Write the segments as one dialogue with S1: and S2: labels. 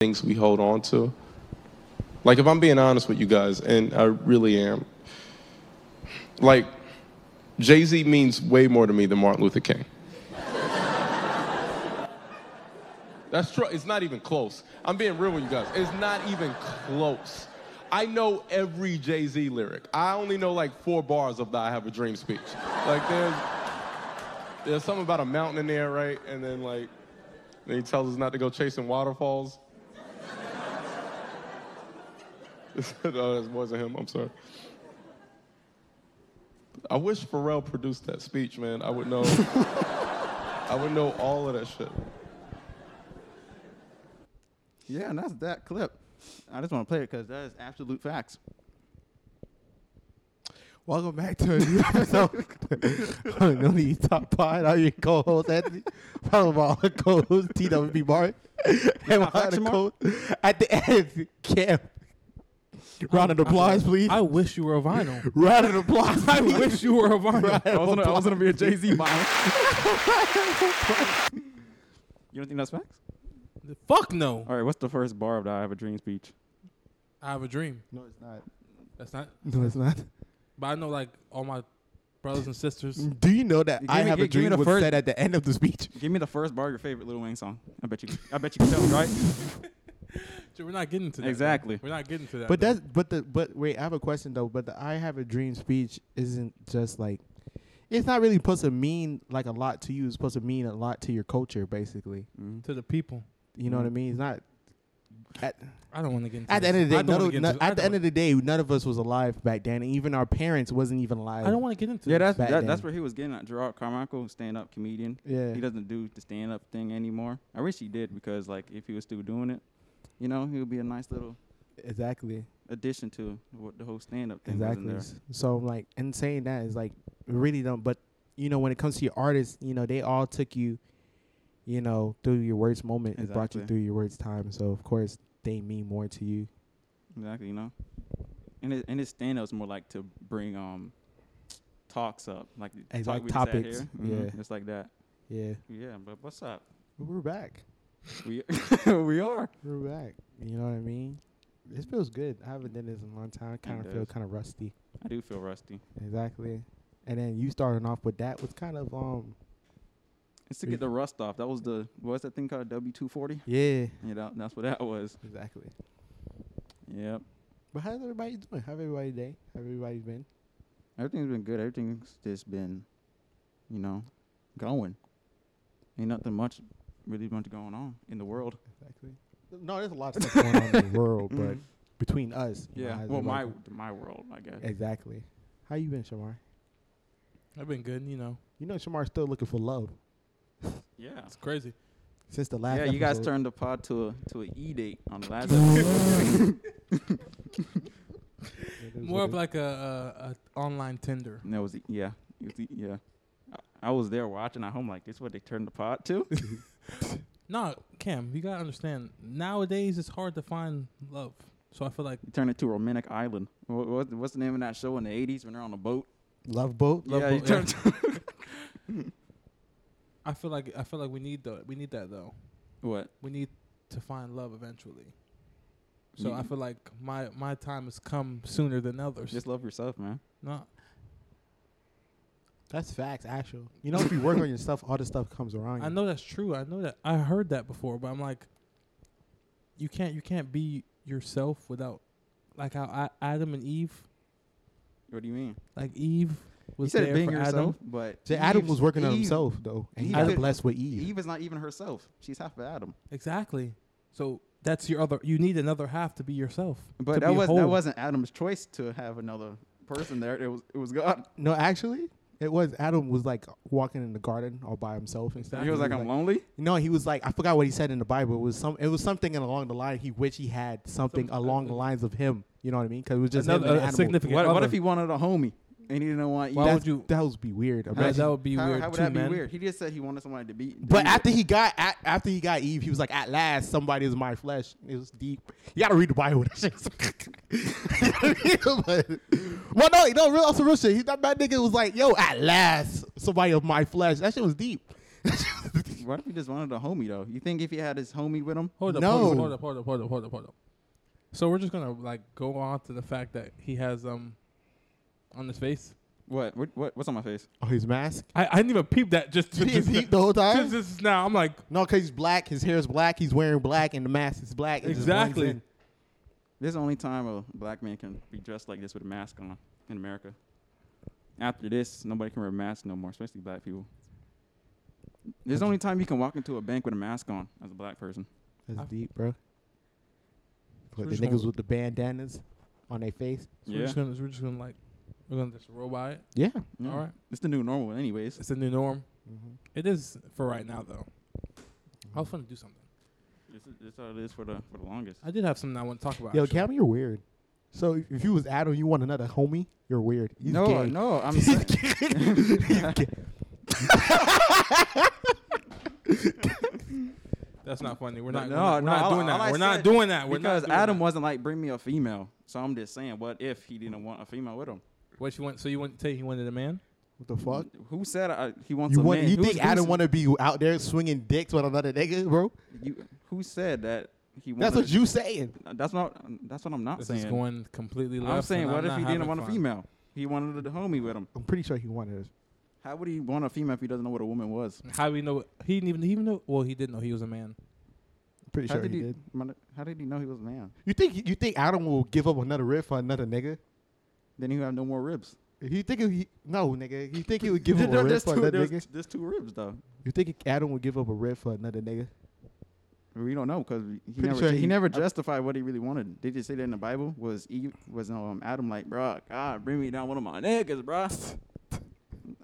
S1: things we hold on to. Like, if I'm being honest with you guys, and I really am, like, Jay Z means way more to me than Martin Luther King. That's true. It's not even close. I'm being real with you guys. It's not even close. I know every Jay Z lyric. I only know like four bars of the I Have a Dream speech. Like, there's, there's something about a mountain in there, right? And then, like, then he tells us not to go chasing waterfalls. no, that uh, wasn't him. I'm sorry. I wish Pharrell produced that speech, man. I would know. I would know all of that shit.
S2: Yeah, and that's that clip. I just want to play it because that is absolute facts.
S3: Welcome back to a new episode of No Need Top Pod. I'm your co-host Anthony, followed by our co-host TWB Martin, and my
S2: Facts,
S3: other
S2: Mark?
S3: co at the end, Cam. Round of applause, please.
S4: I wish you were a vinyl.
S3: Round of applause.
S4: I
S3: please.
S4: wish you were a vinyl.
S3: Round of applause.
S2: gonna be a Jay Z mom. you don't think that's facts?
S4: Fuck no.
S2: All right, what's the first bar of the I Have a Dream speech?
S4: I have a dream.
S3: No, it's not.
S4: That's not.
S3: No, it's not.
S4: But I know like all my brothers and sisters.
S2: Mm.
S3: Do you know that
S2: Give
S3: I
S2: me-
S3: have
S2: give-
S3: a
S2: give me
S3: dream
S2: the
S3: was
S2: first-
S3: said at the end of the speech?
S2: Give me the first bar of your favorite Lil Wayne song. I bet you. I bet you can tell, right?
S4: Dude, we're not getting to that. man.
S2: Exactly.
S4: We're not getting to that.
S3: But
S4: man.
S3: that's but the but wait, I have a question though. But the I have a dream speech isn't just like it's not really supposed to mean like a lot to you. It's supposed to mean a lot to your culture, basically.
S2: Mm.
S4: to the people.
S3: You know what I mean? It's not at,
S4: I don't want to get into
S3: at the
S4: this.
S3: end of the
S4: I
S3: day.
S4: don't
S3: None
S4: wanna
S3: of,
S4: get
S3: none,
S4: into- I
S3: at the
S4: don't-
S3: end of the day, none of us was alive back then, and even our parents wasn't even alive.
S4: I don't want to get into.
S2: Yeah,
S4: this.
S2: that's
S3: back
S2: that, that's
S3: then.
S2: where he was getting at. Gerard Carmichael, stand-up comedian.
S3: Yeah.
S2: He doesn't do the stand-up thing anymore. I wish he did because, like, if he was still doing it, you know, he would be a nice little
S3: exactly.
S2: addition to what the whole stand-up thing was in
S3: Exactly.
S2: there.
S3: So like, and saying that is like really don't. But you know, when it comes to your artists, you know, they all took you, you know, through your worst moment and brought you
S2: Exactly.
S3: through your worst time. So of course, they mean more to you.
S2: Exactly, you know. And his, and his stand-up's more like to bring um talks up, like the
S3: Exact
S2: talk we
S3: topics,
S2: just had here. Mm-hmm.
S3: yeah.
S2: It's like that.
S3: Yeah,
S2: Yeah, but what's up?
S3: we're back.
S2: We we are.
S3: We're back. You know what I mean? This feels good. I haven't done this in a long time. Kind of feel
S2: does.
S3: kind of rusty.
S2: I do feel rusty.
S3: Exactly. And then you starting off with that was kind of um
S2: It's to get the rust off. That was the what's that thing called W two forty?
S3: yeah
S2: You know, that's what that was.
S3: exactly.
S2: Yep.
S3: But how's everybody doing? How everybody day? How everybody been?
S2: Everything's been good. Everything's just been, you know, going. Ain't nothing much, really much going on in the world.
S3: Exactly. No, there's a lot of stuff going on in the world, but
S2: Mhm.
S3: between us, you know,
S2: Yeah.
S3: how's
S2: Well, my
S3: everybody
S2: my world, I guess.
S3: doing? exactly. How you been, Shamar?
S4: I've been good. You know,
S3: You know, Shamar's still looking for love
S2: Yeah.
S4: it's crazy.
S3: since the last.
S2: Yeah, you guys
S3: episode.
S2: turned the pod to a to a e date on the last episode.
S3: It is
S4: More
S3: what
S4: of
S3: it-
S4: like a, a, a online Tinder.
S2: and that was yeah, it was, e- yeah. I, I was there watching at home like this. What they turned the pod to?
S4: No, Cam, you gotta understand. Nowadays, it's hard to find love. So I feel like
S2: You turned it to romantic island. What, what, what's the name of that show in the '80s when they're on a boat?
S3: love boat.
S4: Love
S2: yeah, you
S4: Boat, yeah.
S2: turned. To
S4: I feel like I feel like we need the we need that though.
S2: what?
S4: We need to find love eventually. So
S2: You-
S4: I feel like my my time has come sooner than others.
S2: Just love yourself, man.
S4: no,
S3: That's facts, actual. You know, if you work on yourself, all this stuff comes around.
S4: I
S3: you.
S4: know that's true. I know that I heard that before, but I'm like, you can't you can't be yourself without like how I, Adam and Eve
S2: What do you mean?
S4: like Eve was
S2: you said
S4: there
S2: being
S4: for
S2: yourself,
S4: Adam.
S2: but
S3: See, Adam
S2: Eve's-
S3: was working on
S2: Eve-
S3: himself though, and he
S2: Eve
S3: got
S2: could-
S3: blessed with Eve.
S2: Eve is not even herself. She's half of Adam.
S4: Exactly. So that's your other. You need another half to be yourself.
S2: But
S4: to
S2: that
S4: be
S2: was
S4: whole.
S2: that wasn't Adam's choice to have another person there. It was it was God.
S3: No, actually, it was Adam was like walking in the garden all by himself and stuff.
S2: He was like, I'm lonely.
S3: No, he was like I forgot what he said in the Bible. It was some. It was something along the line. He wished he had something
S4: Some-
S3: along the lines of him. You know what I mean? Because it was just
S4: Another-
S3: him and
S4: a
S3: animal.
S4: significant
S2: uh, What, what
S4: other.
S2: if he wanted a homie and he didn't want
S4: Why
S2: you?
S4: would you?
S3: That would be weird.
S4: That,
S3: Imagine.
S4: that would be
S2: how,
S4: weird.
S2: how would
S4: two
S2: that
S4: men.
S2: be weird? He just said he wanted somebody to be. to
S3: But
S2: be
S3: after
S2: with.
S3: he got at, after he got Eve, he was like, "At last, somebody is my flesh." It was deep. You gotta read the Bible. That shit's. but, well, no, no, real, also real shit. He, that bad nigga was like, "Yo, at last, somebody of my flesh." That shit was deep. What if he just wanted a homie though? You think if he had his homie with him?
S4: Hold up,
S5: No.
S4: hold up, hold up, hold up, hold up, hold up, hold up. So we're just gonna like go on to the fact that he has um on his face.
S3: What? What? what what's on my face?
S5: Oh, he's masked.
S4: I, I didn't even peep that just to
S5: He's
S4: just,
S5: deep the whole
S4: just,
S5: time.
S4: just now. I'm like
S5: No, because he's black. His hair is black. He's wearing black, and the mask is black. It just blends
S4: exactly.
S5: in.
S3: This is the only time a black man can be dressed like this with a mask on in America. After this, nobody can wear a mask no more, especially black people. This is the only time you can walk into a bank with a mask on as a black person.
S5: That's
S4: I've-
S5: deep, bro.
S4: we're
S5: But the
S4: just gonna-
S5: niggas with the bandanas on their face.
S4: So we're
S3: Yeah.
S4: just gonna we're just gonna like we're gonna just roll by it.
S5: Yeah.
S3: Yeah.
S4: All right,
S3: It's the new normal, anyways.
S4: it's the new norm.
S5: Mhm.
S4: It is for right now though.
S5: Mm-hmm.
S4: I was gonna do something.
S3: This is, this is how it is for the for the longest.
S4: I did have something I want to talk about.
S5: Yo,
S4: actually.
S5: Cam, you're weird. So if, if you was Adam, you want another homie? You're weird. He's
S3: no,
S5: gay.
S3: no, I'm saying,
S4: that's not funny. We're
S3: No,
S4: not.
S3: no, no,
S4: we're not
S3: all-
S4: doing
S3: all I
S4: that. We're not
S3: said-
S4: doing that. We're not
S3: because
S4: doing
S3: Adam
S4: that.
S3: wasn't like bring me a female, so I'm just saying, what if he didn't want a female with him?
S4: What you want? So you want to say he wanted a man?
S5: what the fuck?
S3: Who said I, he wants
S5: You
S3: a
S5: want?
S3: man?
S5: You
S3: Who's-
S5: think Adam
S3: who's-
S5: want to be out there swinging dicks with another nigga, bro?
S3: you- Who said that he?
S5: That's
S3: wanted-
S5: what you saying.
S3: That's not. That's what I'm not
S4: This is
S3: saying.
S4: going completely left.
S3: I'm saying,
S4: and
S3: what if
S4: not
S3: he didn't
S4: having
S3: want a
S4: fun.
S3: female? He wanted a homie with him.
S5: I'm pretty sure he wanted us.
S3: How would he want a female if he doesn't know what a woman was?
S4: How do we know? He didn't even he even know. Well, he did know he was a man.
S5: I'm pretty
S3: How
S5: sure
S3: did
S5: he
S3: he?
S5: did.
S3: mon- How did he know he was a man?
S5: You think you think Adam will give up another rib for another nigga?
S3: Then he would have no more ribs.
S5: You think he no nigga? You think he would give
S3: There-
S5: up a rib
S3: there's,
S5: for
S3: two,
S5: another
S3: there's,
S5: nigga?
S3: there's two ribs though.
S5: You think Adam would give up a rib for another nigga?
S3: We don't know because he
S5: Pretty
S3: never
S5: sure
S3: he,
S5: he-
S3: never justified what he really wanted. Did you say that in the Bible? Was Eve, was um Adam like, bro, God, bring me down one of my niggas, bro?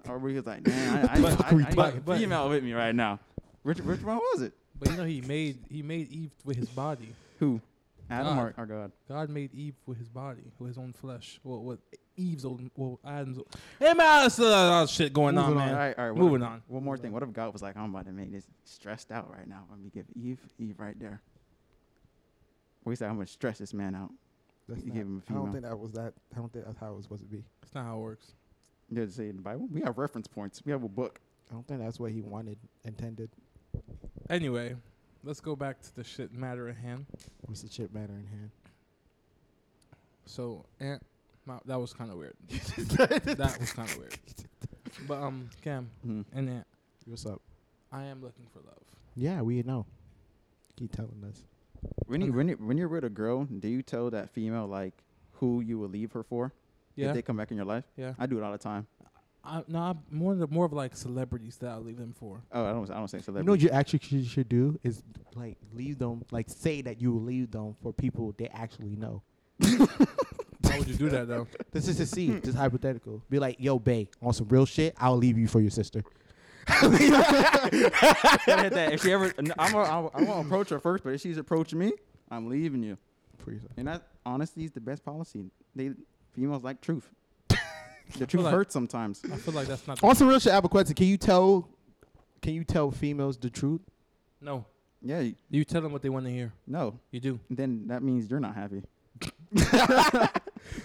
S3: or we was like, man, I, I,
S4: But-
S3: I, I,
S5: we
S3: need
S4: talking
S3: a
S4: about?
S3: female with me right now. Which which one was it?
S4: But you know, he made he made Eve with his body.
S3: Who? Adam
S4: God.
S3: or, or God?
S4: God made Eve with his body, with his own flesh. Well, with Eve's own, well, Adam's. own- Hey man, that's a lot of shit going on,
S5: Moving
S4: man.
S3: All right, all right. what
S4: Moving
S3: if-
S4: on.
S3: One more thing. What if God was like, I'm about to make this stressed out right now. Let me give Eve, Eve right there. We said, I'm going to stress this man out.
S5: That's
S3: You give him a
S5: I
S3: female.
S5: don't think that was that. I don't think that's how it was supposed to be.
S4: That's not how it works.
S3: You know what they say in the Bible? We have reference points. We have a book.
S5: I don't think that's what he wanted intended.
S4: Anyway, let's go back to the shit matter at hand.
S5: What's the chip matter in hand?
S4: So, Aunt, Ma- that was kind of weird. that was kind of weird. But um, Cam
S3: Hmm.
S4: and Aunt,
S5: What's up?
S4: I am looking for love.
S5: Yeah, we know. Keep telling us.
S3: When, you, when, you, when you're with a girl, do you tell that female, like, who you will leave her for
S4: Yeah,
S3: if they come back in your life?
S4: yeah.
S3: I do it all the time.
S4: I, no, I'm more of the, more of like celebrities that I leave them for.
S3: Oh, I don't, I don't say
S5: You know what
S3: celebrity.
S5: you actually should, should do is like leave them, like say that you leave them for people they actually know.
S4: Why would you do that though?
S5: This is to see, just hypothetical. Be like, yo, bae, on some real shit, I'll leave you for your sister.
S3: Gotta hit that. If she ever, n- I'm a, I'm a, I won't approach her first, but if she's approaching me, I'm leaving you.
S5: For yourself.
S3: And that honesty is the best policy. They females like truth. the truth
S4: like-
S3: hurts sometimes.
S4: I feel like that's not
S5: On some real shit, I have a question. Can you tell, can you tell females the truth?
S4: no.
S3: Yeah, you,
S4: You tell them what they want to hear.
S3: no.
S4: You do.
S3: Then that means you're not happy.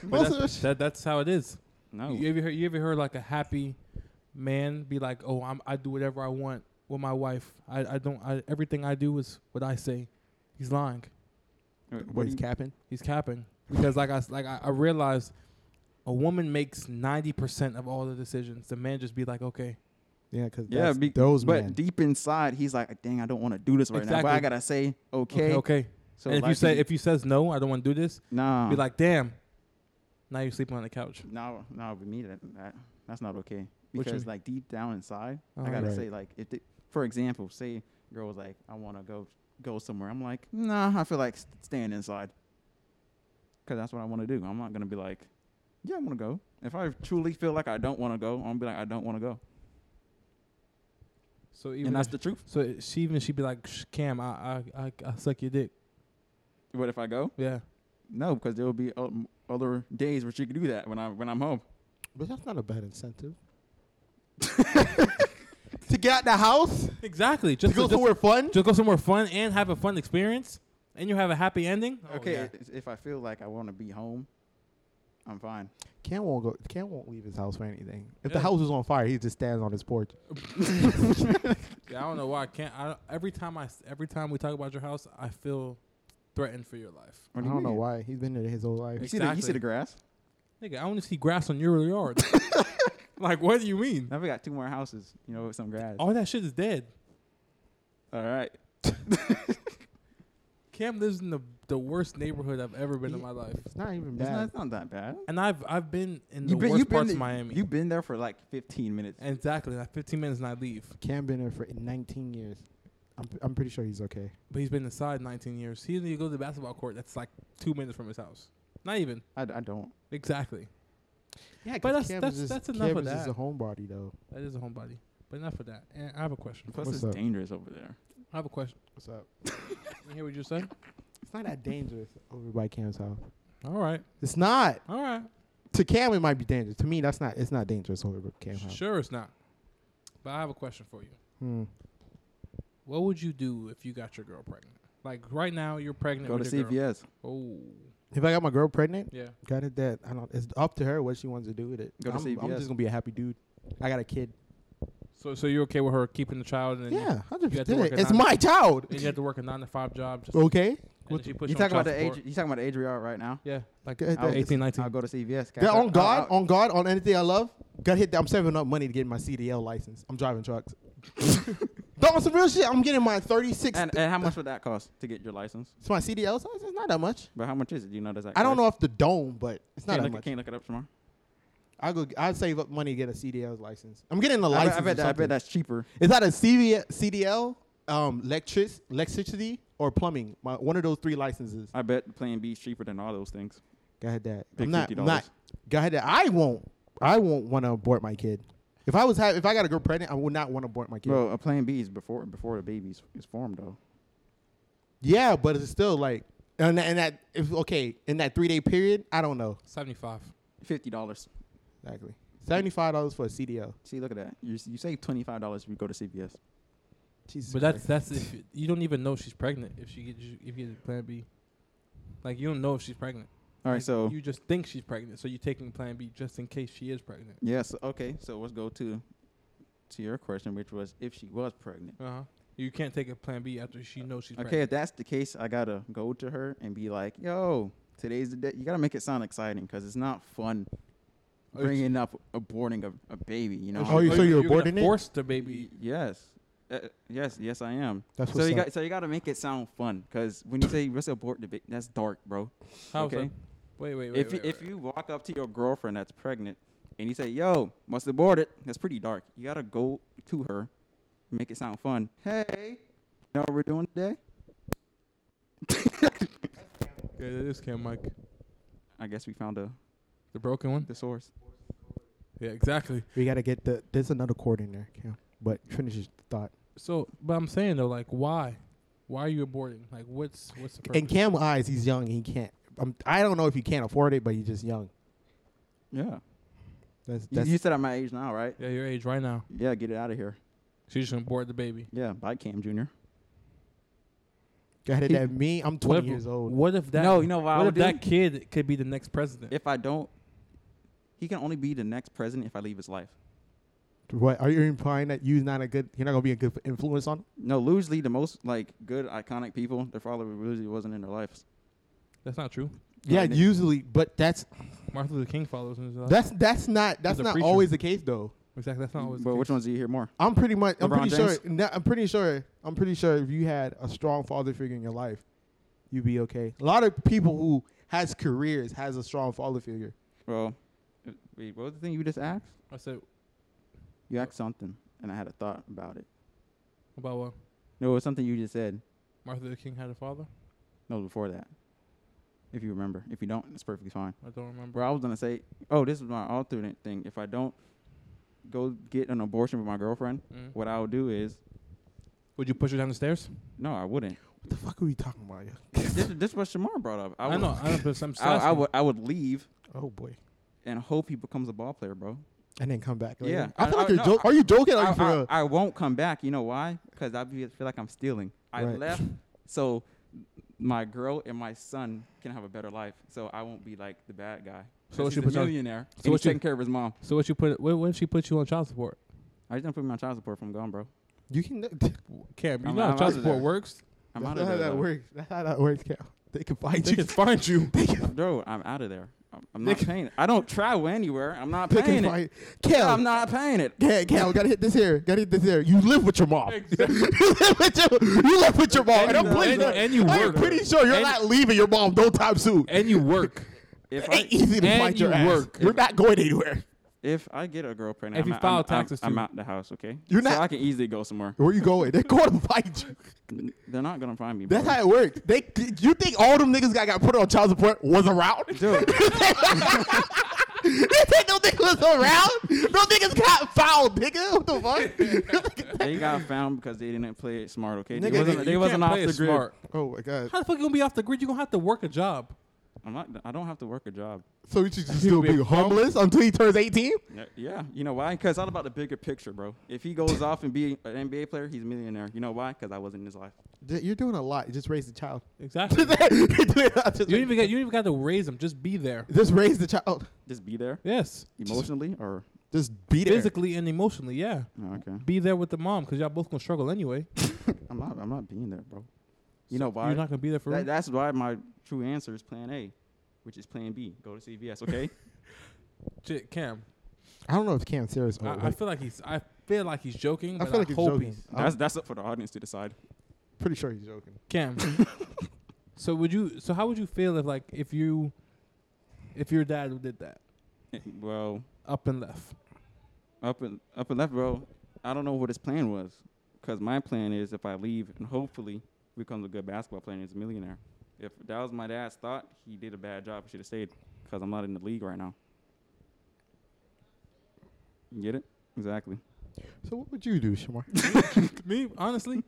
S4: But
S5: Also,
S4: that's, that, that's how it is.
S3: No.
S4: You ever heard, you ever heard like a happy man be like, "Oh, I'm I do whatever I want with my wife. I I don't I, everything I do is what I say." He's lying.
S3: What
S5: What
S3: do
S5: is
S3: you,
S5: capping?
S4: He's capping because like I s- like I, I realized a woman makes 90% of all the decisions. The man just be like, "Okay,
S5: Yeah, because
S3: yeah, be,
S5: those
S3: but
S5: men.
S3: deep inside, he's like, dang, I don't want to do this right now. But I
S4: Exactly.
S3: gotta say, okay.
S4: okay, okay."
S3: So
S4: and if you
S3: life
S4: say
S3: can-
S4: if you says no, I don't want to do this,
S3: nah,
S4: be like, "Damn." Now you're sleeping on the couch.
S3: no, no, with me that, that that's not okay
S4: What you
S3: because
S4: mean?
S3: like deep down inside,
S4: Oh,
S3: I gotta
S5: Right.
S3: say like if they, for example, say girl was like, I want to go go somewhere. I'm like, nah, I feel like st- staying inside because that's what I want to do. I'm not gonna be like, yeah, I want to go. If I truly feel like I don't want to go, I'm gonna be like, I don't want to go,
S4: So even
S3: and that's
S4: if-
S3: the truth.
S4: so it- she even she'd be like, "Shh, "Cam, I I I, I suck your dick."
S3: But if I go,
S4: Yeah.
S3: no, because there will be o- other days where she could do that when I'm when I'm home.
S5: But that's not a bad incentive. to get out the house?
S4: Exactly.
S5: To
S4: Just
S5: go
S4: just-
S5: somewhere fun?
S4: Just go somewhere fun and have a fun experience, and you have a happy ending. Oh,
S3: okay,
S4: yeah.
S3: i- if I feel like I want to be home, I'm fine.
S5: Cam won't go. Cam won't leave his house for anything. If
S4: Yeah.
S5: the house is on fire, he just stands on his porch.
S4: Yeah, I don't know why I can't. I, every time I s- every time we talk about your house, I feel threatened for your life.
S3: What
S5: I
S3: do you
S5: don't know
S3: mean?
S5: why. He's been there his whole
S3: You
S5: life.
S3: see, the, you see
S4: Exactly.
S3: the grass?
S4: Nigga, I only see grass on your yard. like, what do you mean?
S3: Now we got two more houses, you know, with some grass.
S4: All that shit is dead.
S3: All right.
S4: Cam lives in the the worst neighborhood I've ever been in my life,
S5: It's not even
S3: It's not,
S5: bad.
S3: it's not that bad.
S4: and I've I've been in the
S3: You've been,
S4: worst
S3: you've, been
S4: parts
S3: there,
S4: of Miami.
S3: you've been there for like 15 minutes.
S4: exactly, like 15 minutes and I leave.
S5: Cam been there for 19 years. I'm, I'm pretty sure he's okay.
S4: But he's been inside 19 years. He didn't even go to the basketball court. That's like two minutes from his house. Not even
S3: I, d- I don't.
S4: exactly.
S5: Yeah,
S4: 'cause
S5: but that's
S4: Cam is
S5: that's,
S4: just-
S5: that's
S4: Cam
S5: enough of
S4: is
S5: that.
S4: just
S5: a homebody though.
S4: That is a homebody. But enough of that. And I have a question.
S3: Plus,
S5: What's
S3: it's
S5: up?
S3: dangerous over there.
S4: I have a question.
S5: What's up?
S4: You hear what you said?
S5: It's not that dangerous over by Cam's house.
S4: All right.
S5: It's not.
S4: All right.
S5: To Cam, it might be dangerous. To me, that's not. It's not dangerous over by Cam's house.
S4: Sure, it's not. But I have a question for you.
S5: Hmm.
S4: What would you do if you got your girl pregnant? Like right now, you're pregnant.
S3: Go to
S4: with your girl.
S3: CVS.
S4: Oh,
S5: If I got my girl pregnant,
S4: yeah.
S5: got it. That I don't. It's up to her what she wants to do with it.
S3: Go to
S5: I'm, I'm
S3: CVS.
S5: just gonna be a happy dude. I got a kid.
S4: So, so you're okay with her keeping the child, and then you,
S5: Yeah, hundred
S4: you have to work
S5: percent.
S4: at
S5: It's
S4: nine-
S5: my child.
S4: and you have to work a nine to five job. Just,
S5: Okay.
S4: and then she puts
S3: You
S4: you on
S3: talking about
S4: child
S3: the age?
S4: support.
S3: You talking about the age we are right now?
S4: Yeah, like
S5: Go ahead,
S4: I was
S5: that is-
S4: 18, 19.
S3: I'll go to CVS.
S5: Yeah,
S3: catch
S5: on
S3: up.
S5: God,
S3: I'll,
S5: on God, on anything I love, got hit. I'm saving up money to get my CDL license. I'm driving trucks. That was some real shit. I'm getting my 36.
S3: and, and how much would that cost to get your license?
S5: it's my CDL size. It's not that much.
S3: But how much is it? Do you know? Does that
S5: I don't
S3: cost?
S5: know off the dome, but it's not
S3: Can't
S5: that
S3: look,
S5: much.
S3: can't look it up tomorrow.
S5: I go. I save up money to get a CDL license. I'm getting a
S3: I
S5: license.
S3: bet, I, bet that, I bet that's cheaper.
S5: Is that a CV, CDL, um, electric, electricity, or plumbing? My one of those three licenses.
S3: I bet Plan B is cheaper than all those things.
S5: Go ahead, that.
S3: Big
S5: I'm not.
S3: $50.
S5: I'm not. Go ahead, that. I won't. I won't want to abort my kid. If I was ha- if I got a girl pregnant, I would not want to abort my kid.
S3: Well, a Plan B is before before the baby is- is formed though.
S5: Yeah, but it's still like, and, that- and that if okay in that three day period, I don't know
S4: 75.
S3: Fifty dollars.
S5: exactly. Seventy five dollars for a CDL.
S3: See, look at that. You s- you save twenty five dollars if you go to CVS.
S5: Jesus,
S4: But that's that's if you, you don't even know she's pregnant if she gets you, if you get Plan B. Like you don't know if she's pregnant.
S3: All
S4: Like,
S3: right, so
S4: you just think she's pregnant, so you're taking Plan B just in case she is pregnant.
S3: yes, okay. So let's go to to your question, which was if she was pregnant.
S4: Uh huh. You can't take a Plan B after she knows she's
S3: Okay,
S4: pregnant.
S3: if that's the case, I gotta go to her and be like, "Yo, today's the day." You gotta make it sound exciting because it's not fun
S4: Oh, it's-
S3: bringing up aborting a, a baby. You know?
S5: Oh, you- so
S4: you're,
S5: you're
S4: gonna
S5: aborting it?
S4: Force the baby.
S3: Yes. Uh, yes, yes, I am.
S5: That's
S3: so
S5: what's
S3: you
S5: up.
S3: got so you got to make it sound fun, cause when you say let's abort the baby, that's dark, bro.
S4: How's
S3: okay.
S4: that? Wait, wait, wait.
S3: if you,
S4: wait,
S3: if
S4: wait.
S3: you walk up to your girlfriend that's pregnant and you say, "Yo, must abort it," that's pretty dark. You gotta go to her, make it sound fun. Hey, you know what we're doing today?
S4: Yeah, it is Cam Mike,
S3: I guess we found the
S4: the broken one.
S3: the source.
S4: Yeah, exactly.
S5: we gotta get the. There's another chord in there, Cam. But finish your thought.
S4: So, but I'm saying though, like, why, why are you aborting? Like, what's what's the purpose?
S5: In Cam eyes, he's young. He can't. I'm, I don't know if he can't afford it, but he's just young.
S3: Yeah.
S5: That's,
S3: You,
S5: that's
S3: you said I'm my age now, right?
S4: yeah, your age right now.
S3: Yeah, get it out of here.
S4: She's just gonna abort the baby.
S3: Yeah, bye, Cam Jr.
S5: go ahead.
S4: he-
S5: That me. I'm 20
S4: What if-
S5: years old.
S4: What if that?
S3: No, you know what I
S4: what,
S3: would
S4: if that
S3: do?
S4: kid could be the next president?
S3: If I don't, he can only be the next president if I leave his life.
S5: What are you implying that you're not a good? You're not gonna be a good influence on?
S3: No, usually the most like good iconic people, their father usually wasn't in their lives.
S4: That's not true.
S5: Yeah,
S3: Nick.
S5: usually, but that's
S4: Martin Luther King follows in his life.
S5: that's that's not that's
S4: a
S5: not
S4: preacher.
S5: always the case though.
S4: exactly. That's not always. the
S3: But
S4: case.
S3: which ones do you hear more?
S5: I'm pretty much. I'm
S3: LeBron
S5: pretty
S3: James?
S5: sure. No, I'm pretty sure. I'm pretty sure if you had a strong father figure in your life, you'd be okay. A lot of people who has careers has a strong father figure.
S3: Well, uh, wait, what was the thing you just asked?
S4: I said
S3: You asked something, and I had a thought about it.
S4: about what
S3: No, it was something you just said.
S4: Martin Luther King had a father.
S3: No, before that. If you remember. If you don't, it's perfectly fine.
S4: I don't remember.
S3: Bro, I was going to say, oh, this is my alternate thing. If I don't go get an abortion with my girlfriend,
S4: Mm.
S3: what I'll do is,
S4: Would you push her down the stairs?
S3: no, I wouldn't.
S5: What the fuck are we talking about? yo?
S3: this, this is what Shamar brought up.
S4: I,
S3: would,
S4: know. I don't. but I'm just
S3: I, I
S4: asking.
S3: would, I would leave
S5: Oh boy,
S3: and hope he becomes a ball player, bro.
S5: and then come back. Later.
S3: Yeah,
S5: I, feel
S3: I-
S5: like
S3: I-
S5: you're
S3: no,
S5: joking. Are you joking? Are you for
S3: I,
S5: real?
S3: I, I won't come back. You know why? Because I be- feel like I'm stealing. I
S5: Right.
S3: left so my girl and my son can have a better life. So I won't be like the bad guy.
S4: So what
S3: Because
S4: you
S3: he's
S4: put
S3: a
S4: on-
S3: millionaire. So
S4: so
S3: and
S4: what
S3: he's
S4: you-
S3: taking care of his mom.
S4: So what you put? What, what if she put you on child support?
S3: I just don't put my child support from gone, bro.
S5: You can.
S4: Cam, you
S3: I'm
S4: know how
S3: out of
S4: child support
S3: there.
S4: works?
S3: I'm out
S5: that's
S3: of
S5: not
S3: there.
S5: how
S3: though.
S5: that works. That's how that works, Cal. They can find
S4: They
S5: you.
S4: can find you.
S3: Bro, I'm out of there. I'm, I'm not paying it. I don't travel anywhere. I'm not
S5: They
S3: paying
S5: can
S3: it.
S5: find. Cal,
S3: I'm not paying it.
S5: Cal, Cal, gotta hit this here. Gotta hit this here. You live with your mom. you live with your. You live with your mom. And,
S4: And
S5: I'm
S4: you-
S5: pretty
S4: and-
S5: sure-
S4: and you
S5: I'm
S4: work.
S5: pretty sure you're
S4: And-
S5: not leaving your mom no time soon.
S4: and you work.
S3: If
S5: It ain't
S3: I
S5: easy to
S4: and
S5: find your
S4: you
S5: ass.
S4: work.
S5: You're not going anywhere.
S3: if I get a girl pregnant,
S4: If
S3: I'm,
S4: you
S3: out-
S4: file
S3: I'm- I'm-
S4: taxes
S3: I'm,
S4: too.
S3: out the house. Okay,
S5: You're
S3: so
S5: not-
S3: I can easily go somewhere.
S5: Where you going? They're going to find you.
S3: N- They're not gonna find me. Bro.
S5: That's how it works. They, you think all them niggas got got put on child support was around?
S3: Dude.
S5: you think them niggas was around? Them niggas got fouled, nigga. What the fuck?
S3: they got found because they didn't play it smart. Okay,
S5: Nigga,
S3: they wasn't,
S5: you
S3: they
S4: can't
S3: wasn't off
S4: play it
S3: the grid.
S4: smart.
S5: oh my god.
S4: How the fuck you gonna be off the grid? You gonna have to work a job.
S3: I'm not. I don't have to work a job.
S5: So we should just still be homeless until he turns 18?
S3: Yeah, Uh, Yeah, you know why? Because it's all about the bigger picture, bro. If he goes off and be an NBA player, he's a millionaire. You know why? Because I wasn't in his life.
S5: You're doing a lot. Just raise the child.
S4: Exactly.
S5: just,
S4: you
S5: just,
S4: don't even got. You don't even got to raise them. Just be there.
S5: raise the child.
S3: Just be there
S4: Yes.
S3: emotionally, or
S5: Just beat it.
S4: Physically and emotionally. Yeah.
S3: oh, okay.
S4: Be there with the mom because y'all both gonna struggle anyway.
S3: I'm not. I'm not being there, bro. You
S4: So
S3: know why?
S4: You're not gonna be there for.
S3: That,
S4: real.
S3: that's why my true answer is Plan A, which is Plan B. Go to CVS, okay?
S4: Shit, Cam.
S5: I don't know if Cam serious.
S4: I, I feel like he's. I feel like he's joking. But I
S5: Oh, feel like he's
S4: hope
S5: joking.
S4: he's-
S3: that's that's up for the audience to decide.
S5: pretty sure he's joking.
S4: Cam. so would you? So how would you feel if like if you, if your dad did that
S3: well,
S4: up and left?
S3: up and up and left, bro. I don't know what his plan was, because my plan is if I leave and hopefully becomes a good basketball player and is a millionaire. If that was my dad's thought, he did a bad job. Should have stayed, because I'm not in the league right now. You get it? Exactly.
S5: So what would you do, Shamar?
S4: Me honestly,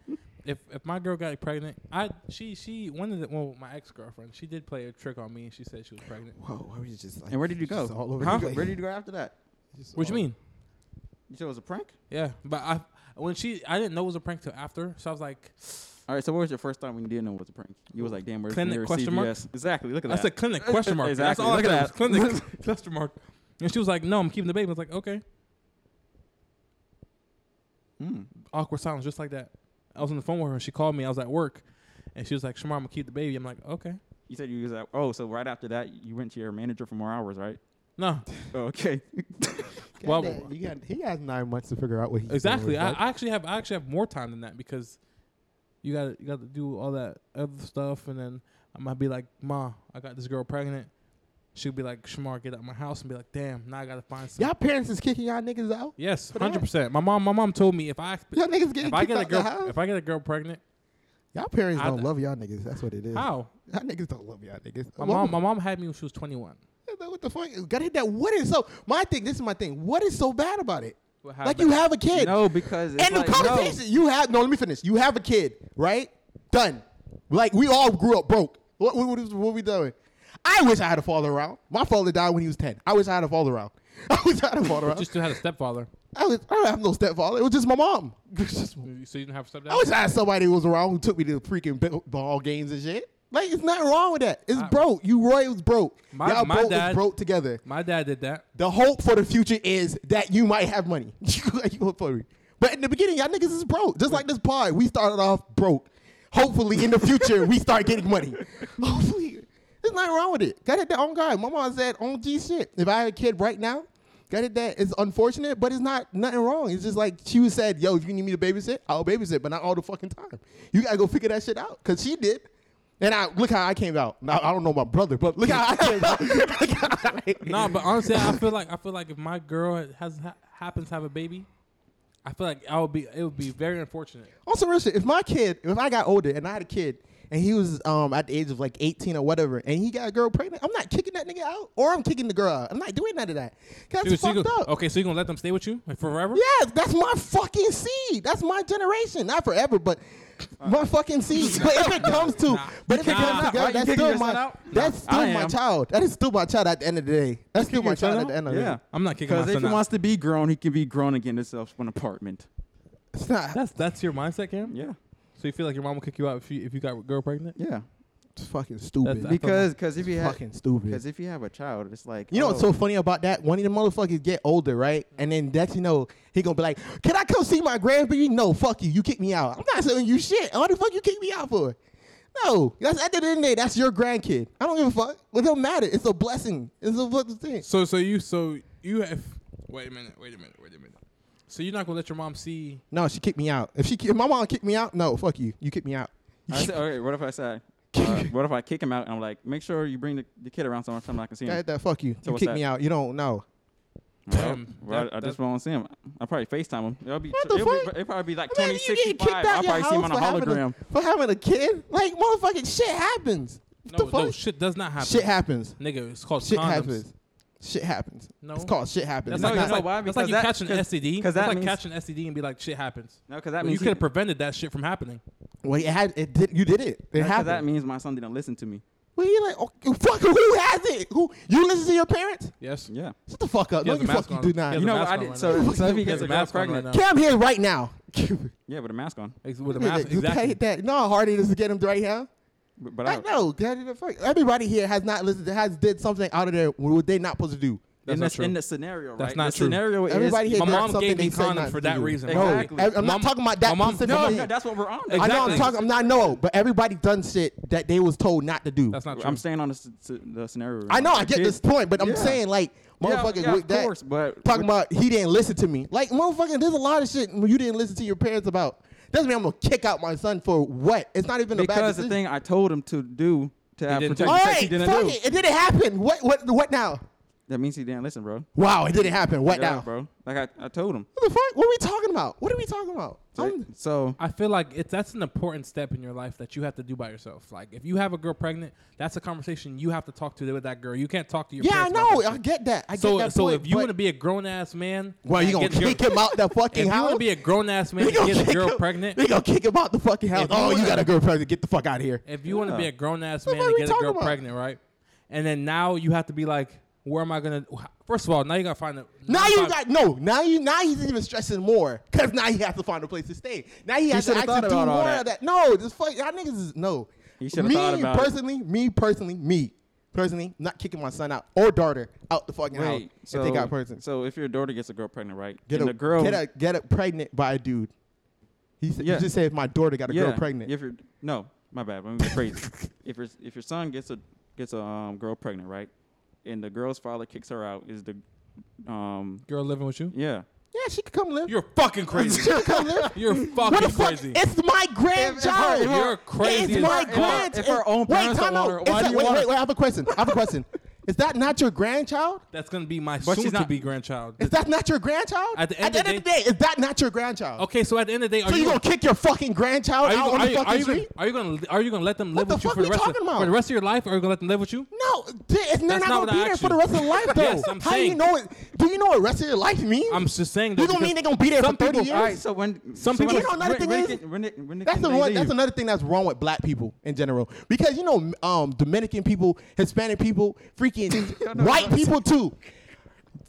S4: if if my girl got pregnant, I she she one of the well my ex girlfriend she did play a trick on me and she said she was pregnant.
S5: Whoa, I was just like.
S3: And where did you go?
S5: just all over
S3: Huh?
S5: the place.
S3: Where did you go after that?
S5: Just
S4: What you
S5: all-
S4: mean?
S3: You said it was a prank.
S4: Yeah, but I when she I didn't know it was a prank till after, so I was like,
S3: All right. So what was your first time when you didn't know it was a prank? You was like, damn, where's
S4: Clinic
S3: nearest
S4: question mark?
S3: CVS? Exactly. Look at that.
S4: that's a clinic question mark. That's
S3: Exactly.
S4: all I
S3: Look
S4: got.
S3: at
S4: was Clinic question mark. And she was like, no, I'm keeping the baby. I was like, okay,
S3: Mm.
S4: awkward silence, just like that. I was on the phone with her. She called me. I was at work, and she was like, Shamar, I'm gonna keep the baby. I'm like, okay,
S3: You said you was at, oh, so right after that, you went to your manager for more hours, right?
S4: no,
S3: okay.
S4: Well-
S5: Goddamn, you got, he has nine months to figure out what he's doing
S4: exactly.
S5: with
S4: I,
S5: that.
S4: I actually have I actually have more time than that because you got you got to do all that other stuff, and then I might be like, Ma, I got this girl pregnant. She'll be like, Shamar, get out of my house, and be like, damn, now I gotta find some.
S5: y'all parents is kicking y'all niggas out.
S4: Yes,
S5: For that?
S4: hundred percent. My mom, my mom told me if I
S5: Y'all niggas
S4: if
S5: getting kicked
S4: I get a
S5: out the
S4: girl
S5: house.
S4: if I get a girl pregnant,
S5: y'all parents
S4: I-
S5: don't love y'all niggas. That's what it is.
S4: how?
S5: Y'all niggas don't love y'all niggas.
S4: My
S5: Well,
S4: mom, my mom had me when she was twenty one.
S5: What the fuck? Gotta hit that. What is so? My thing. This is my thing. What is so bad about it? Like you have a kid.
S3: No, Oh, because it's
S5: End of
S3: like,
S5: conversation. You have no. Let me finish. You have a kid, right? Done. Like we all grew up broke. What what, what, is- what we doing? I wish I had a father around. My father died when he was ten. I wish I had a father around. I wish I had a father around.
S4: Just still had a stepfather,
S5: I, was, I don't have no stepfather. It was just my mom.
S4: so you didn't have a stepdad.
S5: I wish I had somebody who was around who took me to freaking b- ball games and shit. Like it's not wrong with that. It's
S4: I-
S5: broke. You Roy was broke.
S4: My-
S5: Y'all
S4: my
S5: broke was
S4: dad-
S5: broke together.
S4: my dad did that.
S5: The hope for the future is that you might have money. You hope for it. but in the beginning, y'all niggas is broke. Just like this pod, we started off broke. Hopefully, in the future, we start getting money. Hopefully, there's nothing wrong with it. Got it that on God. My mom said on G shit. If I had a kid right now, got it that it's unfortunate, but it's not nothing wrong. It's just like she was said, yo, if you need me to babysit, I'll babysit, but not all the fucking time. You gotta go figure that shit out, cause she did. And I look how I came out. Now I don't know my brother, but look how I came out. Look how I-
S4: No, but honestly, I feel like I feel like if my girl has ha- happens to have a baby, I feel like I would be it would be very unfortunate.
S5: Also, real shit. If my kid, if I got older and I had a kid and he was um at the age of like 18 or whatever, and he got a girl pregnant, I'm not kicking that nigga out, or I'm kicking the girl out. I'm not doing none of that. 'Cause That's
S4: Dude, so you
S5: fucked
S4: go-
S5: up.
S4: Okay, so you gonna let them stay with you like, forever?
S5: Yes, that's my fucking seed. That's my generation. Not forever, but my fucking seed. but if it comes to,
S4: Nah.
S5: but if it
S4: Nah.
S5: comes to,
S3: Why
S5: girl,
S3: you
S5: that's
S3: kicking
S5: still
S3: your son
S5: my,
S3: out?
S5: that's
S3: Nah, I
S5: still my
S3: am.
S5: child. That is still my child at the end of the day. That's still my
S4: your son
S5: child at
S4: out?
S5: the end of the
S3: Yeah.
S5: day.
S4: I'm not kicking
S3: Because
S4: my
S3: if
S4: son
S3: he
S4: out.
S3: wants to be grown, he can be grown again himself an apartment.
S5: It's not.
S4: that's that's your mindset, Cam.
S3: Yeah.
S4: So you feel like your mom will kick you out if you if you got a girl pregnant?
S3: Yeah.
S5: It's fucking stupid.
S4: That's- I thought-
S3: because because if you have
S5: fucking stupid.
S3: because if you have a child, it's like
S5: You know what's
S3: oh,
S5: so funny about that? One of the motherfuckers get older, right? And then next you know, he gonna be like, Can I come see my grandbaby? No, fuck you. You kick me out. I'm not selling you shit. Why the fuck you kick me out for? No. That's at the end of the day, that's your grandkid. I don't give a fuck. It don't matter. It's a blessing. It's a fucking thing.
S4: So so you so you have wait a minute, wait a minute, wait a minute. So you're not gonna let your mom see
S5: No, she kicked me out. If she if my mom kicked me out, no, fuck you. You kick me out. You
S3: I
S5: kick-
S3: said, okay, what if I say, uh, what if I kick him out and I'm like, make sure you bring the, the kid around somewhere so I can see him.
S5: that, that fuck you.
S3: So
S5: you
S3: what's
S5: kick
S3: that?
S5: me out. You don't know.
S3: Well,
S4: Damn,
S3: well,
S4: that-
S3: I, I just
S4: that-
S3: won't see him. I'll probably FaceTime him. It'll be,
S5: What the
S3: it'll,
S5: fuck?
S3: Be, it'll probably be like
S5: Man,
S3: twenty
S5: you getting
S3: sixty
S5: kicked
S3: five.
S5: out
S3: I'll
S5: your
S3: probably see him
S5: house
S3: on a
S5: for having
S3: hologram.
S5: for having a kid? Like motherfucking shit happens. What
S4: no,
S5: the
S4: no
S5: fuck?
S4: shit does not happen.
S5: shit happens.
S4: Nigga, it's called
S5: Shit
S4: condoms.
S5: happens. Shit happens.
S4: No.
S5: It's called shit
S4: That's
S5: happens.
S3: No,
S4: like,
S3: you
S4: that's
S3: know
S4: like,
S3: why?
S4: that's like
S3: Because
S4: you
S3: that-
S4: catch an
S3: cause-
S4: STD.
S3: 'cause
S4: That's
S3: that
S4: like
S3: means-
S4: catch an STD and be like, shit happens.
S3: No, because that
S4: Well, you
S3: means
S4: could
S3: he-
S4: have prevented that shit from happening.
S5: Well, it had it did you did it. It
S3: no, 'cause
S5: happened.
S3: that means my son didn't listen to me.
S5: well, you like oh, fuck who has it? Who you listen to your parents?
S4: Yes.
S3: Yeah.
S5: Shut the fuck up.
S4: He
S5: No,
S4: has a
S5: you
S4: mask
S5: fucking
S4: on.
S5: do
S4: He
S5: not.
S4: has
S3: You
S4: a
S3: know what
S4: mask
S3: I
S4: on
S3: did?
S4: right
S3: So,
S4: now.
S3: so if he
S4: He
S3: gets
S4: has
S3: a
S4: a
S3: girl
S4: mask on right
S3: pregnant,
S4: now.
S5: Cam here right now.
S3: yeah, with a mask on.
S4: Ex- With a
S5: You
S4: mask, exactly.
S5: take that. No, Hardy doesn't get him right now.
S3: Oh. But, but
S5: I know. Daddy the fuck. Everybody here has not listened. Has did something out of there. What they not supposed to do?
S4: That's
S3: in,
S4: not
S3: this,
S4: true.
S3: in the scenario,
S4: That's
S3: right?
S4: not
S3: the
S4: true.
S3: scenario is
S5: Everybody here
S4: My
S5: did
S4: mom
S5: something
S4: gave
S5: they
S4: me
S5: said not
S4: condoms for
S5: to
S4: that
S5: do.
S4: reason.
S5: No,
S3: Exactly.
S5: ev- I'm
S4: My
S5: not
S4: mom-
S5: talking about that
S4: my mom-
S5: specific
S3: No,
S5: thing.
S3: no, that's what we're on.
S5: I know I'm
S4: Exactly.
S5: talking. I'm not no, but everybody done shit that they was told not to do.
S4: That's not true.
S3: I'm staying on the, s- s- the scenario.
S5: I know.
S3: right?
S5: I
S3: The
S5: get
S3: kid-
S5: this point, but I'm
S3: Yeah.
S5: saying like,
S3: Yeah,
S5: motherfucking
S3: yeah,
S5: with
S3: of
S5: that.
S3: course, but
S5: talking
S3: with-
S5: about he didn't listen to me. Like motherfucking, there's a lot of shit you didn't listen to your parents about. Doesn't mean I'm gonna kick out my son for what? It's not even a bad
S3: because the
S5: decision.
S3: thing I told him to do to have
S4: didn't
S3: protected
S5: All
S4: do.
S3: sex, he
S5: right,
S3: didn't
S5: fuck
S3: do.
S5: it. It didn't happen. What? What? What now?
S3: That means he didn't listen, bro.
S5: Wow, it didn't happen. What
S3: Yeah,
S5: now?
S3: bro. Like I, I told him.
S5: What the fuck? What are we talking about? What are we talking about? I'm-
S3: So
S4: I feel like it's that's an important step in your life that you have to do by yourself. Like if you have a girl pregnant, that's a conversation you have to talk to with that girl. You can't talk to your
S5: yeah, I
S4: parents about
S5: know.
S4: that
S5: I
S4: shit.
S5: get that. I
S4: so
S5: get that
S4: so
S5: point,
S4: if you
S5: but-
S4: want to be a grown ass man,
S5: well, you
S4: and
S5: gonna
S4: get a
S5: kick
S4: girl-
S5: him out the fucking
S4: If
S5: house.
S4: you want to be a grown ass man
S5: They
S4: and
S5: gonna
S4: get a
S5: kick
S4: girl
S5: him-
S4: pregnant,
S5: They gonna kick him out the fucking house.
S4: If you
S5: oh, you
S4: wanna-
S5: got a girl pregnant. Get the fuck out of here.
S4: if you want to be
S3: Yeah.
S4: a grown ass
S5: What
S4: man
S5: are
S4: and
S5: we
S4: get a
S5: talking
S4: girl
S5: about?
S4: pregnant, right? And then now you have to be like, where am I gonna? First of all, now you gotta find a.
S5: Now you
S4: find-
S5: got no. Now you now he's even stressing more because now he has to find a place to stay. Now he has to
S3: shoulda thought
S5: actually do more
S3: about all that.
S5: of that. No, this fuck y'all niggas is no.
S3: He shoulda
S5: Me
S3: thought about it.
S5: personally, me personally, me personally, not kicking my son out or daughter out the fucking house
S3: wait, so
S5: if they got person.
S3: So if your daughter gets a girl pregnant, right?
S5: get
S3: and
S5: a
S3: the girl
S5: get a get a pregnant by a dude. He said,
S3: Yeah.
S5: you just said my daughter got a
S3: yeah,
S5: girl pregnant.
S3: If your no, my bad. I'm crazy. if your if your son gets a gets a um, girl pregnant, right? And the girl's father kicks her out, is the um
S4: girl living with you.
S3: yeah.
S5: yeah, she could come live.
S4: You're fucking crazy.
S5: she could come live.
S4: You're
S5: What the
S4: fucking
S5: fuck?
S4: crazy.
S5: It's my grandchild.
S4: if our- You're crazy
S5: It's
S4: as
S5: my
S4: fuck.
S5: grand.
S3: If our
S5: it's-
S3: own
S5: wait,
S3: parents
S5: time
S3: don't want
S5: out.
S3: her,
S5: It's
S3: why
S5: a-
S3: do you
S5: wait,
S3: want
S5: wait,
S3: her?
S5: wait. I have a question. I have a question. Is that not your grandchild?
S4: That's gonna be my
S3: But she's
S4: soon to
S3: not-
S4: be grandchild.
S5: Is that not your grandchild?
S4: At the end of the
S5: day, is that not your grandchild?
S4: Okay, so at the end of the day, are
S5: So you
S4: you
S5: gonna kick your fucking grandchild
S4: Are you,
S5: out
S4: gonna,
S5: on
S4: are,
S5: the
S4: you, are,
S5: fucking
S4: you gonna,
S5: street?
S4: are you gonna are you gonna let them live
S5: What the
S4: with you
S5: fuck
S4: for
S5: we
S4: the rest of,
S5: talking about?
S4: for the rest of your life? Are you gonna let them live with you?
S5: No, they- it's- they're
S4: That's
S5: not
S4: not
S5: gonna
S4: what I
S5: be there
S4: asked
S5: for the
S4: you.
S5: rest of the life, though.
S4: Yes, I'm
S5: How do you
S4: saying-
S5: know it? Do you know what rest of your life means?
S4: I'm just saying.
S5: You
S4: that
S5: don't
S4: because
S5: mean they're gonna be there for
S4: some
S5: thirty
S4: people-
S5: years?
S3: All right, so when
S4: Some
S3: so
S4: people-
S3: when
S4: You know
S5: another thing is-
S3: when, they- when they
S5: That's
S3: can-
S5: the
S3: they
S5: one. That's
S3: leave.
S5: another thing that's wrong with black people in general. Because you know, um, Dominican people, Hispanic people, freaking white people too,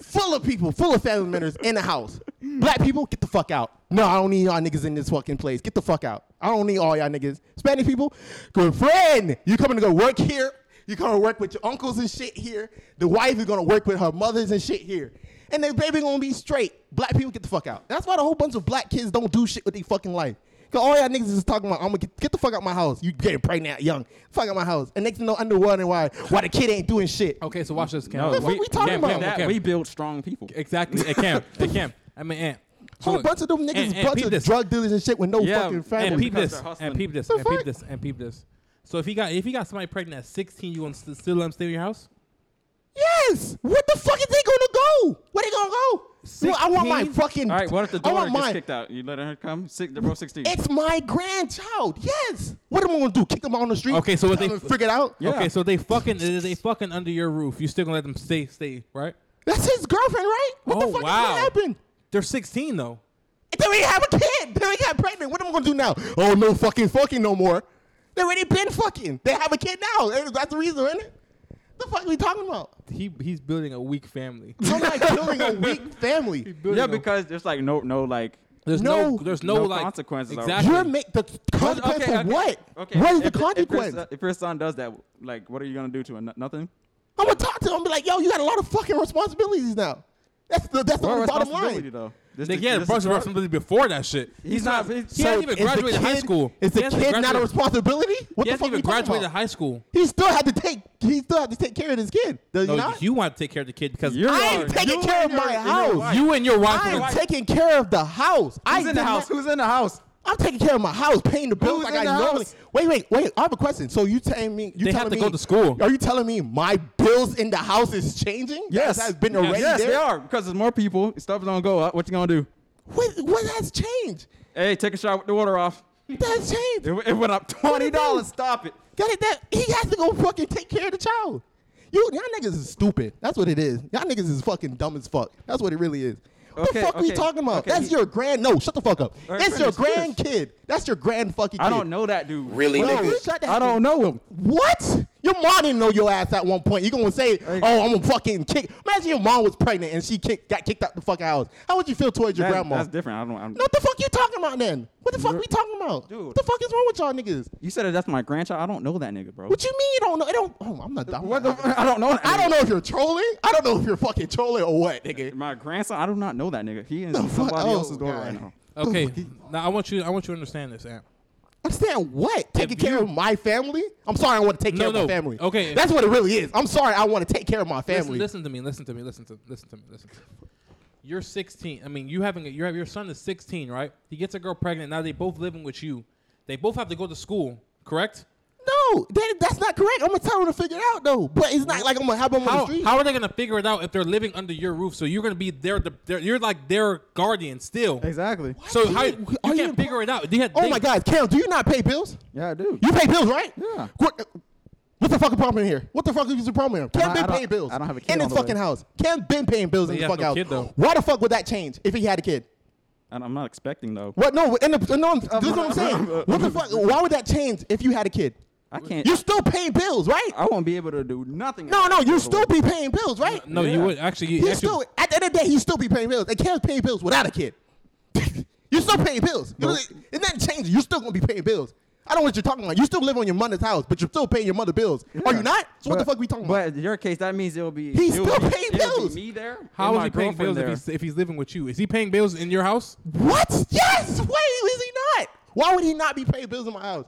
S5: full of people, full of family members in the house. Black people, get the fuck out. No, I don't need y'all niggas in this fucking place. Get the fuck out. I don't need all y'all niggas. Hispanic people, good friend, you coming to go work here. You coming to work with your uncles and shit here. The wife is gonna work with her mothers and shit here. And the baby gonna be straight. Black people get the fuck out. That's why the whole bunch of black kids don't do shit with their fucking life. Cause all y'all niggas is talking about, I'm gonna get, get the fuck out my house. You getting pregnant young. Fuck out my house. And next thing you know, under why why why the kid ain't doing shit.
S4: Okay, so watch this, Cam.
S3: No,
S5: What the fuck we talking
S4: Cam,
S5: about?
S4: Cam,
S3: that
S4: Cam.
S3: we build strong people.
S4: exactly. Hey, Cam. Hey, Cam. I mean, Ant. So
S5: Whole
S4: look,
S5: bunch of them niggas,
S4: Ant, Ant,
S5: bunch
S4: peep
S5: of
S4: this.
S5: drug dealers and shit with no
S3: Yeah,
S5: fucking
S3: and
S5: family.
S4: And peep
S3: because they're
S4: this. And
S3: hustling.
S4: peep this.
S5: The
S4: And peep
S5: fuck?
S4: this. And peep this. So if he got if he got somebody pregnant at 16, you gonna st- still let him stay in your house?
S5: Yes. Where the fuck is they gonna go? Where they gonna go? Well, I want my
S4: 16?
S5: fucking.
S3: All right, what if the
S5: I
S3: daughter
S5: want
S3: gets
S5: my.
S3: kicked out? You let her come? Six, the row 16.
S5: It's my grandchild. Yes. What am I gonna do? Kick them out on the street?
S4: Okay, so if
S5: Tell
S4: they-
S5: them to figure it out.
S3: Yeah.
S4: Okay, so they fucking they fucking under your roof. You still gonna let them stay stay right?
S5: That's his girlfriend, right? What the
S4: Oh,
S5: fuck is
S4: wow.
S5: gonna happen?
S4: They're 16 though.
S5: They already have a kid. They already got pregnant. What am I gonna do now? Oh no, fucking fucking no more. They already been fucking. They have a kid now. That's the reason, isn't it? The fuck we talking about?
S4: He he's building a weak family.
S5: I'm not building a weak family.
S4: Building
S3: yeah,
S4: a-
S3: because there's like no no like
S4: There's no,
S5: No.
S4: there's no,
S3: No
S4: like
S3: consequences are-
S4: Exactly.
S5: You're make the consequence
S3: okay,
S5: of
S3: okay.
S5: what?
S3: Okay.
S5: What is the
S3: if- if your
S5: consequence?
S3: son- If your son does that, like, what are you gonna do to him? No- Nothing.
S5: I'm gonna talk to him and be like, yo, you got a lot of fucking responsibilities now. That's the that's the
S3: What
S5: only bottom
S3: responsibility,
S5: line.
S3: though? This
S4: Nigga,
S3: is-
S4: he had a
S3: this
S4: bunch
S3: is
S4: of
S3: part-
S4: responsibility before that shit. He's not. He
S5: So
S4: hasn't even
S5: is the
S4: graduated high
S5: kid-
S4: school.
S5: Is the
S4: He hasn't
S5: kid not a
S4: graduated-
S5: responsibility?
S4: He
S5: What the fuck
S4: hasn't even
S5: are you talking
S4: graduated
S5: about?
S4: high school.
S5: He still had to take he still had to take care of this kid. Does
S4: No,
S5: he not?
S4: you want to take care of the kid because
S3: You're
S5: I ain't
S3: are-
S5: taking
S3: you
S5: care
S3: and
S5: of
S3: your-
S5: my
S3: and your
S5: house.
S3: wife.
S4: you and your wife.
S5: I
S4: were
S5: am
S4: like-
S5: taking care of the house. I
S3: Who's in the
S5: did
S3: house?
S5: not-
S3: Who's in the house?
S5: I'm taking care of my house, paying the
S3: Who's
S5: bills like
S3: in
S5: I
S3: the
S5: normally.
S3: house?
S5: Wait, wait, wait. I have a question. So you telling me you
S4: They have
S5: telling
S4: to
S5: me,
S4: go to school.
S5: Are you telling me my bills in the house is changing?
S3: Yes,
S5: that's been already
S3: Yes,
S5: there.
S3: they are because there's more people. Stuff don't go up. What you gonna do?
S5: What what has changed?
S3: Hey, take a shot with the water off.
S5: That's changed.
S3: It, it went up twenty dollars. Stop it.
S5: Got it? That he has to go fucking take care of the child. You y'all niggas is stupid. That's what it is. Y'all niggas is fucking dumb as fuck. That's what it really is. What
S3: Okay,
S5: the fuck are you
S3: okay,
S5: talking about?
S3: okay.
S5: That's your grand. No, shut the fuck up.
S3: All right,
S5: That's your
S3: finish, finish.
S5: grandkid. That's your grand fucking. Kid.
S3: I don't know that dude.
S2: Really,
S5: No,
S2: nigga?
S5: shut the
S3: I don't know him.
S5: What? Your mom didn't know your ass at one point. You gonna say,
S3: Like-
S5: "Oh, I'm gonna fucking kick." Imagine your mom was pregnant and she kicked, got kicked out the fucking house. How would you feel towards your
S3: That-
S5: grandma?
S3: That's different. I don't. I'm,
S5: No, what the fuck you talking about then? What the fuck we talking about?
S3: Dude.
S5: What the fuck is wrong with y'all niggas?
S3: You said that that's my grandchild. I don't know that nigga, bro.
S5: What you mean you don't know? It don't. Oh, I'm not. I'm
S3: What the?
S5: not-
S3: fu- I don't know. That
S5: I don't
S3: nigga.
S5: know if you're trolling. I don't know if you're fucking trolling or what, nigga.
S3: My grandson. I do not know that nigga. He is
S5: The fuck?
S3: somebody
S5: Oh,
S3: else's daughter right
S5: God.
S3: now.
S4: Okay, now I want you. I want you to understand this, Ant.
S5: Understand what?
S4: If
S5: Taking care
S4: you-
S5: of my family? I'm sorry. I want to take
S4: No,
S5: care of
S4: no.
S5: my family.
S4: Okay.
S5: That's what it really is. I'm sorry. I want to take care of my
S4: Listen-
S5: family.
S4: Listen, to me. Listen to me. Listen to listen to me. Listen. To me. You're 16. I mean, you having a, you have your son is 16, right? He gets a girl pregnant. Now they both living with you. They both have to go to school, correct?
S5: No, that, that's not correct. I'm gonna tell him to figure it out though. But it's not like I'm gonna have him on the
S4: How,
S5: street.
S4: how are they gonna figure it out if they're living under your roof? So you're gonna be their, their you're like their guardian still.
S3: Exactly.
S4: So
S5: Dude,
S4: how
S5: are
S4: you
S5: you
S4: can't
S5: in-
S4: figure it out? They had-
S5: oh
S4: they-
S5: my God, Cam, do you not pay bills?
S3: Yeah, I do.
S5: You pay bills, right?
S3: Yeah.
S5: What, what's the fucking problem here? What the fuck is the problem here? Cam
S3: I- I
S5: been
S3: don't-
S5: paying bills.
S3: I don't have a kid
S5: in
S3: on
S5: his
S3: the way.
S5: fucking house. Cam been paying bills in
S4: He has
S5: his fucking
S4: no
S5: house.
S4: kid, though.
S5: Why the fuck would that change if he had a kid?
S3: And I'm not expecting though.
S5: What? No, in the, no. I'm- This is what I'm saying. What the fuck? Why would that change if you had a kid?
S3: I can't.
S5: You're still paying bills, right?
S3: I won't be able to do nothing.
S5: No, no, you still be paying bills, right?
S4: No, you
S3: Yeah.
S4: would actually. You
S5: He
S4: actually-
S5: still at the end of the day, he still be paying bills. And Cam's paying bills without a kid. you're still paying bills. You know,
S3: Nope.
S5: It doesn't change. You're still gonna be paying bills. I don't know what you're talking about. You still live on your mother's house, but you're still paying your mother bills. Are you not? So what the fuck we talking
S3: but
S5: about?
S3: in your case, that means it'll be
S5: He's
S3: it'll
S5: still
S3: be-
S5: paying
S3: it'll be
S5: bills.
S3: me there.
S4: How
S3: and
S4: is
S3: my
S4: he paying
S3: girlfriend
S4: bills if
S3: there.
S4: he's, if he's living with you? Is he paying bills in your house?
S5: What? Yes. Wait, is he not? Why would he not be paying bills in my house?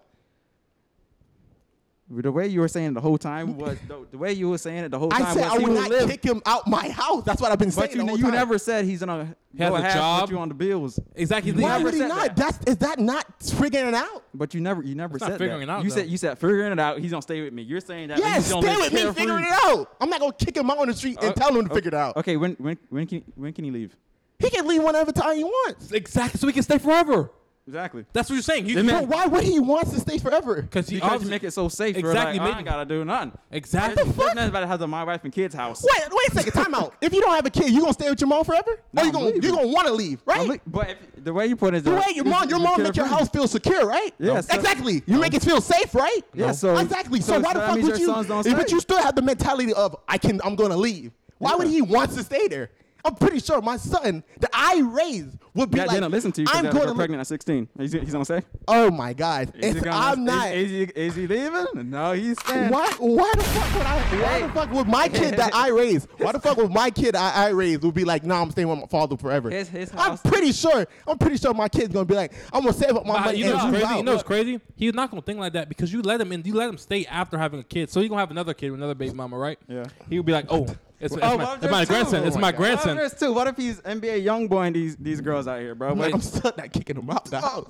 S3: The way you were saying it the whole time was the, the way you were saying it the whole time
S5: I said
S3: was
S5: I
S3: he
S5: would
S3: would
S5: not
S3: live.
S5: kick him out my house. That's what I've been saying.
S3: but you,
S5: the whole
S3: you
S5: time.
S3: never said he's gonna
S4: He has
S3: go
S4: a
S3: half
S4: job.
S3: with you on the bills.
S4: Exactly.
S5: Why
S3: never
S5: would he
S3: said
S5: not?
S3: that.
S5: That's is that not figuring it out?
S3: But you never you never
S4: not
S3: said that.
S4: figuring it out,
S3: you
S4: though.
S3: said you said figuring it out. He's gonna stay with me. You're saying that.
S5: Yes,
S3: he's
S5: stay
S3: gonna live
S5: with me
S3: carefree.
S5: figuring it out. I'm not gonna kick him out on the street and tell him to figure it out.
S3: uh, Okay, when when when can when can he leave?
S5: He can leave whenever time he wants.
S4: Exactly. So we can stay forever.
S3: Exactly.
S4: That's what you're saying. You
S3: Then
S5: But why would he wants to stay forever?
S4: because he
S3: Because you
S4: obvi-
S3: make it so safe.
S4: Exactly,
S3: Exactly. Like, I
S4: maybe-
S3: ain't gotta do nothing.
S4: Exactly.
S3: There's nothing about has a my wife and kids house.
S5: Wait, wait a second. Time out. If you don't have a kid, you gonna stay with your mom forever?
S3: No,
S5: or you
S3: I'm
S5: gonna
S3: leaving.
S5: you gonna want to leave,
S3: I'm
S5: right?
S3: li- but if, the way you put it, is
S5: the
S3: that-
S5: way your mom, your mom make your house feel secure, right?
S3: Yes.
S5: exactly. You make it feel safe, right?
S3: Yeah, so-
S5: exactly. So,
S3: so
S5: why
S3: that
S5: the fuck
S3: means
S5: would
S3: your
S5: you?
S3: sons don't
S5: But
S3: stay.
S5: you still have the mentality of I can, I'm gonna leave. Why would
S3: Yeah.
S5: he wants to stay there? I'm pretty sure my son that I raised would be
S3: That
S5: like,
S3: didn't listen to you. 'cause
S5: I'm
S3: that
S5: going
S3: girl
S5: to
S3: pregnant at 16. He's, he's gonna say.
S5: Oh my God!
S3: Is he
S5: It's,
S3: gonna-
S5: I'm not.
S3: Is, is, he, is he leaving? No, he's staying.
S5: Why? Why the fuck would I? Why the
S3: Hey.
S5: fuck would my kid that I raised? Why the fuck would my kid I, I raised would be like, nah, I'm staying with my father forever?
S3: His- his
S5: I'm
S3: house-
S5: pretty sure. I'm pretty sure my kid's gonna be like, I'm gonna save up my
S4: But
S5: money
S4: you
S5: and
S4: know what's
S5: move
S4: crazy?
S5: out.
S4: You know what's crazy? He's not gonna think like that because you let him in. You let him stay after having a kid, so he gonna have another kid, with another baby mama, right?
S3: Yeah.
S4: He would be like, oh, it's, it's
S3: Oh,
S4: my,
S3: what if
S4: it's my
S3: there's two?
S4: grandson. It's
S3: Oh
S4: my
S3: God.
S4: grandson.
S3: What if there's two? What if he's NBA young boy and these these girls out here, bro?
S5: I'm,
S3: Wait,
S5: like, I'm still not kicking him out. The house.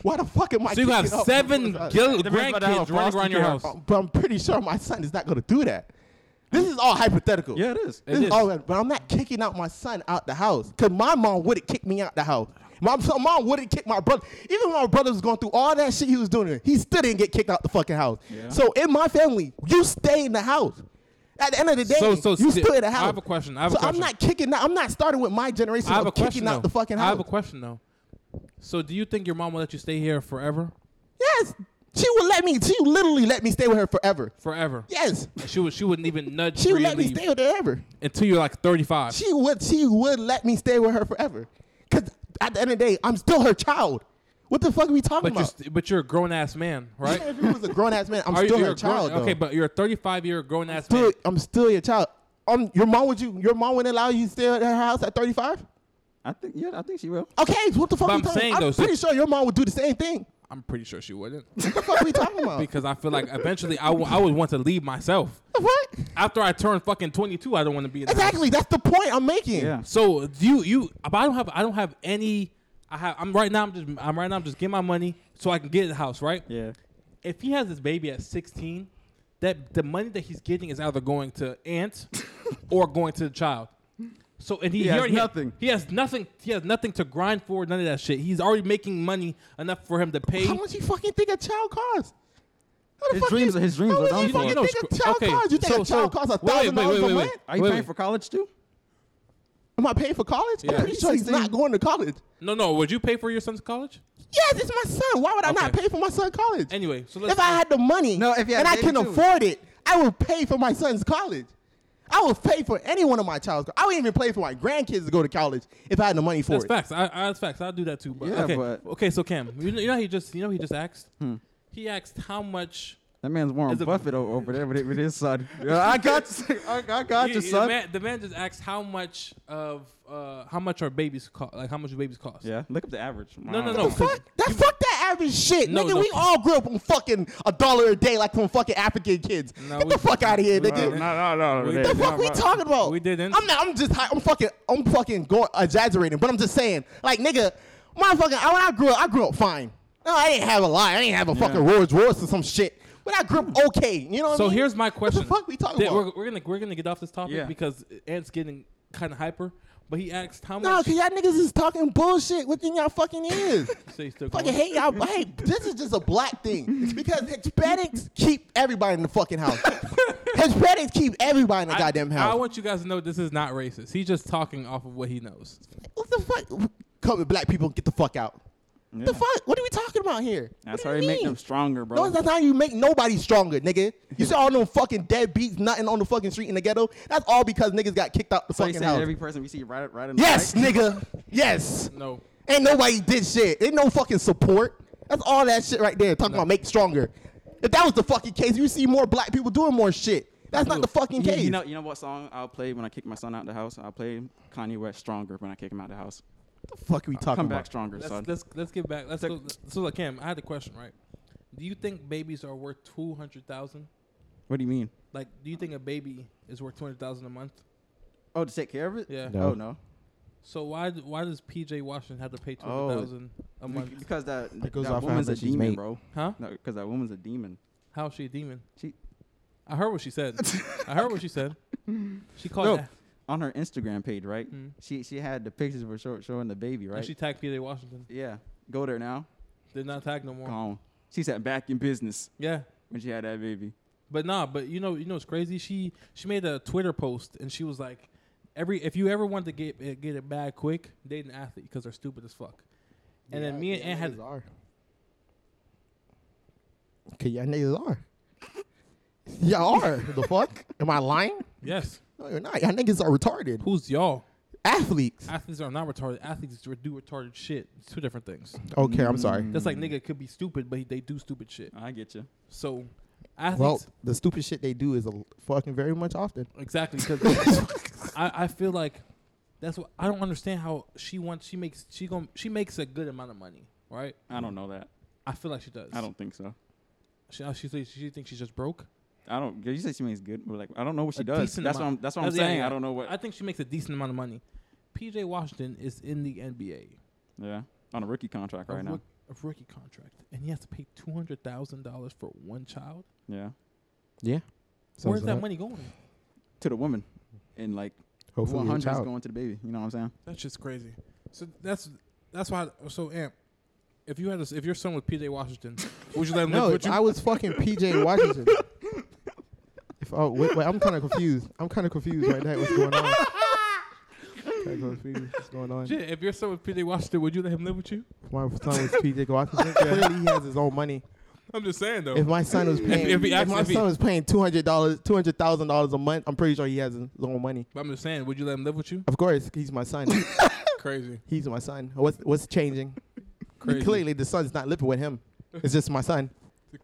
S5: Why the fuck am I?
S4: so you have
S5: kicking out
S4: seven
S5: my son's
S4: gil-
S3: That means about to
S4: grandkids
S3: have a
S4: running around
S3: foster
S4: your house.
S5: house? But I'm pretty sure my son is not gonna do that. This is all hypothetical.
S3: Yeah, it is.
S4: It
S5: This
S4: is.
S5: is all, but I'm not kicking out my son out the house because my mom wouldn't kick me out the house. My so mom wouldn't kick my brother. Even when my brother was going through all that shit he was doing, he still didn't get kicked out the fucking house.
S3: Yeah.
S5: So in my family, you stay in the house. At the end of the day,
S4: So- so
S5: you
S4: sti-
S5: still in
S4: I
S5: the house.
S4: have a question, I have a
S5: so
S4: question.
S5: I'm not kicking. Out, I'm not starting with my generation
S4: I have
S5: of
S4: a
S5: kicking
S4: question.
S5: out the
S4: though.
S5: fucking house.
S4: I have a question though. So do you think your mom will let you stay here forever?
S5: Yes, she would let me. She would literally let me stay with her forever.
S4: Forever.
S5: Yes,
S4: And she would. She wouldn't even nudge.
S5: she
S4: for
S5: would
S4: you
S5: let
S4: to
S5: me
S4: leave
S5: stay with her forever.
S4: until you're like 35.
S5: she would she would let me stay with her forever. Cause At the end of the day, I'm still her child. What the fuck are we talking
S4: But you're,
S5: about?
S4: st- but you're a grown ass man, right?
S5: Even if you was a grown ass man, I'm
S4: Are you-
S5: still
S4: you're
S5: her
S4: a grown-
S5: child. though.
S4: Okay, but you're a 35 year grown ass
S5: still,
S4: man.
S5: I'm still your child. Um, your mom would you? Your mom wouldn't allow you to stay at her house at 35.
S3: I think yeah, I think she will.
S5: Okay, so what the fuck?
S4: But
S5: we
S4: I'm
S5: talking-
S4: saying,
S5: I'm
S4: though, so-
S5: pretty sure your mom would do the same thing.
S4: I'm pretty sure she wouldn't
S5: What the fuck are we talking about?
S4: because I feel like eventually I, w- I would want to leave myself
S5: what?
S4: after I turn fucking 22. I don't want to be in the house.
S5: Exactly. That's the point I'm making.
S3: Yeah.
S4: So do you you but I don't have I don't have any I have I'm right now I'm just I'm right now I'm just getting my money so I can get the house, right?
S3: Yeah.
S4: If he has his baby at 16, that the money that he's getting is either going to aunt or going to the child. So and he,
S3: has
S4: already
S3: nothing.
S4: He has nothing. He has nothing to grind for. None of that shit. He's already making money enough for him to pay.
S5: How much you fucking think a child costs? How the
S3: His
S5: fuck
S3: dreams
S5: you-
S3: are- his dreams
S5: How
S3: are
S5: much you
S3: dumb.
S5: fucking
S4: You know,
S5: think a
S4: it's
S5: child
S4: cr- okay,
S5: costs? You think a
S4: so-
S5: child
S4: so-
S5: costs a
S4: wait, wait,
S5: thousand dollars
S4: wait,
S5: a
S4: wait,
S5: month?
S4: wait.
S3: Are you
S4: Wait,
S3: paying
S4: wait.
S3: for college too?
S5: Am I paying for college?
S4: Yeah.
S5: I'm pretty sure he's not
S3: 16.
S5: going to college.
S4: no, no. Would you pay for your son's college?
S5: Yes, it's my son. Why would I not
S4: Okay.
S5: pay for my son college?
S4: Anyway, so let's.
S5: if I had the money
S3: No, if you had
S5: and I
S3: a
S5: can
S3: baby too.
S5: afford it, I would pay for my son's college. I would pay for any one of my child's. I would even pay for my grandkids to go to college if I had the money for
S4: That's
S5: it.
S4: facts. I, I, that's facts. I'll do that too. But
S3: Yeah,
S4: okay.
S3: but-
S4: okay. So Cam, you know, you know how he just you know he just asked.
S5: Hmm.
S4: He asked how much.
S3: That man's Warren
S4: It's a-
S3: Buffett o- over there with, with his son. Yeah, I got, you, I, I got
S4: You-
S3: you,
S4: you-
S3: son.
S4: The man, the man just asked how much of uh, how much our babies cost. Like how much do babies cost?
S3: yeah, look up the average.
S4: No, no,
S3: Wow.
S4: no.
S5: Fuck that! Fuck that average shit,
S4: No,
S5: nigga.
S4: no.
S5: We all grew up on fucking a dollar a day, like from fucking African kids.
S4: No,
S5: Get
S4: we-
S5: the fuck out of here,
S4: we
S5: nigga.
S4: didn't.
S3: no, no. no,
S4: We
S5: The
S4: didn't.
S3: no.
S5: fuck we talking about?
S4: We didn't.
S5: I'm not. I'm just. hi- I'm fucking. I'm fucking going exaggerating, but I'm just saying, like, nigga, motherfucker. I, when I grew up, I grew up fine. No, I didn't have a lot. I didn't have a fucking Rolls Royce or some shit. But I grew up okay. You know what I
S4: So
S5: mean?
S4: here's my question.
S5: What the fuck we talking
S4: Th-
S5: about?
S4: We're, we're gonna we're gonna get off this topic
S3: Yeah.
S4: because Ant's getting kind of hyper. But he asked how
S5: No,
S4: much.
S5: cause y'all niggas is talking bullshit within y'all fucking ears.
S4: So he's still
S5: fucking
S4: going.
S5: hate y'all. I hate. This is just a black thing because Hispanics keep everybody in the fucking house. Hispanics keep everybody in the
S4: I-
S5: goddamn house.
S4: I want you guys to know this is not racist. He's just talking off of what he knows.
S5: what the fuck? Come with black people, get the fuck out.
S3: Yeah.
S5: The fuck? What are we talking about here?
S3: That's
S5: What
S3: how
S5: do
S3: you make
S5: mean?
S3: them stronger, bro.
S5: No, that's how you make nobody stronger, nigga. You see all them fucking dead beats, nothing on the fucking street in the ghetto. That's all because niggas got kicked out the
S3: so you
S5: fucking
S3: saying
S5: house.
S3: every person we see right, right in the
S5: yes,
S3: back?
S5: nigga. Yes.
S4: No.
S5: Ain't nobody did shit. Ain't no fucking support. That's all that shit right there. Talking about make stronger. If that was the fucking case, you see more black people doing more shit. That's not the fucking
S3: You-
S5: case.
S3: You know, you know what song I'll play when I kick my son out the house? I'll play Kanye West "Stronger" when I kick him out the house.
S5: what the fuck are we talking
S3: Come
S5: about?
S3: back stronger,
S4: Let's,
S3: son.
S4: let's let's get back. Let's go. So like Cam, I had a question, right? Do you think babies are worth two hundred thousand?
S3: What do you mean?
S4: Like, do you think a baby is worth two hundred thousand a month?
S3: Oh, to take care of it?
S4: Yeah.
S5: No.
S3: Oh no.
S4: So why d- why does PJ Washington have to pay two
S3: Oh.
S4: hundred thousand a month?
S3: Be- Because that,
S5: It goes
S3: that
S5: off how
S3: woman's a
S5: much she's
S3: demon,
S5: made.
S3: bro.
S4: Huh?
S3: No, because that woman's a demon.
S4: How is she a demon?
S3: She
S4: I heard what she said. I heard what she said. She called.
S3: No.
S4: that-
S3: on her Instagram page, right?
S4: Mm.
S3: She she had the pictures of her show, showing the baby,
S4: and
S3: right?
S4: She tagged PJ Washington.
S3: yeah. Go there now.
S4: Did not tag no more.
S3: Gone. She said back in business
S4: Yeah.
S3: when she had that baby.
S4: But nah, but you know, you know, it's crazy. She she made a Twitter post and she was like, every if you ever want to get eh, get it bad quick, date an athlete because they're stupid as fuck. And then me and Aunt had
S5: are. Okay, y'all niggas are. Y'all are. the fuck? Am I lying?
S4: yes.
S5: No, you're not. Y'all niggas are retarded.
S4: Who's y'all?
S5: Athletes.
S4: Athletes are not retarded. Athletes do retarded shit. It's two different things.
S5: Okay,
S4: Mm.
S5: I'm sorry.
S4: That's
S3: Mm.
S4: like nigga could be stupid, but he- they do stupid shit.
S3: I get you.
S4: So athletes
S5: Well, the stupid shit they do is a fucking very much often.
S4: exactly because I, I feel like that's what I don't understand how she wants. She makes she gon' she makes a good amount of money, right?
S3: I don't know that.
S4: I feel like she does.
S3: I don't think so.
S4: She, uh, she, thinks- she thinks she's just broke.
S3: I don't. 'cause You say she means good, but like I don't know what she
S4: A
S3: does.
S4: decent
S3: That's what I'm.
S4: amount.
S3: That's what I'm
S4: That's- Uh, yeah,
S3: saying.
S4: yeah.
S3: I don't know what.
S4: I think she makes a decent amount of money. PJ Washington is in the NBA
S3: yeah, on a rookie contract
S4: a
S3: right now.
S4: rook- a rookie contract, and he has to pay two hundred thousand dollars for one child.
S3: Yeah,
S5: Yeah.
S4: Where's that money going?
S3: to the woman, and like
S5: Hopefully,
S3: 100 is
S5: child.
S3: going to the baby. You know what I'm saying?
S4: That's just crazy. So that's that's why. So Amp, if you had a, if your son was PJ Washington, would you let him
S5: No,
S4: live
S5: if
S4: with you?
S5: I was fucking PJ Washington. if oh wait, wait, I'm kind of confused. I'm kind of confused right now. What's going on? Kinda confused. What's going on?
S4: Shit, if your son was PJ Washington, would you let him live with you?
S5: My son was PJ Washington. Clearly, he has his own money.
S4: I'm just saying though.
S5: If my son was paying,
S4: if
S5: if,
S4: he asked-
S5: my
S4: if he-
S5: son was paying two hundred dollars, two hundred thousand dollars a month, I'm pretty sure he has his own money.
S4: I'm just saying, would you let him live with you?
S5: Of course, he's my son.
S4: Crazy.
S5: He's my son. What's what's changing?
S4: Crazy.
S5: Clearly, the son's not living with him. It's just my son.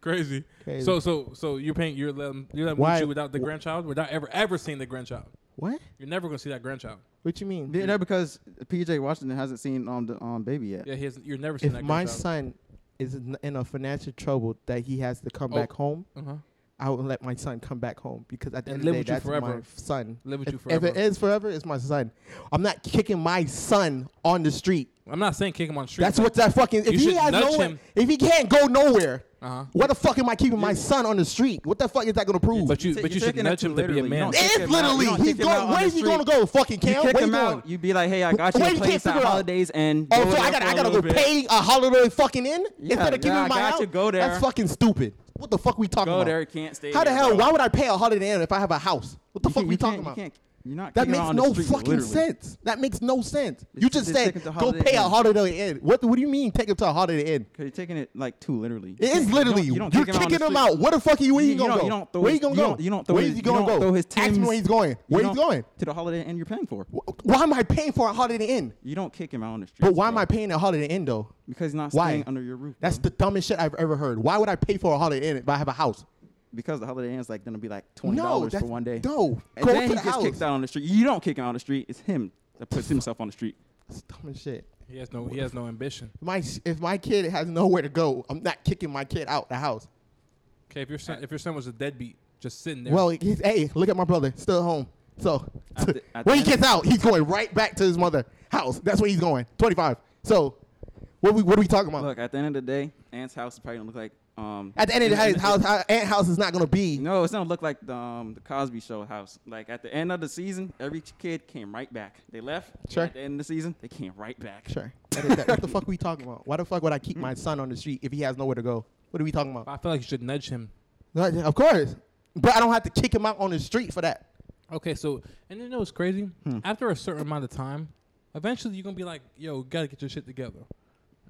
S4: Crazy.
S5: Crazy.
S4: So so so you're paying you're letting you're letting
S5: Why-
S4: you without the grandchild without ever ever seeing the grandchild.
S5: what?
S4: You're never gonna see that grandchild.
S5: What you mean?
S3: Yeah, no, because PJ Washington hasn't seen on the on baby yet.
S4: Yeah, he has, you're never seeing
S5: If
S4: that
S5: my
S4: grandchild.
S5: son is in- in a financial trouble that he has to come
S4: Oh.
S5: back home,
S4: uh-huh.
S5: I would let my son come back home because at the
S4: And
S5: end of
S4: live
S5: the day,
S4: with you
S5: that's
S4: forever.
S5: my f- son.
S4: Live with
S5: if,
S4: you
S5: if it
S4: forever.
S5: is forever, it's my son. I'm not kicking my son on the street.
S4: I'm not saying kick him on the street.
S5: That's what that fucking. If
S4: You
S5: he
S4: should
S5: has
S4: nudge
S5: no,
S4: him.
S5: if he can't go nowhere,
S4: Uh-huh.
S5: what the fuck am I keeping my son on the street? What the fuck is that gonna prove?
S4: But you
S3: ta-
S4: but
S3: you're
S4: you should
S3: taking it
S4: nudge
S3: too
S4: him to be a
S3: literally. You
S4: man.
S3: don't-
S5: It's
S3: Kick him out-
S5: literally
S3: you don't
S5: he's
S3: kick him out
S5: going.
S3: on
S5: Where
S3: the
S5: is he
S3: street.
S5: gonna go? Fucking
S3: You
S5: camp.
S3: kick
S5: Where
S3: him
S5: he
S3: out.
S5: going?
S3: You'd be like, "Hey, I got
S5: Where
S3: you a
S5: you can't
S3: place at
S5: figure it out?
S3: holidays and
S5: Oh,
S3: go
S5: so I
S3: there
S5: got
S3: for
S5: I
S3: a
S5: got to go
S3: little bit."
S5: pay a holiday fucking in
S3: Yeah,
S5: instead of giving
S3: yeah,
S5: him
S3: I
S5: my
S3: got
S5: house.
S3: you. Go there.
S5: That's fucking stupid. What the fuck we talking
S3: Go
S5: about?
S3: there, can't stay.
S5: How the
S3: there,
S5: hell?
S3: bro.
S5: Why would I pay a holiday inn if I have a house? What the
S3: You
S5: fuck
S3: can't-
S5: we
S3: you
S5: talking
S3: can't-
S5: about?
S3: You can't, you're not.
S5: That
S3: kicking
S5: makes
S3: out on the
S5: no
S3: street,
S5: fucking
S3: literally.
S5: sense. That makes no sense. You
S3: It's-
S5: just
S3: it's
S5: said
S3: taking to
S5: go
S3: Holiday
S5: pay a
S3: Inn.
S5: holiday inn. What, what do you mean take him to a holiday inn?
S3: 'Cause you're taking it like too literally.
S5: It is literally you are
S3: kick on the
S5: kicking him
S3: street.
S5: out. Where the fuck are you? Where
S3: You-
S5: you
S3: you
S5: gonna
S3: don't-
S5: go?
S3: you don't throw
S5: where you
S3: his-
S5: gonna
S3: you
S5: go?
S3: don't- you don't throw
S5: where
S3: his-
S5: is he
S3: you
S5: gonna
S3: don't
S5: go?
S3: throw his
S5: Ask me
S3: Timbs.
S5: where he's going.
S3: You
S5: Where he's
S3: don't-
S5: going?
S3: To the Holiday Inn you're paying for.
S5: Wh- Why am I paying for a holiday inn?
S3: You don't kick him out on the street.
S5: But why am I paying a holiday inn though?
S3: Because he's not
S5: Why?
S3: staying under your roof.
S5: That's
S3: bro.
S5: the dumbest shit I've ever heard. Why would I pay for a holiday inn if I have a house?
S3: because the Holiday Inn's like gonna be like twenty
S5: No,
S3: dollars
S5: that's
S3: for one day.
S5: no.
S3: And
S5: Go
S3: then
S5: to
S3: he
S5: the
S3: gets kicked
S5: house.
S3: out on the street. You don't kick him out on the street. It's him that puts himself on the street.
S5: That's dumb as shit.
S4: He has no he has no ambition.
S5: My s- if my kid has nowhere to go, I'm not kicking my kid out the house.
S4: Okay, if your son if your son was a deadbeat, just sitting there.
S5: Well, he's, hey, look at my brother, still at home. So
S3: At the- at
S5: when
S3: the
S5: he
S3: end-
S5: gets out, he's going right back to his mother house. That's where he's going. Twenty five. So what we what are we talking about?
S3: Look, at the end of the day, Ant's house is probably gonna look like um.
S5: at the end of the
S3: it-
S5: day,
S3: it-
S5: his house, our aunt house is not gonna be.
S3: No, it's gonna look like the, um, the Cosby Show house. Like at the end of the season, every ch- kid came right back. They left. and
S5: Sure.
S3: At the end of the season, they came right back.
S5: Sure. That is that. what the fuck we talking about? Why the fuck would I keep my son on the street if he has nowhere to go? What are we talking about?
S4: I feel like you should nudge him.
S5: No, Of course, but I don't have to kick him out on the street for that.
S4: Okay, so and you know what's crazy?
S5: Hmm.
S4: After a certain amount of time, eventually you're gonna be like, yo, you gotta get your shit together.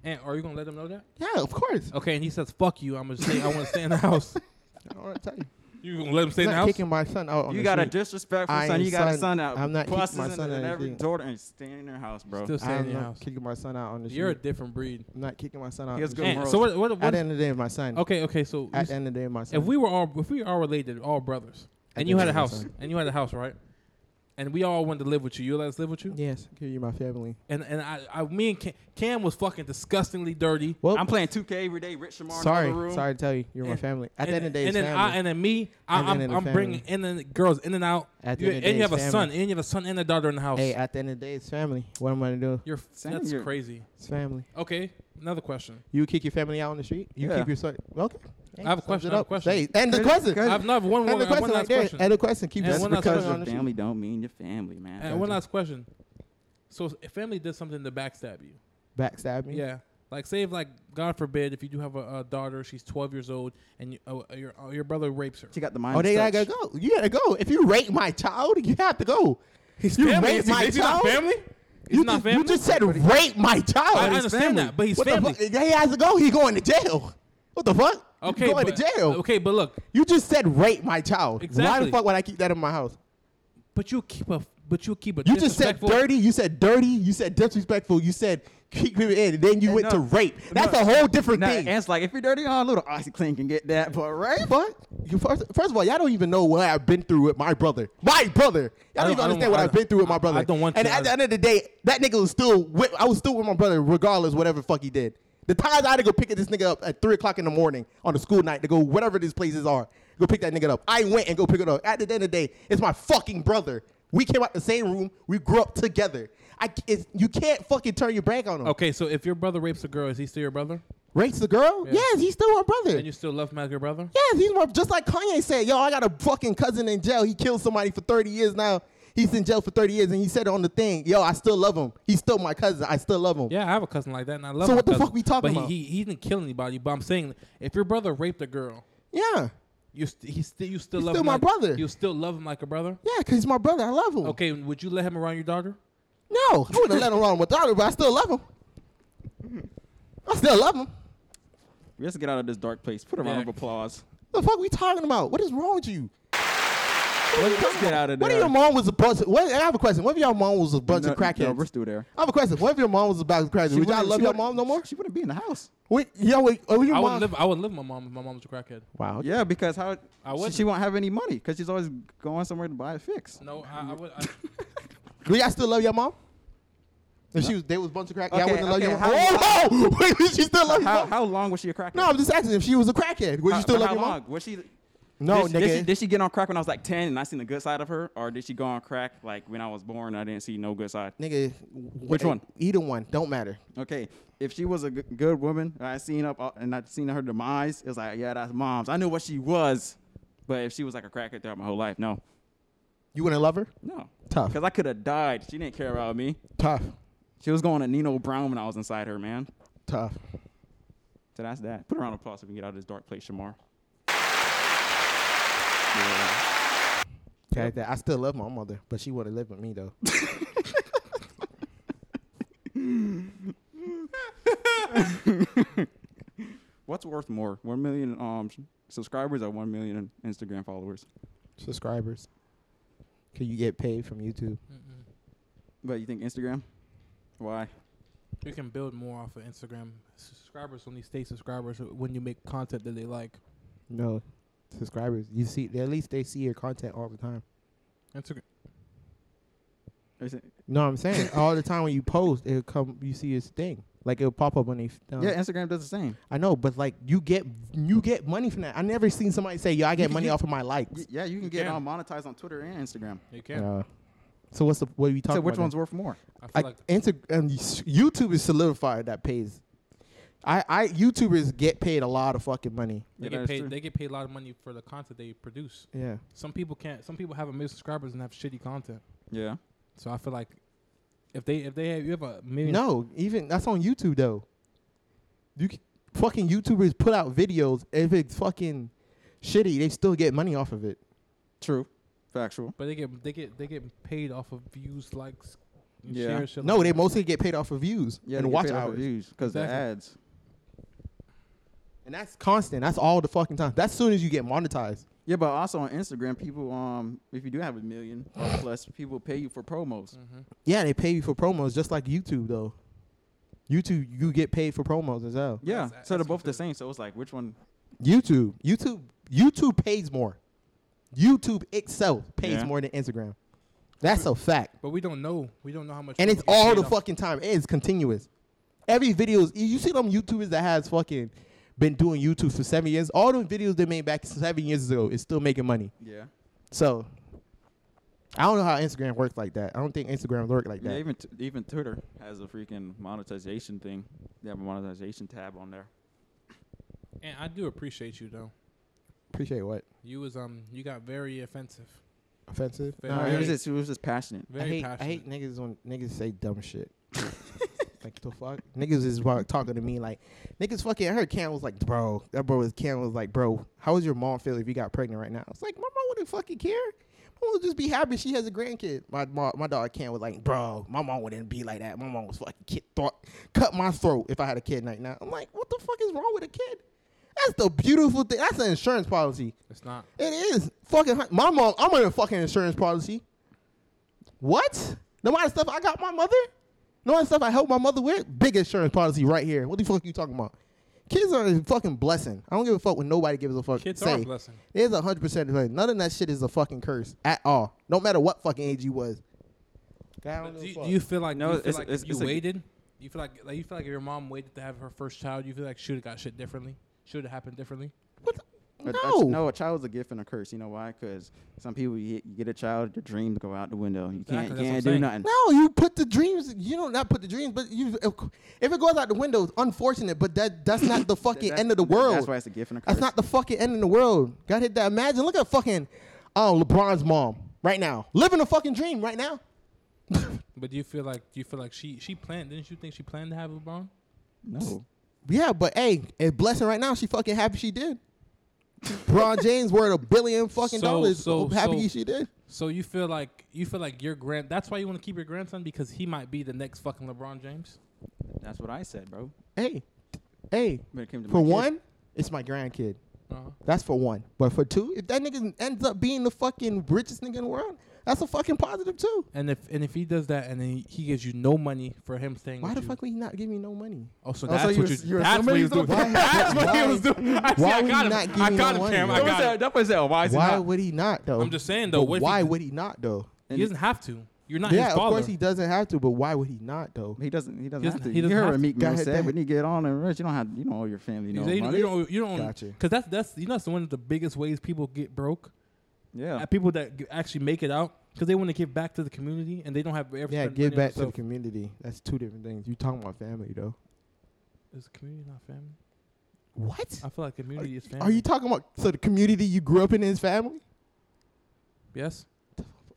S4: And are you gonna let him know that?
S5: Yeah, of
S3: Oh.
S5: course.
S4: Okay, and he says, "Fuck you." I'm gonna stay. I want to stay in the house.
S5: I don't wanna tell you.
S4: You gonna let him stay
S5: I'm
S4: in the
S5: not
S4: house?
S5: kicking my son out on
S3: You
S5: the
S3: got a
S5: street.
S3: disrespectful
S5: I
S3: son.
S5: ain't
S3: you got a
S5: son-
S3: son out.
S5: I'm not
S3: buses
S5: kicking my
S3: and-
S5: son
S3: and
S5: out
S3: every
S5: either.
S3: daughter and staying in their house, bro.
S4: Still staying in
S5: I'm
S4: your
S5: not
S4: house.
S5: kicking my son out on the street.
S4: You're a different breed.
S5: I'm not kicking my son out.
S3: He
S5: on
S3: has
S5: the
S3: good
S5: street.
S4: And so what? What?
S5: At
S4: what
S5: the end of the day, my son.
S4: okay, okay. So
S5: At
S4: you-
S5: the end of the day, my son.
S4: if we were all if we were all related, all brothers,
S5: I
S4: and
S5: think
S4: you had a
S5: that's
S4: house,
S5: awesome.
S4: and you had a house, right? And we all wanted to live with you. You let us live with you.
S5: yes, give you my family.
S4: And and I, I me and Cam, Cam was fucking disgustingly dirty.
S5: Well,
S3: I'm playing 2K every day. Rich Shamar in the
S5: sorry,
S3: room.
S5: sorry to tell you, you're my
S4: And-
S5: family. At
S4: and,
S5: the end of the day,
S4: and
S5: it's
S4: then I,
S5: family.
S4: and then me, I,
S5: At
S4: I'm,
S5: the end of the
S4: I'm bringing in and girls in and out.
S5: At the
S4: You-
S5: end
S4: and
S5: of the day,
S4: you have a
S5: it's
S4: son,
S5: family.
S4: and you have a son and a daughter in the house.
S5: Hey, at the end of the day, it's family. What am I gonna do?
S4: You're f-
S3: Sam,
S4: that's
S3: you're-
S4: crazy.
S5: It's family.
S4: Okay, another question.
S5: You kick your family out on the street. You
S3: Yeah.
S5: keep your son. Okay.
S4: I have a
S5: Sums
S4: question, I
S5: it
S4: have a
S5: up.
S4: question.
S5: Say- And the
S3: Good-
S5: question.
S3: good.
S4: I've not one more.
S5: And the
S4: I have
S5: question
S4: one
S5: right
S4: last
S5: there.
S4: question.
S5: And the question. Keep
S4: And
S5: that
S3: Just
S4: one last
S3: because
S5: because
S4: question.
S3: your
S5: on the street.
S3: family don't mean your family, man.
S4: And one last question. So, if family did something to backstab you,
S5: Backstab me.
S4: yeah, like say if like God forbid, if you do have a, a daughter, she's 12 years old, and you, uh, your uh, your brother rapes her.
S3: She got the mind.
S5: Oh, they
S3: touch.
S5: gotta go. You gotta go. If you rape my child, you have to go. you
S4: Family?
S5: rape
S4: Is he-
S5: my
S4: is he not
S5: child.
S4: family? He's
S5: you
S4: not
S5: just,
S4: family?
S5: You just said rape my child.
S4: I understand that, but he's
S5: what
S4: family.
S5: The fuck? He has to go. He going to jail. What the fuck? You
S4: Okay,
S5: going
S4: but,
S5: to jail.
S4: Okay, but look,
S5: You just said rape my child. Why
S4: Exactly.
S5: the fuck would I keep that in my house?
S4: but you keep a, but you keep a.
S5: You just said
S4: disrespectful-
S5: dirty. You said dirty. You said disrespectful. You said keep him in. And then you went
S3: no,
S5: to rape.
S3: no.
S5: That's a whole different
S3: Now,
S5: thing.
S3: Ant's like, if you're dirty, oh, a little OxyClean can get that, but right?
S5: What? You first, first of all, y'all don't even know what I've been through with my brother. My brother.
S4: I
S5: Y'all don't,
S4: don't-
S5: even
S4: I don't-
S5: understand what
S4: I-
S5: I've been through with my
S4: I-
S5: brother.
S4: I don't want
S5: And
S4: to.
S5: at the end of the day, that nigga was still with. I was still with my brother, regardless whatever fuck he did. The times I had to go pick this nigga up at three o'clock in the morning on a school night to go whatever these places are, go pick that nigga up. I went and go pick it up. At the end of the day, it's my fucking brother. We came out the same room. We grew up together. I, c- it's, you can't fucking turn your back on him.
S4: Okay, so if your brother rapes a girl, is he still your brother?
S5: Race the girl?
S4: Yeah.
S5: Yes, he's still my brother.
S4: And you still love him as your brother?
S5: Yes, he's my, just like Kanye said, yo, I got a fucking cousin in jail. He killed somebody for 30 years now. He's in jail for 30 years and he said it on the thing, yo, I still love him. He's still my cousin. I still love him.
S4: Yeah, I have a cousin like that, and I love.
S5: So
S4: my
S5: what the
S4: cousin,
S5: fuck we talking
S4: but
S5: about?
S4: He, he he didn't kill anybody. But I'm saying, if your brother raped a girl,
S5: Yeah.
S4: you st- he still you still
S5: He's
S4: love
S5: still
S4: him
S5: my
S4: like,
S5: brother.
S4: You still love him like a brother.
S5: Yeah, because he's my brother. I love him.
S4: Okay, would you let him around your daughter?
S5: No, I wouldn't let him run without it, but I still love him. I still love him.
S3: Let's get out of this dark place. Put a round
S4: Yeah.
S3: of applause.
S5: The fuck we talking about? What is wrong with you?
S3: Let's get out of there.
S5: What if your mom was a bunch? Of, what, I have a question. What if your mom was a bunch
S3: No,
S5: of crackheads?
S3: No, we're still there.
S5: I have a question. What if your mom was about crackheads? Would y'all
S3: wouldn't-
S5: love
S3: she
S5: your
S3: wouldn't-
S5: mom no more?
S3: She wouldn't be in the house.
S5: Wait, yo, wait, oh, your
S4: I
S5: mom?
S4: would live. I would live with my mom if my mom was a crackhead.
S5: wow.
S3: Yeah, because how
S4: I
S3: she,
S4: wouldn't.
S3: she won't have any money because she's always going somewhere to buy a fix.
S4: No, I, I would. I,
S5: Do y'all still love your mom? If she was, they was a bunch of crackheads, y'all
S3: Okay,
S5: wouldn't love
S3: okay,
S5: your mom.
S3: how-
S5: Oh, whoa! Wait, would she still love your
S3: How
S5: mom?
S3: how long was she a crackhead?
S5: No, I'm just asking if she was a crackhead. Would
S3: How-
S5: you still
S3: but
S5: love
S3: how
S5: your
S3: long?
S5: mom?
S3: Was she? did,
S5: No,
S3: she- Did she,
S5: nigga.
S3: did she get on crack when I was like ten and I seen the good side of her, or did she go on crack like when I was born? I didn't see no good side.
S5: Nigga. e,
S3: Which one?
S5: Either one. Don't matter.
S3: Okay, if she was a g- good woman, and I seen up all- and I seen her demise, it was like yeah, that's mom's. I knew what she was, but if she was like a crackhead throughout my whole life, no,
S5: You wouldn't love her?
S3: no,
S5: Tough.
S3: because I could have died. She didn't care about me.
S5: Tough.
S3: She was going to Nino Brown when I was inside her, man.
S5: Tough.
S3: So that's that. Put a round of applause if we can get out of this dark place, Shamar.
S5: Okay, that- I still love my mother, but she wouldn't live with me though.
S3: What's worth more, one million um s- subscribers or one million Instagram followers?
S5: Subscribers. Can you get paid from YouTube?
S4: mm-mm.
S3: But you think Instagram? Why?
S4: you can build more off of Instagram. Subscribers only stay subscribers when you make content that they like.
S5: No. Subscribers. You see at least they see your content all the time.
S4: Instagram.
S3: Is it-
S5: No, I'm saying all the time when you post, it'll come you see his thing. Like it'll pop up on they um,
S3: yeah, Instagram does the same.
S5: I know, but like you get you get money from that. I never seen somebody say, "Yo, I get
S3: You-
S5: money
S3: you-
S5: off of my likes."
S3: Y- yeah, you can get
S4: can.
S3: um, monetized on Twitter and Instagram.
S4: You can.
S5: Uh, so what's the what are we talking?
S3: so which
S5: about
S3: one's
S5: then?
S3: worth more?
S4: I feel
S5: I,
S4: like
S5: Insta- um, YouTube is solidified that pays. I I YouTubers get paid a lot of fucking money.
S4: they
S3: Yeah,
S4: get
S3: that's
S4: paid.
S3: true.
S4: They get paid a lot of money for the content they produce.
S5: Yeah,
S4: Some people can't. Some people have a million subscribers and have shitty content.
S3: Yeah.
S4: So I feel like if they if they have you have a million.
S5: no, even that's on YouTube though. You c- fucking YouTubers put out videos. If it's fucking shitty, they still get money off of it.
S3: True. Factual.
S4: But they get they get they get paid off of views, likes, and
S3: Yeah.
S4: shares. shit
S5: No,
S4: like
S5: they
S4: that.
S5: mostly get paid off of views
S3: Yeah,
S5: and
S3: they get
S5: watch
S3: paid off of
S5: hours.
S3: views because the
S4: Exactly.
S3: ads.
S5: And that's constant. That's all the fucking time. That's soon as you get monetized.
S3: Yeah, but also on Instagram, people um if you do have a million or plus, people pay you for promos.
S4: Mhm.
S5: Yeah, they pay you for promos just like YouTube though. YouTube, you get paid for promos as well.
S3: Yeah,
S4: That's-
S3: so they're
S4: that's
S3: both the
S4: considered-
S3: same. So it's like which one?
S5: YouTube, YouTube, YouTube pays more. YouTube itself pays
S3: Yeah.
S5: more than Instagram. That's a fact,
S4: But we don't know. We don't know how much.
S5: and
S4: people
S5: it's
S4: get
S5: all
S4: paid
S5: the
S4: off-
S5: fucking time. It is continuous. Every videos you see them YouTubers that has fucking been doing YouTube for seven years. All the videos they made back seven years ago is still making money.
S3: Yeah.
S5: So I don't know how Instagram works like that. I don't think Instagram works like
S3: Yeah,
S5: that.
S3: even t- even Twitter has a freaking monetization thing. They have a monetization tab on there.
S4: And I do appreciate you though.
S5: Appreciate what
S4: You was um you got very offensive,
S5: offensive.
S4: Fair.
S5: Nah,
S4: I
S3: It was
S4: hate-
S3: just, it was just passionate.
S4: very
S5: I hate,
S4: passionate.
S5: I hate niggas when niggas say dumb shit. like the fuck, niggas is wa- talking to me like niggas fucking. I heard Cam was like, bro, that bro was Cam was like, bro, how would your mom feel if you got pregnant right now? I was like, my mom wouldn't fucking care. My mom would just be happy she has a grandkid. My mom, my dog Cam was like, bro, my mom wouldn't be like that. My mom was fucking kid thought cut my throat if I had a kid right now. I'm like, what the fuck is wrong with a kid? That's the beautiful thing. That's an insurance policy.
S4: It's not.
S5: It is fucking. hun- My mom. I'm on a fucking insurance policy. What? The amount of stuff I got my mother. The amount of stuff I helped my mother with. Big insurance policy right here. What the fuck you talking about? Kids are a fucking blessing. I don't give a fuck when nobody gives a fuck.
S4: Kids
S5: say.
S4: are a blessing.
S5: It's a hundred percent. blessing. None of that shit is a fucking curse at all. No matter what fucking age you was. I
S4: Do you,
S5: don't give a
S4: do
S5: fuck.
S4: you feel like
S3: No,
S4: you feel
S3: it's-
S4: like
S3: it's-
S4: you
S3: it's a-
S4: waited? You feel like like you feel like if your mom waited to have her first child. You feel like she would have got shit differently. Should have happened differently.
S5: What the-
S3: A-
S5: no.
S3: A, no, a child's a gift and a curse. You know why? Because some people, you, get- you get a child, your dreams go out the window. You can't,
S4: Exactly, that's what I'm
S3: can't do
S4: saying.
S3: nothing.
S5: No, you put the dreams. You don't not put the dreams, but you. If it goes out the window, it's unfortunate. But that that's not the fucking
S3: That's-
S5: end of the
S3: that-
S5: world.
S3: That's why it's a gift and a curse.
S5: That's not the fucking end of the world. Got hit that. Imagine, look at fucking, oh, LeBron's mom right now, living a fucking dream right now.
S4: But do you feel like do you feel like she she planned? Didn't you think she planned to have LeBron?
S3: no.
S5: Yeah, but hey, a blessing right now. She fucking happy she did. LeBron James worth a billion fucking
S4: So-
S5: dollars.
S4: so-
S5: happy
S4: so-
S5: she did.
S4: So you feel like you feel like your grand. That's why you want to keep your grandson because he might be the next fucking LeBron James.
S3: That's what I said, bro.
S5: Hey, hey.
S3: When it came to my
S5: For
S3: kid.
S5: one, it's my grandkid.
S4: Uh-huh.
S5: That's for one. But for two, if that nigga ends up being the fucking richest nigga in the world, that's a fucking positive too.
S4: And if and if he does that and then he, he gives you no money for him staying
S5: Why
S4: with
S5: the
S4: you.
S5: fuck would he not give me no money?
S4: Oh, so
S3: Oh, so
S4: that's
S3: you
S4: what you.
S3: was- you were
S4: that's what he was doing.
S3: assuming
S5: he's the-
S4: That's what he
S5: Why-
S4: was doing. I see.
S5: why
S4: I
S5: would
S4: got
S5: he
S4: him.
S5: not give
S4: I
S5: me
S4: got
S5: no
S4: him, Cam. I
S5: money?
S4: got him.
S2: That boy said, "Why is he
S5: Why
S2: not?"
S5: would he not though?
S4: I'm just saying though.
S5: But
S4: what if
S5: why
S4: he,
S5: would he not though?
S4: he doesn't have to? You're not
S5: yeah,
S4: his
S5: of
S4: father.
S5: course he doesn't have to, but why would he not though?
S3: He doesn't. He doesn't,
S4: doesn't-
S3: have to.
S4: he doesn't
S3: you heard
S4: have
S3: what
S4: to.
S3: Meek Mill
S5: God
S3: said.
S5: damn.
S3: When you get on and rich, you don't have. You don't owe your family no
S4: They- you,
S3: money.
S4: don't. You don't.
S5: Gotcha.
S4: Because that's that's you know that's one of the biggest ways people get broke.
S3: yeah.
S4: At people that g- actually make it out because they want to give back to the community and they don't have.
S5: Yeah, give back to the community. That's two different things. You talking about family though?
S4: Is the community not family?
S5: What?
S4: I feel like community is family.
S5: Are you talking about so the community you grew up in is family?
S4: Yes.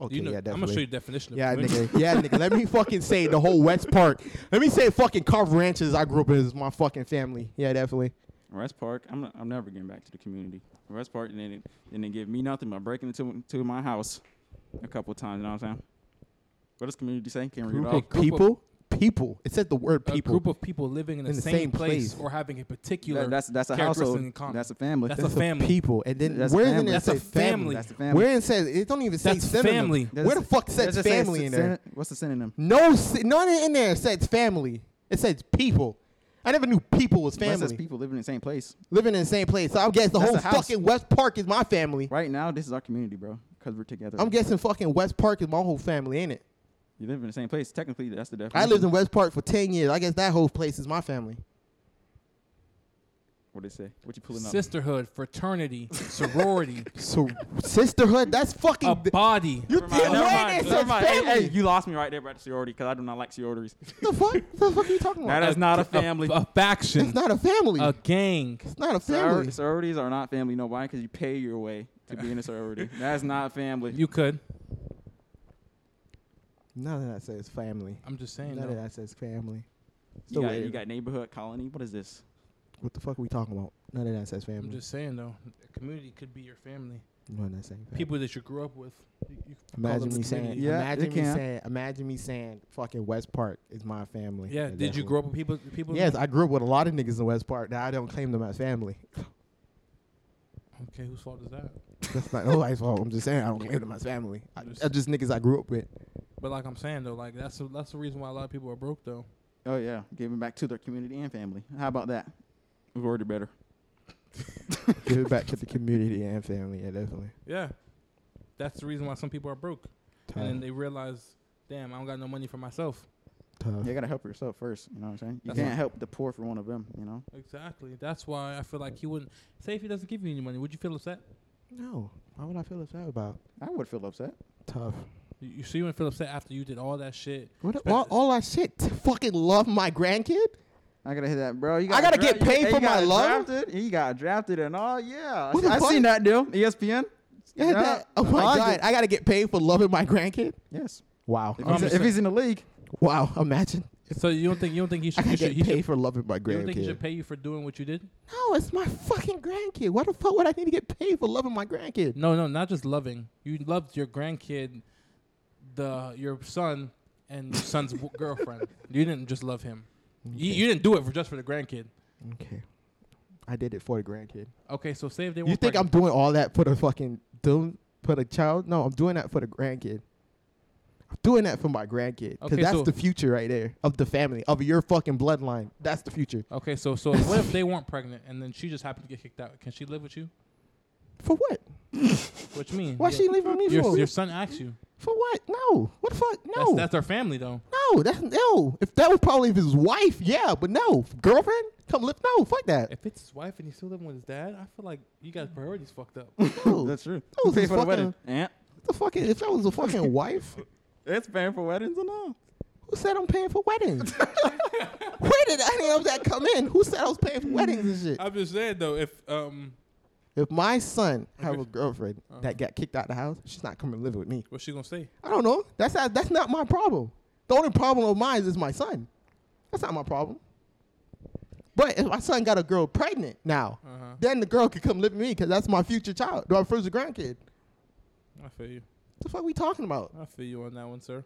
S5: Okay,
S4: you know,
S5: yeah,
S4: I'm
S5: definitely.
S4: gonna show you the definition. Of
S5: Yeah,
S4: community.
S5: nigga. Yeah, nigga. Let me fucking say the whole West Park. Let me say fucking Carver Ranches. I grew up in is my fucking family. Yeah, definitely.
S3: Rest Park. I'm. Not, I'm never getting back to the community. Rest Park. And then. And then give me nothing by breaking into to my house, a couple of times. You know what I'm saying? What does community say? Can't read it
S4: of
S3: off.
S4: group
S5: people, people. It said the word
S4: A
S5: people.
S4: group of people living in the, same, place,
S5: place.
S4: or having a particular.
S3: That- that's that's a
S4: characteristic
S3: household.
S4: in common.
S3: That's a family.
S4: That's
S5: It's
S4: a family.
S5: People, and then
S3: That's
S5: where
S3: family.
S5: did it
S4: That's
S5: say
S4: a
S5: family?
S4: family.
S3: That's the family.
S5: Where it says it don't even say
S4: That's
S5: synonym.
S4: family.
S3: That's-
S5: where the fuck
S3: That's
S5: says
S3: just saying
S5: family
S3: sy-
S5: in there?
S3: synonym- What's the synonym?
S5: No, sy- none in there says family. It says people. I never knew people was
S3: Mine says
S5: family.
S3: people living in the same place.
S5: Living in the same place. So I guess the
S3: That's
S5: whole
S3: a house.
S5: fucking West Park is my family.
S3: Right now, this is our community, bro. Because we're together.
S5: I'm guessing fucking West Park is my whole family, ain't it?
S3: you live in the same place. Technically, that's the definition.
S5: I lived in West Park for ten years. I guess that whole place is my family.
S3: What they say? What you pulling up?
S4: Sisterhood, fraternity, sorority,
S5: So sisterhood, that's fucking.
S4: a body.
S5: you did
S3: Never mind,
S5: where
S3: never
S5: it says
S3: mind. Hey, hey,
S5: family.
S3: you lost me right there, about the sorority, because I do not like sororities.
S5: the fuck? What the fuck are you talking
S3: Now
S5: about?
S3: that's not a family.
S4: A, faction.
S5: It's not a family.
S4: a gang.
S5: it's not a
S3: Soror-
S5: family.
S3: sororities are not family. No, why? Because you pay your way to be in a sorority. That's not family.
S4: You could.
S5: None of that says family.
S4: I'm just saying.
S5: None
S4: though.
S5: of that says family.
S3: You
S5: So
S3: got,
S5: wait,
S3: you got neighborhood, colony. What is this?
S5: What the fuck are we talking about? None of that says
S4: I'm
S5: family.
S4: just saying though. A community could be your family.
S5: None of that says family.
S4: People that you grew up with. You, you could call
S5: Imagine
S4: them
S5: me
S4: the community.
S5: saying,
S3: Yeah,
S5: imagine
S3: it
S5: me
S3: can.
S5: saying, imagine me saying, fucking West Park is my family.
S4: Yeah. Did you
S5: definitely.
S4: grow up with people? People.
S5: Yes, I grew up with a lot of niggas in West Park. Now I don't claim them as family.
S4: Okay. Whose fault is that?
S5: That's not nobody's fault. I'm just saying I don't claim them as family. I, I just niggas I grew up with.
S4: But like I'm saying though, like that's the- that's the reason why a lot of people are broke though.
S3: Oh yeah, giving back to their community and family. How about that? We've already better.
S5: Give it back to the community and family. Yeah, definitely.
S4: Yeah. That's the reason why some people are broke, and then
S5: Tough.
S4: they realize, damn, I don't got no money for myself.
S5: Tough.
S3: You gotta help yourself first. You know what I'm saying? You
S4: That's
S3: can't
S4: right.
S3: help the poor for one of them. You know.
S4: Exactly. That's why I feel like he wouldn't say if he doesn't give you any money. Would you feel upset?
S5: No. Why would I feel upset about?
S3: I would feel upset.
S5: Tough.
S4: You, you so you wouldn't feel upset after you did all that shit.
S5: What all, all that shit to fucking love my grandkid?
S3: I gotta hit that, bro. You
S5: I
S3: got
S5: gotta get
S3: you-
S5: paid
S3: hey,
S5: for
S3: you
S5: my
S3: got
S5: love?
S3: Drafted. He got drafted and all. Yeah,
S5: What the
S3: I, I
S5: fuck?
S3: seen that deal. E ESPN.
S5: Yeah,
S3: Yeah.
S5: that- oh my
S3: I
S5: god,
S3: get-
S5: I gotta get paid for loving my grandkid?
S3: Yes.
S5: Wow.
S3: If
S4: I'm
S3: he's,
S4: just
S3: if
S4: saying-
S3: he's in the league,
S5: Wow, imagine.
S4: So you don't think you don't think he
S5: I
S4: should
S5: gotta
S4: you
S5: get
S4: should, he
S5: paid
S4: should
S5: for loving my
S4: you don't think he
S5: grandkid.
S4: should pay you for doing what you did?
S5: No, it's my fucking grandkid. Why the fuck would I need to get paid for loving my grandkid?
S4: No, no, not just loving. You loved your grandkid, the your son and your son's w- girlfriend. You didn't just love him. You, you didn't do it for just for the grandkid.
S5: Okay. I did it for the grandkid.
S4: Okay, so say if they
S5: You
S4: weren't
S5: think I'm
S4: pregnant.
S5: doing all that for the fucking doom for the child? No, I'm doing that for the grandkid. I'm doing that for my grandkid. Because
S4: Okay,
S5: that's
S4: so-
S5: the future right there of the family, of your fucking bloodline. That's the future.
S4: Okay, so so what if they weren't pregnant and then she just happened to get kicked out? Can she live with you?
S5: For what?
S4: Which means
S5: Why she leaving me
S4: your,
S5: for?
S4: your son asked you.
S5: For what? No. What the fuck? No.
S4: That's, that's our family though.
S5: no. That's no. If that was probably his wife, yeah. But no, girlfriend, come live. No, fuck that.
S4: If it's his wife and he's still living with his dad, I feel like you guys priorities fucked up.
S5: No.
S3: that's true.
S5: That was
S3: Pay
S5: his
S3: for the
S5: fucking.
S3: wedding. Yeah.
S5: what The fucking. If that was a fucking wife,
S3: It's paying for weddings and all.
S5: who said I'm paying for weddings? Where did any of that come in? Who said I was paying for weddings and shit?
S4: I'm just saying though, if um,
S5: If my son have a
S4: Okay. Uh-huh.
S5: girlfriend that got kicked out the house, she's not coming living with me.
S4: what's she gonna say?
S5: I don't know. That's not, that's not my problem. The only problem of mine is my son. That's not my problem. But if my son got a girl pregnant now,
S4: Uh-huh.
S5: then the girl could come live with me because that's my future child, my first grandkid.
S4: I feel you.
S5: The fuck we talking about?
S4: I feel you on that one, sir.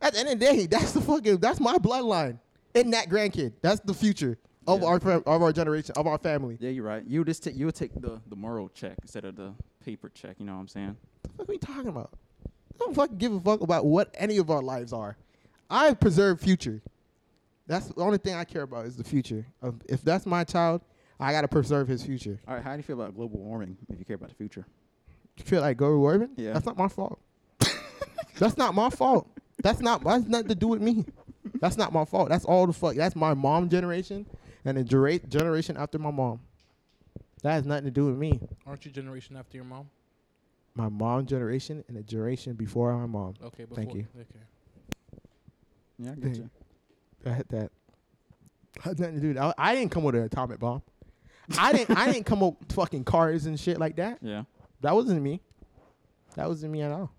S5: At the end of the day, that's the fucking that's my bloodline in that grandkid. That's the future. of
S3: Yeah.
S5: our fam- of our generation, of our family.
S3: Yeah, you're right. You just take you would take the the moral check instead of the paper check. You know what I'm saying?
S5: What are we talking about? I don't fucking give a fuck about what any of our lives are. I preserve future. That's the only thing I care about is the future. Um, if that's my child, I gotta preserve his future.
S3: All right, how do you feel about global warming? If you care about the future,
S5: You feel like go Urban?
S3: Yeah.
S5: That's not my fault. that's not my fault. That's not that's nothing to do with me. That's not my fault. That's all the fuck. That's my mom generation and the dura- generation after my mom. That has nothing to do with me.
S4: Aren't you generation after your mom?
S5: My mom generation and the generation before my mom.
S4: Okay, before,
S5: Thank you.
S4: Okay.
S3: yeah, I get
S5: Yeah.
S3: you.
S5: I had that. Had nothing to do. With that. I, I didn't come with an atomic bomb. I didn't. I didn't come up with fucking cars and shit like that.
S3: Yeah,
S5: That wasn't me. That wasn't me at all.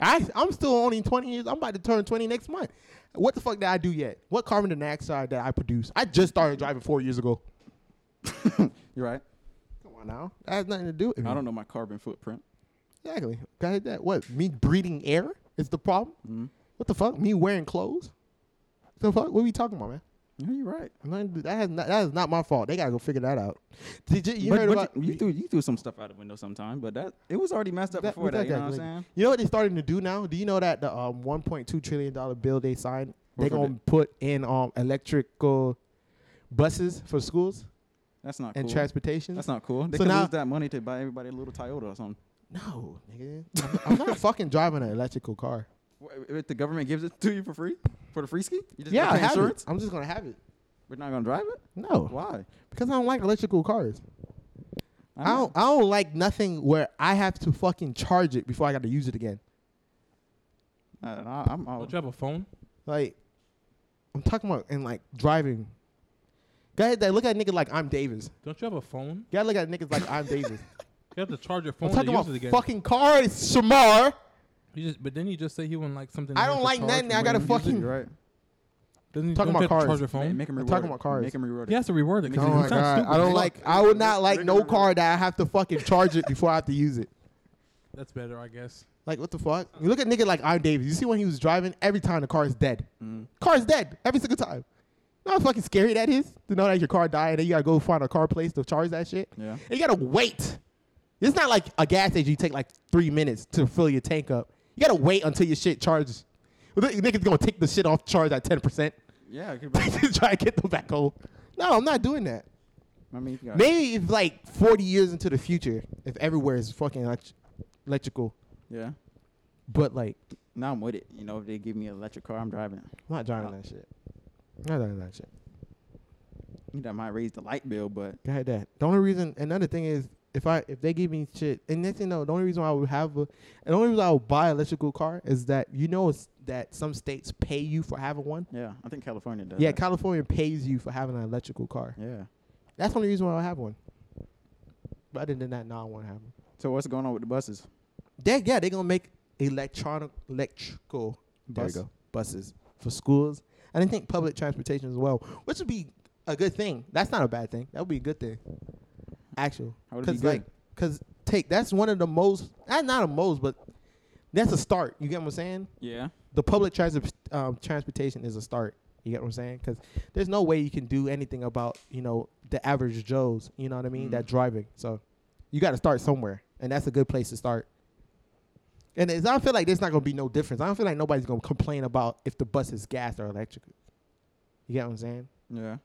S5: I I'm still only 20 years. I'm about to turn 20 next month. What the fuck did I do yet? What carbon dioxide did I produce? I just started driving four years ago.
S3: you're right.
S5: Come on now. That has nothing to do. With me.
S3: I don't know my carbon footprint.
S5: exactly. Got hit that. What? Me breathing air is the problem.
S3: Mm-hmm.
S5: What the fuck? Me wearing clothes. The fuck? What are we talking about, man?
S3: Yeah, you're right.
S5: Nothing to- That has not, that is not my fault. They gotta go figure that out. Did you, you
S3: but,
S5: heard
S3: but
S5: about
S3: you, you threw you threw some stuff out the window sometime, but that it was already messed up
S5: That-
S3: before
S5: we
S3: that.
S5: got
S3: You know
S5: that
S3: what I'm
S5: lady.
S3: saying?
S5: You know what they starting to do now? Do you know that the um, 1.2 trillion dollar bill they signed, they
S3: What for
S5: gonna put in um electrical buses for schools
S3: That's not
S5: and
S3: cool.
S5: transportation?
S3: That's not cool. They
S5: So
S3: could
S5: now-
S3: use that money to buy everybody a little Toyota or something.
S5: no, nigga. I'm- I'm not fucking driving an electrical car.
S3: Wh- If the government gives it to you for free for the free ski, you just
S5: yeah,
S3: pay
S5: I have
S3: insurance.
S5: it. I'm just gonna have it.
S3: We're not gonna drive it.
S5: No,
S3: Why?
S5: because I don't like electrical cars. I
S3: know.
S5: don't. I don't like nothing where I have to fucking charge it before I got to use it again.
S3: I don't know. I'm all,
S4: Don't you have a phone?
S5: Like, I'm talking about in like driving. Guys that look at niggas like I'm Davis.
S4: Don't you have a phone?
S5: You gotta look at niggas like I'm Davis.
S4: You have to charge your
S5: I'm
S4: phone to
S5: talking
S4: use
S5: about
S4: it again.
S5: fucking cars, Shamar.
S4: You just, but then you just say he wouldn't like something.
S5: I
S4: you
S5: don't
S4: have to
S5: like
S4: charge
S5: nothing.
S4: and
S5: I
S4: when
S5: gotta
S4: you use it.
S5: fucking-
S3: You're right.
S4: Doesn't he-
S5: Talking
S4: don't you
S5: about
S4: have to Charge
S5: cars.
S4: your phone.
S3: Ma- make him
S5: I'm
S3: reward
S5: talking
S3: it.
S5: about cars.
S3: Make him reward
S4: He
S3: it.
S4: has to reword it.
S3: Make
S4: because
S3: it
S5: Oh
S4: it
S5: my
S3: sound
S4: sounds
S5: god!
S4: stupid.
S5: I don't
S4: Fuck.
S5: like. I would not like no car that I have to fucking charge it before I have to use it.
S4: That's better, I guess.
S5: Like what the fuck? You look at nigga like I'm Davis. You see when he was driving, every time the car is dead.
S3: Mm.
S5: Car is dead every single time. You know how fucking scary that is to know that your car died and then you gotta go find a car place to charge that shit.
S3: Yeah.
S5: And you gotta wait. It's not like a gas station you take like three minutes to fill your tank up. You gotta wait until your shit charges. Well, the niggas gonna take the shit off charge at ten percent
S3: Yeah. It could be,
S5: to try to get them back home. No, I'm not doing that.
S3: I mean, you got-
S5: Maybe if like 40 years into the future, if everywhere is fucking elect- electrical,
S3: yeah.
S5: but like
S3: Now I'm with it. You know, if they give me an electric car, I'm driving it.
S5: I'm not driving that shit. I'm not driving that shit.
S3: You know, I might raise the light bill, but
S5: Go ahead, that. The only reason, another thing is, if I if they give me shit, and next thing you know, the only reason why I would have a, and the only reason I would buy an electrical car is that you know it's that some states pay you for having one.
S3: yeah, I think California does.
S5: Yeah,
S3: that.
S5: California pays you for having an electrical car.
S3: yeah.
S5: That's the only reason why I have one. But other than that, no, I won't have one.
S3: So what's going on with the buses?
S5: They, yeah, they're gonna make electronic electrical
S3: There you
S5: bus-
S3: go.
S5: buses for schools, and I think public transportation as well, which would be a good thing. That's not a bad thing. That would be a good thing. Actual,
S3: How would it be
S5: because
S3: good?
S5: like, because take that's one of the most. That's not a most, but that's a start. You get what I'm saying?
S3: Yeah.
S5: The public transit um, transportation is a start. You get what I'm saying? Because there's no way you can do anything about you know the average Joes. You know what I mean?
S3: Mm.
S5: That driving. So you got to start somewhere, and that's a good place to start. And it's, I feel like there's not gonna be no difference. I don't feel like nobody's gonna complain about if the bus is gas or electric. You get what I'm saying?
S3: Yeah.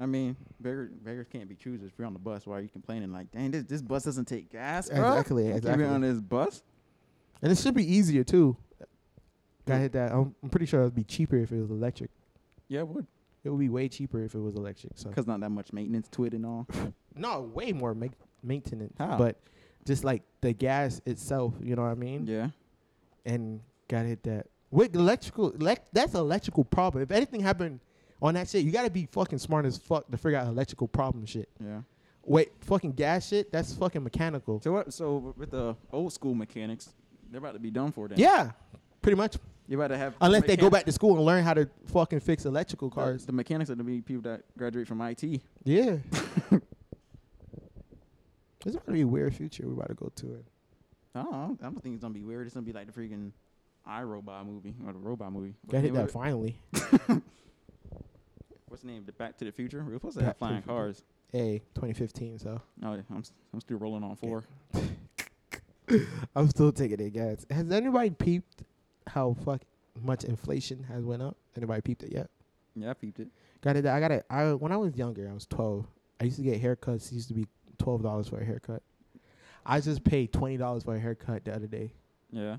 S3: I mean, beggars, beggars can't be choosers. If you're on the bus, why are you complaining? Like, dang, this, this bus doesn't take gas, bro.
S5: Exactly,
S3: You be
S5: exactly.
S3: on this bus.
S5: And it should be easier too. Got hit that. I'm, I'm pretty sure it'd be cheaper if it was electric.
S3: Yeah, it would.
S5: It would be way cheaper if it was electric. So
S3: Cause not that much maintenance to it and all.
S5: no, way more ma- maintenance.
S3: How?
S5: But just like the gas itself, you know what I mean?
S3: yeah.
S5: And got hit that with electrical. Elect- that's an electrical problem. If anything happened on that shit, you gotta be fucking smart as fuck to figure out electrical problem shit.
S3: Yeah.
S5: Wait, fucking gas shit? That's fucking mechanical.
S3: So what? So with the old school mechanics, they're about to be done for then.
S5: Yeah, pretty much.
S3: You're about to have
S5: Unless they go
S3: mechan-
S5: back to school and learn how to fucking fix electrical
S3: the-
S5: cars.
S3: The mechanics are to be people that graduate from IT.
S5: Yeah. It's about to be a weird future we're about to go to. It.
S3: I don't, know. I don't think it's gonna be weird. It's gonna be like the freaking iRobot movie or the robot movie. What
S5: Gotta
S3: the name
S5: hit that
S3: of it?
S5: finally.
S3: What's what's the name? The Back to the Future. We We're supposed to have
S5: Back to
S3: flying
S5: the Future.
S3: cars.
S5: Hey, 2015. So
S3: Oh, yeah, I'm s- I'm still rolling on four.
S5: I'm still taking it, guys. Has anybody peeped how fuck much inflation has went up? Anybody peeped it yet?
S3: Yeah, I peeped it.
S5: Got it. I got it. I when I was younger, I was 12. I used to get haircuts. It used to be twelve dollars for a haircut. I just paid twenty dollars for a haircut the other day.
S3: Yeah.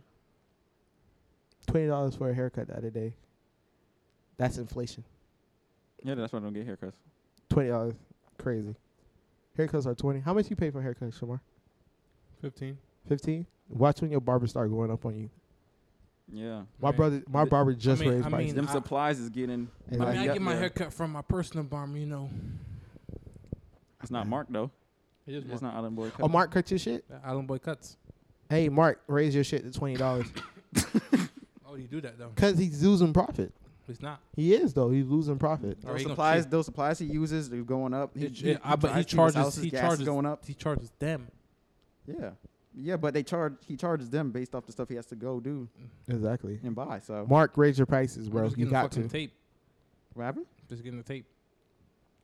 S5: Twenty dollars for a haircut the other day. That's inflation.
S3: Yeah, that's why I don't get haircuts.
S5: Twenty dollars, crazy. Haircuts are twenty. How much you pay for haircuts, Shamar?
S4: Fifteen.
S5: Fifteen. Watch when your barber start going up on you.
S3: Yeah.
S5: My
S4: Right.
S5: brother, my
S3: Th-
S5: barber just
S4: mean-
S5: raised
S4: I
S5: prices.
S4: mean,
S3: Them
S4: I-
S3: supplies is getting.
S5: And
S4: I
S5: like-
S4: mean, I
S3: Yeah,
S4: get my
S3: yeah.
S4: haircut from my personal barber, you know.
S3: It's not marked though.
S4: It is
S3: It's not Island Boy.
S5: oh, Mark, cut your shit.
S4: Island Boy cuts.
S5: Hey, Mark, raise your shit to twenty dollars
S4: Oh, you do that though.
S5: because he's losing profit.
S4: He's not.
S5: He is though. He's losing profit.
S4: Or
S3: Those
S4: he gonna
S3: supplies, those supplies he uses, they're going up. He,
S4: It- yeah, I bet he
S3: drives people's
S4: charges-
S3: houses,
S4: he
S3: gas
S4: charges-
S3: is going up.
S4: He charges them.
S3: Yeah, yeah, but they charge. He charges them based off the stuff he has to go do
S5: Exactly.
S3: and buy. So
S5: Mark, raise your prices,
S4: I'm
S5: bro.
S4: just
S5: You
S4: getting
S5: got
S4: fucking
S5: to.
S4: tape.
S3: what happened?
S4: Just getting the tape.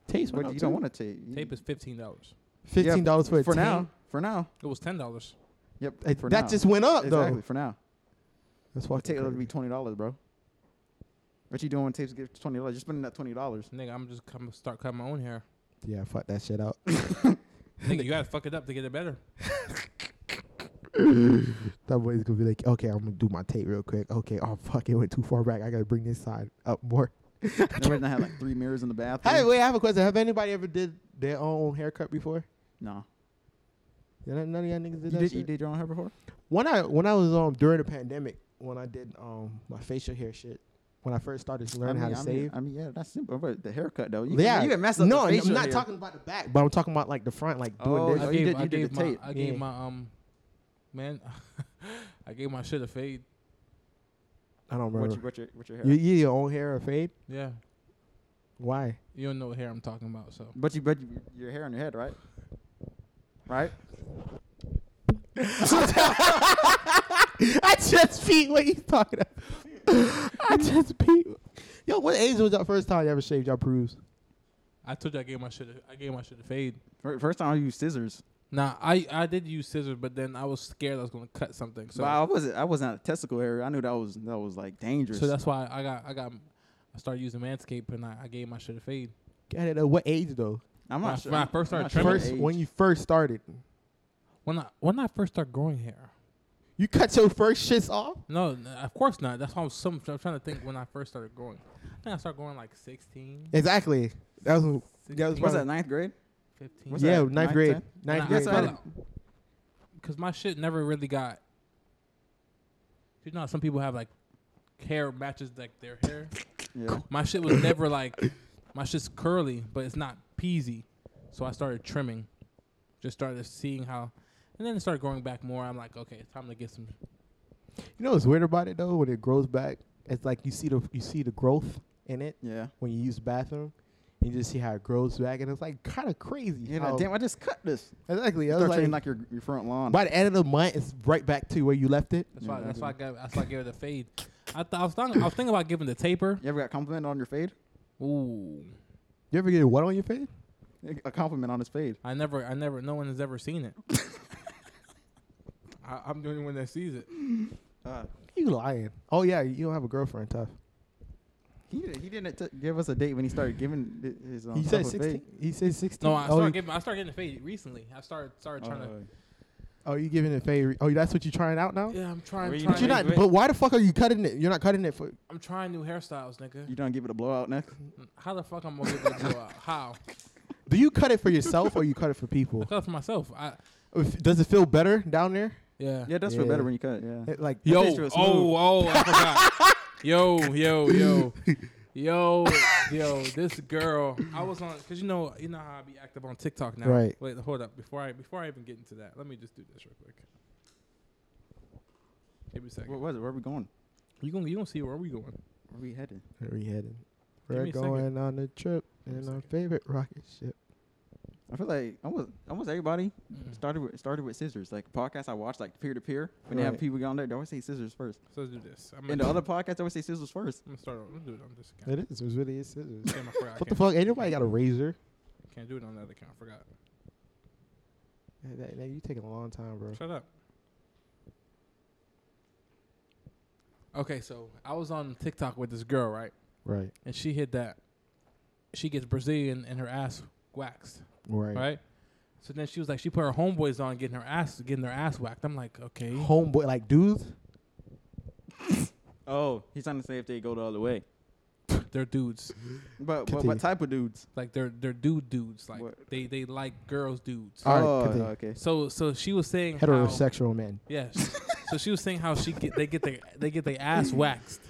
S5: Taste
S3: What, you don't want to take
S4: Tape is fifteen dollars.
S5: fifteen dollars for a
S3: for
S5: tape?
S3: now. For now.
S4: It was ten dollars.
S3: Yep.
S5: Uh,
S3: for
S5: that
S3: now.
S5: just went up
S3: exactly
S5: though.
S3: for now.
S5: That's
S3: A
S5: fucking
S3: tape will
S5: crazy.
S3: be twenty dollars, bro. What you doing when tapes get twenty dollars? You're spending that twenty dollars.
S4: Nigga, I'm just gonna start cutting my own hair.
S5: Yeah, fuck that shit out.
S4: Nigga, you gotta fuck it up to get it better.
S5: that boy's gonna be like, okay, I'm gonna do my tape real quick. Okay, oh fuck, it went too far back. I gotta bring this side up more.
S3: Remember, I had like three mirrors in the bathroom.
S5: Hey, wait, I have a question. Have anybody ever did their own haircut before?
S3: no.
S5: Yeah, None none of y'all niggas did
S3: You
S5: that
S3: did,
S5: shit?
S3: you did your own hair before?
S5: When I when I was um during the pandemic, when I did um my facial hair shit, when I first started to learn
S3: I
S5: how
S3: mean,
S5: to
S3: I mean,
S5: save.
S3: I mean, yeah, that's simple. But the haircut though, you,
S5: yeah,
S3: you can mess up.
S5: No,
S3: the facial
S5: I'm not
S3: hair.
S5: talking about the back, but I'm talking about like the front, like doing
S3: Oh,
S5: this.
S3: you
S4: I gave,
S3: did-
S4: I
S3: you did the
S4: gave my,
S3: tape.
S4: I gave
S5: Yeah.
S4: my um, man, I gave my shit a fade.
S5: I don't
S3: What
S5: remember.
S3: you, what your, what your hair?
S5: You, you your own hair or fade?
S4: Yeah,
S5: Why?
S4: you don't know what hair I'm talking about, so
S3: But you, but you, your hair on your head, right? Right?
S5: I just peed. What you talking about? I just peed. Yo, what age was your first time you ever shaved your peruse?
S4: I told you I gave my shit. A, I gave my shit a fade.
S3: Fir- First time I used scissors.
S4: Nah, I I did use scissors, but then I was scared I was gonna cut something,
S3: So
S4: so
S3: but I wasn't. I wasn't at a testicle area. I knew that was that was like dangerous.
S4: so that's why I got I got I started using Manscaped and I, I gave my shit a fade.
S5: Got it. At what age though?
S3: I'm
S4: when I-
S3: not sure.
S4: when I
S3: I'm-
S4: first
S3: I'm
S4: started
S3: not sure
S4: trimming-
S3: the
S5: First,
S3: age.
S5: when you first started,
S4: When I when I first started growing hair,
S5: you cut your first shits off.
S4: no, n- of course not. That's why I was some. I'm trying to think when I first started growing. I think I started growing like 16,
S5: Exactly. That was that
S3: was
S5: was probably-
S3: that ninth grade?
S4: 15.
S3: What's
S5: yeah,
S3: that,
S5: ninth,
S3: ninth,
S5: grade.
S3: tenth?
S5: Ninth
S4: Nah,
S5: grade.
S3: Yes, I had it.
S4: because my shit never really got. You know, how some people have like hair matches like their hair.
S3: Yeah.
S4: My shit was never like my shit's curly, but it's not peasy. So I started trimming, just started seeing how, and then it started growing back more. I'm like, okay, it's time to get some.
S5: You know what's weird about it though? When it grows back, it's like you see the you see the growth in it
S3: Yeah.
S5: when you use the bathroom. You just see how it grows back, and it's like kind of crazy.
S3: You
S5: how-
S3: know, damn, I just cut this.
S5: exactly. I
S3: You
S5: was
S3: start treating
S5: like,
S3: Oh. like your, your front lawn.
S5: by the end of the month, it's right back to where you left it.
S4: That's why.
S3: Yeah, I
S4: That's
S3: do.
S4: why I got. That's why I gave it a fade. I, th- I was thinking. I was thinking about giving the taper.
S3: You ever got compliment on your fade?
S4: Ooh,
S5: You ever get a what on your face?
S3: A compliment on his fade.
S4: I never. I never. No one has ever seen it. I, I'm the only one that sees it.
S3: Uh,
S5: You lying? Oh yeah, you don't have a girlfriend, tough.
S3: he did- he didn't t- give us a date when he started giving th- his. Um,
S5: he
S3: type
S5: said
S3: of fade.
S5: sixteen. He said sixteen.
S4: No, I
S5: oh,
S4: started
S5: you,
S4: giving. I started getting the fade recently. I started started
S3: Uh,
S4: trying to.
S5: oh, you giving it fade? Oh, that's what you trying out now?
S4: Yeah, I'm trying.
S3: Well, you
S5: But
S4: trying
S5: you're not. But why the fuck are you cutting it? You're not cutting it for.
S4: I'm trying new hairstyles, nigga.
S3: you don't give it a blowout next.
S4: How the fuck I'm gonna give that blowout? How?
S5: Do you cut it for yourself or you cut it for
S4: I
S5: people?
S4: cut it for myself. I
S5: If- Does it feel better down there?
S4: yeah.
S3: Yeah, it does feel
S5: Yeah.
S3: better when you cut. it, Yeah.
S5: It, like
S4: Yo,
S3: picture
S4: oh,
S3: was smooth.
S4: oh, I forgot. yo, yo, yo, yo, yo. This girl, I was on because you know, you know how I be active on TikTok now.
S5: Right.
S4: Wait, hold up. Before I before I even get into that, let me just do this real quick. Give me a second.
S3: What was it? Where are we going?
S4: you gonna you gonna see where we going?
S3: Where are we headed?
S5: Where we headed?
S4: Give
S5: We're
S4: me a second.
S5: going on a trip
S4: Give me a
S5: in our
S4: second.
S5: favorite rocket ship.
S3: I feel like almost almost everybody started with started with scissors. Like podcasts I watch, like peer to peer, when they have
S5: Right. Mm-hmm.
S3: people go on there, they always say scissors first.
S4: So let's do this. I'm
S3: And the other podcasts, they always say scissors first.
S4: I'm gonna start. I'm gonna do it on this account.
S5: It is. It really is scissors.
S4: Damn, I forgot. I
S5: What the
S4: can't-
S5: fuck? Ain't nobody got a razor.
S4: Can't do it on the other account. I forgot.
S5: That, you taking a long time, bro.
S4: Shut up. Okay, so I was on TikTok with this girl, right?
S5: Right.
S4: And she hit that. She gets Brazilian and her ass waxed,
S5: Right.
S4: right? So then she was like, she put her homeboys on getting her ass getting their ass whacked. I'm like, okay.
S5: Homeboy, like dudes.
S3: Oh, he's trying to say if they go the other way.
S4: they're dudes.
S3: But but
S5: Continue.
S3: what type of dudes?
S4: Like they're they're dude dudes. Like
S3: What?
S4: they they like girls dudes.
S5: All right,
S3: oh,
S5: continue.
S3: okay.
S4: So so she was saying how
S5: Heterosexual men.
S4: Yes. so she was saying how she get they get their they get their ass waxed.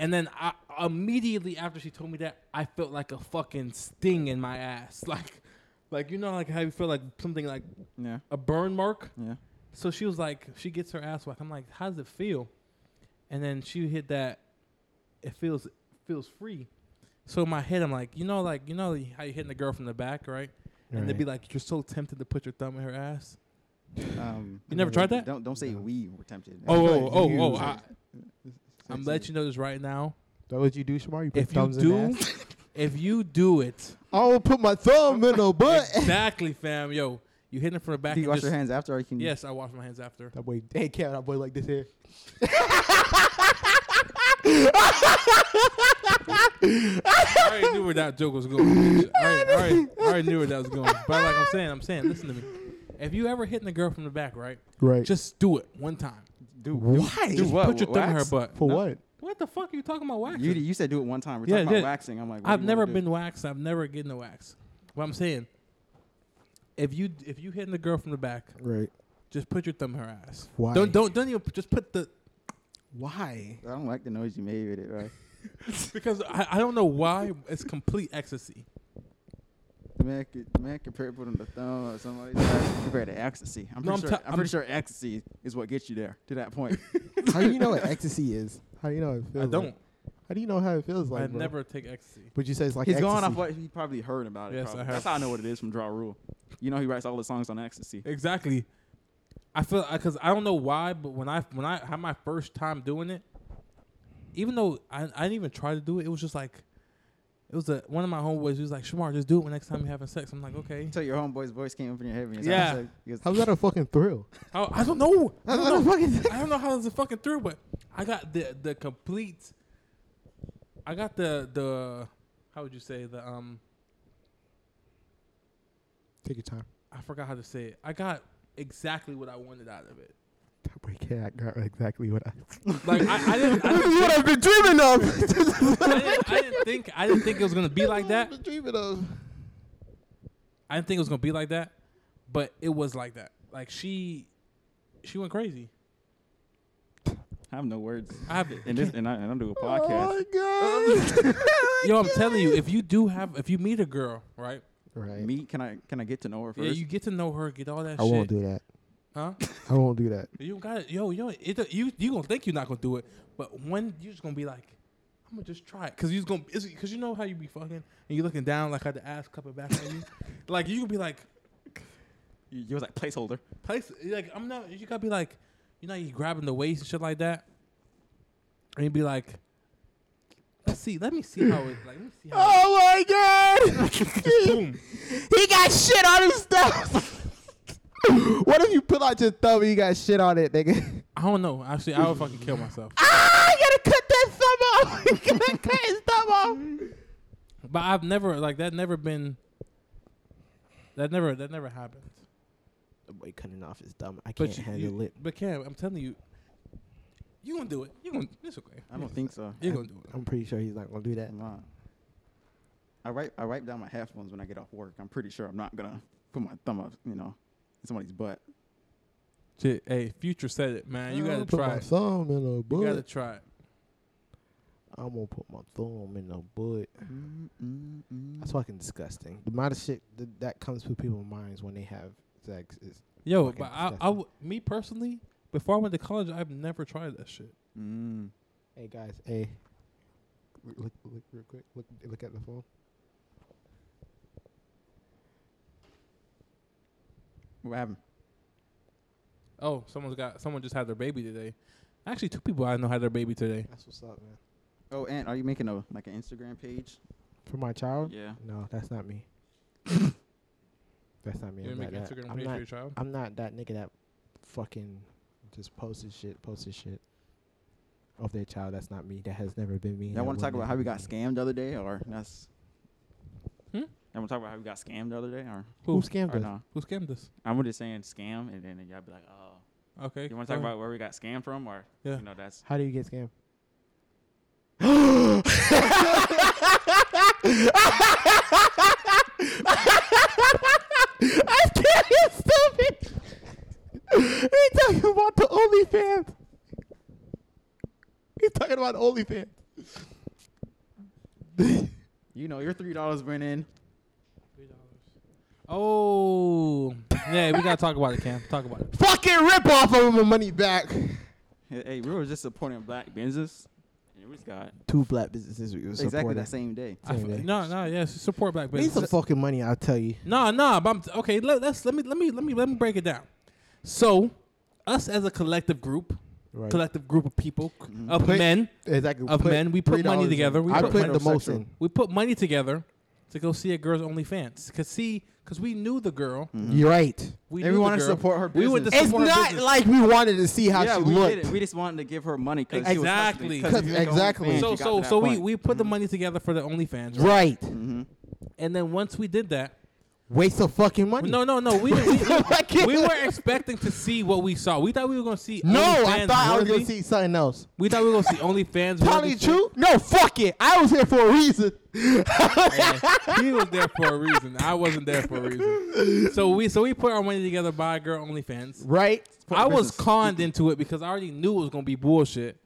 S4: And then I immediately after she told me that, I felt like a fucking sting in my ass. Like like you know like how you feel like something like
S3: Yeah,
S4: a burn mark.
S3: yeah.
S4: So she was like she gets her ass waxed. I'm like, how does it feel? And then she hit that it feels feels free. So in my head I'm like, you know like you know how you hitting the girl from the back, right? And they'd be like, You're so tempted to put your thumb in her ass.
S3: Um,
S4: You never tried that?
S3: Don't don't say
S5: No.
S3: we were tempted.
S4: Oh,
S5: feel
S4: oh,
S5: like
S4: oh,
S5: you-
S4: oh! I, I'm letting you know this right now.
S5: That what you do, Shamar? You put
S4: If you
S5: thumbs in
S4: do,
S5: ass?
S4: if you do it,
S5: I don't put my thumb in no butt.
S4: exactly, fam. Yo, you hitting it from the back.
S3: Do you
S4: and
S3: wash your
S4: just-
S3: hands after? Or you can
S4: Yes, I wash my hands after.
S5: that boy, hey, Kevin, that boy like this here.
S4: I already knew where that joke was going. I already, I already, I already knew where that was going. But like I'm saying, I'm saying, listen to me. If you ever hitting a girl from the back, right?
S5: Right.
S4: Just do it one time.
S3: do
S5: Why?
S3: do what?
S4: Put your thumb in her
S3: Wax?
S4: butt.
S5: For
S4: No.
S5: what?
S4: What the fuck are you talking about waxing?
S3: You, you said do it one time. We're
S4: Yeah,
S3: talking
S4: yeah.
S3: about waxing. I'm like, what do
S4: I've
S3: you wanna
S4: never
S3: do?
S4: been waxed. I've never getting a wax. What I'm saying, if you if you hitting the girl from the back,
S5: Right.
S4: just put your thumb in her ass.
S5: Why?
S4: Don't don't don't even just put the
S5: Why?
S3: I don't like the noise you made with it, right?
S4: because I, I don't know why it's complete ecstasy.
S3: The man, could, the man compared putting the thumb or something like that compared to ecstasy. I'm pretty,
S4: No, I'm
S3: sure,
S4: ta-
S3: I'm
S4: I'm-
S3: pretty sure ecstasy is what gets you there to that point.
S5: How do you know what ecstasy is? How do you know it feels
S4: I don't.
S5: Like? How do you know how it feels like?
S4: I
S5: bro?
S4: never take ecstasy.
S5: But you say it's like
S3: He's
S5: ecstasy.
S3: going off what he probably heard about it.
S4: Yes,
S3: probably.
S4: I have.
S3: That's how I know what it is from Draw Rule. You know he writes all the songs on ecstasy.
S4: Exactly. I feel because I don't know why, but when I when I had my first time doing it, even though I, I didn't even try to do it, it was just like it was a, one of my homeboys. He was like, "Shamar, just do it when next time you're having sex." I'm like, "Okay."
S3: Until your homeboy's voice came up in your head. And it's
S4: Yeah.
S3: like- it's like-
S5: How's that a fucking thrill?
S4: I, I don't know. I
S5: How's
S4: don't
S5: that a
S4: know.
S5: fucking?
S4: I don't know how this is fucking through, but I got the the complete. I got the the how would you say the um
S5: Take your time.
S4: I forgot how to say it. I got exactly what I wanted out of it.
S5: That boy can't got exactly what I.
S4: Like I, I didn't. I
S5: This
S4: didn't
S5: is what I've been dreaming of.
S4: I didn't, I didn't think I didn't think it was gonna be like that.
S5: Been dreaming of.
S4: I didn't think it was gonna be like that, but it was like that. Like she, she went crazy.
S3: I have no words.
S4: I have
S3: And this, and I, and I do a podcast.
S5: Oh my god.
S4: Yo, I'm telling you, if you do have, if you meet a girl, right?
S5: Right.
S3: Me, can I can I get to know her first?
S4: Yeah, you get to know her, get all that
S5: I
S4: shit.
S5: won't do that.
S4: Huh?
S5: I won't do that.
S4: You got it. Yo, yo, it, don't- you you gonna think you're not gonna do it, but when you just gonna be like, I'm gonna just try it, cause you gonna, it's, cause you know how you be fucking and you looking down like how the ass cupping back on you, like you gonna be like,
S3: You- you was like placeholder.
S4: place like I'm not. You gotta be like, you know, you grabbing the waist and shit like that, and you be like, let's see, let me see how it, like, let me see how. it-
S5: Oh my god.
S4: Boom.
S5: He got shit on his stuff. what if you pull out your thumb and you got shit on it, nigga?
S4: I don't know. Actually, I would fucking kill myself.
S5: Ah, you gotta cut that thumb off. you gotta cut his thumb off.
S4: But I've never like that. Never been. That never that never happened.
S5: The boy cutting off his thumb. I
S4: But you, you- But Cam, I'm telling you, you gonna do it. You gonna. It's okay.
S3: I don't think so.
S4: You gonna do it.
S5: I'm pretty sure he's not gonna do that.
S3: I'm not. I wipe I wipe down my headphones when I get off work. I'm pretty sure I'm not gonna put my thumb up, you know, in somebody's butt.
S4: Shit, hey, Future said it, man. You
S5: I'm
S4: gotta
S5: gonna put
S4: try
S5: my
S4: it.
S5: thumb in a
S4: You gotta
S5: butt.
S4: try it.
S5: I'm gonna put my thumb in a butt. That's fucking disgusting. The amount of shit that, that comes to people's minds when they have sex is
S4: Yo,
S5: Fucking
S4: but I, I
S5: disgusting.
S4: w- me personally, before I went to college, I've never tried that shit.
S3: Mm.
S5: Hey guys, hey. Look, look, look real quick. Look, look at the phone.
S3: What happened?
S4: Oh, someone's got someone just had their baby today. Actually, two people I know had their baby today.
S5: That's what's up, man.
S3: Oh, and are you making a like an Instagram page?
S5: For my child?
S3: Yeah.
S5: No, that's not me. that's not me.
S4: you gonna
S5: I'm not,
S4: make an
S5: that.
S4: Instagram
S5: I'm,
S4: page for
S5: not
S4: your child?
S5: I'm not that nigga that fucking just posted shit, posted shit of their child. That's not me. That has never been me.
S3: Y'all want to
S5: will
S3: talk about
S5: never
S3: how we
S5: be
S3: got
S5: me.
S3: scammed the other day, or that's?
S4: Hmm?
S3: Y'all want to talk about how we got scammed the other day, or
S5: Who scammed
S3: or
S5: us?
S3: no?
S4: Who scammed us?
S3: I'm just saying scam, and then y'all be like, oh.
S4: Okay.
S3: You want to talk
S4: um,
S3: about where we got scammed from, or
S4: Yeah.
S3: you know that's
S5: How do you get scammed? I can't hear stupid. He talking about the OnlyFans. He's talking about OnlyFans.
S3: you know your three dollars went in.
S4: Oh, yeah. We gotta talk about it, Cam. Talk about it.
S5: Fucking rip off of my money back.
S3: Hey, hey, we were just supporting black business, and we just got
S5: Two black businesses we were
S3: exactly
S5: supporting.
S3: that same day.
S4: I f-
S5: Anyway.
S4: no, no, yes. Support black
S5: Need some
S4: business.
S5: fucking money, I'll tell you.
S4: No, no. But I'm t- okay. Let, let's let me let me let me let me break it down. So, us as a collective group,
S5: Right.
S4: collective group of people, c-
S3: Mhm.
S4: of
S5: Put-
S4: men,
S5: Exactly.
S4: of men, we put money
S5: $3 in.
S4: together, we
S5: I
S4: put
S5: put
S4: money-
S5: the most in.
S4: we put money together to go see a girl's OnlyFans. Cause see, cause we knew the girl.
S5: You're right.
S4: We
S3: And
S4: knew
S3: we
S4: the
S3: wanted to
S4: girl.
S3: support her
S4: We went to
S3: business.
S5: It's
S4: support her
S5: not
S4: business.
S5: like we wanted to see how
S3: yeah,
S5: she
S3: we
S5: looked.
S3: did it. We just wanted to give her money because
S4: Exactly.
S5: Cause- exactly.
S4: so so so we, we put the money together for the OnlyFans, right?
S5: Mm-hmm. Right.
S4: Mm-hmm.
S3: hmm
S4: And then once we did that,
S5: Waste of fucking money.
S4: no no no, we we,
S5: Fucking-
S4: we were expecting to see what we saw. We thought we were gonna see.
S5: No, I
S4: OnlyFans
S5: thought I was
S4: worthy.
S5: gonna see something else.
S4: We thought we were gonna see OnlyFans.
S5: Probably
S4: worthy
S5: true. No, fuck it. I was here for a reason.
S4: Yeah. he was there for a reason. I wasn't there for a reason. So we so we put our money together by girl OnlyFans.
S5: Right.
S4: I was conned into it because I already knew it was gonna be bullshit.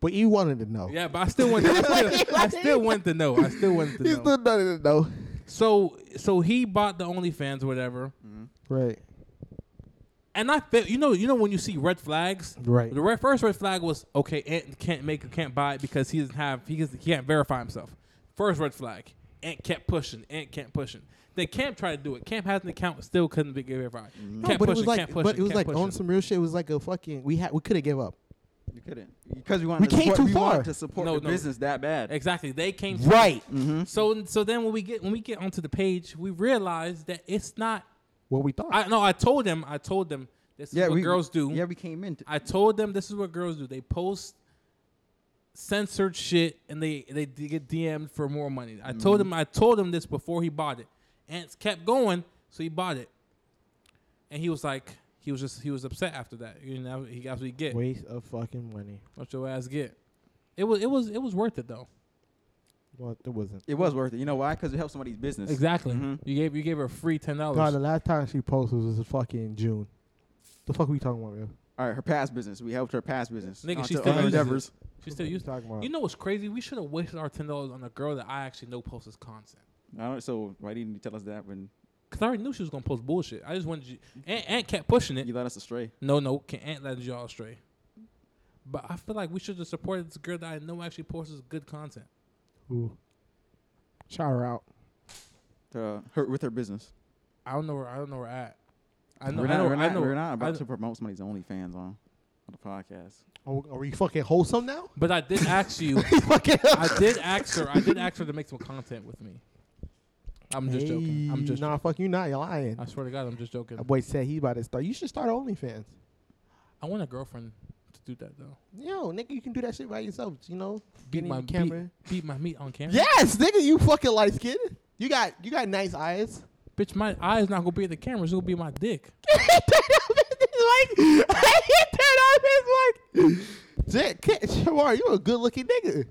S5: But you wanted to know.
S4: Yeah, but I still wanted. I still, I still wanted to know. I still wanted to
S5: You
S4: know.
S5: still wanted to know.
S4: So so he bought the OnlyFans, whatever.
S5: Right.
S4: And I felt you know you know when you see red flags.
S5: Right.
S4: The red, first red flag was okay. Ant can't make can't buy it because he doesn't have he, doesn't- he can't verify himself. First red flag. Ant kept pushing. Ant kept pushing. Then Camp tried to do it. Camp has an account, still couldn't be verified.
S5: No,
S4: Can't
S5: but
S4: push
S5: it was
S4: it,
S5: like,
S4: can't push
S5: but
S4: it,
S5: it was
S4: can't
S5: like
S4: push
S5: on
S4: it.
S5: some real shit. It was like a fucking. We had we could have gave up.
S3: You couldn't because we wanted
S5: We
S3: to
S5: came
S3: support,
S5: too
S3: we
S5: far.
S3: wanted to support
S4: No,
S3: the
S4: no.
S3: business that bad.
S4: Exactly. They came. to-
S5: Right.
S3: Mm-hmm.
S4: So so then when we get when we get onto the page, we realize that it's not.
S5: What we thought.
S4: I no. I told them. I told them. This
S3: Yeah,
S4: is what
S3: we,
S4: girls do.
S3: Yeah, we came in. t-
S4: I told them this is what girls do. They post censored shit and they they d- get DM'd for more money. I told him I told him this before he bought it. Ants kept going, so he bought it. And he was like, he was just he was upset after that. You know, he got what he get.
S5: Waste of fucking money.
S4: What your ass get? It was it was it was worth it though.
S5: Well, it wasn't.
S3: it was worth it. You know why? Because it helped somebody's business.
S4: Exactly.
S3: Mhm.
S4: You gave you gave her a free ten
S5: No, the
S4: dollars.
S5: last time she posted was fucking June. The fuck we talking about, man?
S3: All right, her past business. We helped her past business.
S4: Nigga,
S3: Onto
S4: she's still
S3: other
S4: using it.
S3: endeavors.
S4: She still used.
S5: talking about.
S4: You know what's crazy? We should have wasted our ten dollars on a girl that I actually know posts content.
S3: I don't, so why didn't you tell us that when
S4: Cause I already knew she was gonna post bullshit. I just wanted you. Aunt, Aunt kept pushing it.
S3: you led us astray?
S4: No, no, can Ant let y'all astray. But I feel like we should have supported this girl that I know actually posts good content.
S5: Ooh. Shout her out.
S3: To her with her business.
S4: I don't know where I don't know where at. I know
S3: we're
S4: I
S3: not,
S4: know
S3: we're
S4: I
S3: not,
S4: know
S3: we're not
S4: I
S3: about
S4: know-
S3: to promote somebody's OnlyFans on on the podcast.
S5: Are, are we fucking wholesome now?
S4: But I did ask you.
S5: fucking.
S4: I did ask her. I did ask her to make some content with me. I'm just joking. I'm just.
S5: Nah,
S4: joking.
S5: fuck you, not. You're lying.
S4: I swear to God, I'm just joking.
S5: That boy said he about to start. You should start OnlyFans.
S4: I want a girlfriend to do that though.
S5: Yo, nigga, you can do that shit by yourself. You know,
S4: Beat
S5: Get in
S4: my
S5: the camera.
S4: Beat, beat my meat on camera.
S5: Yes, nigga, you fucking light skinned. You got you got nice eyes.
S4: Bitch, my eyes not gonna be at the camera. It's gonna be my dick.
S5: he turned off his mic. he turned off his mic. Jack, Cat- Shamar, you a good looking nigga.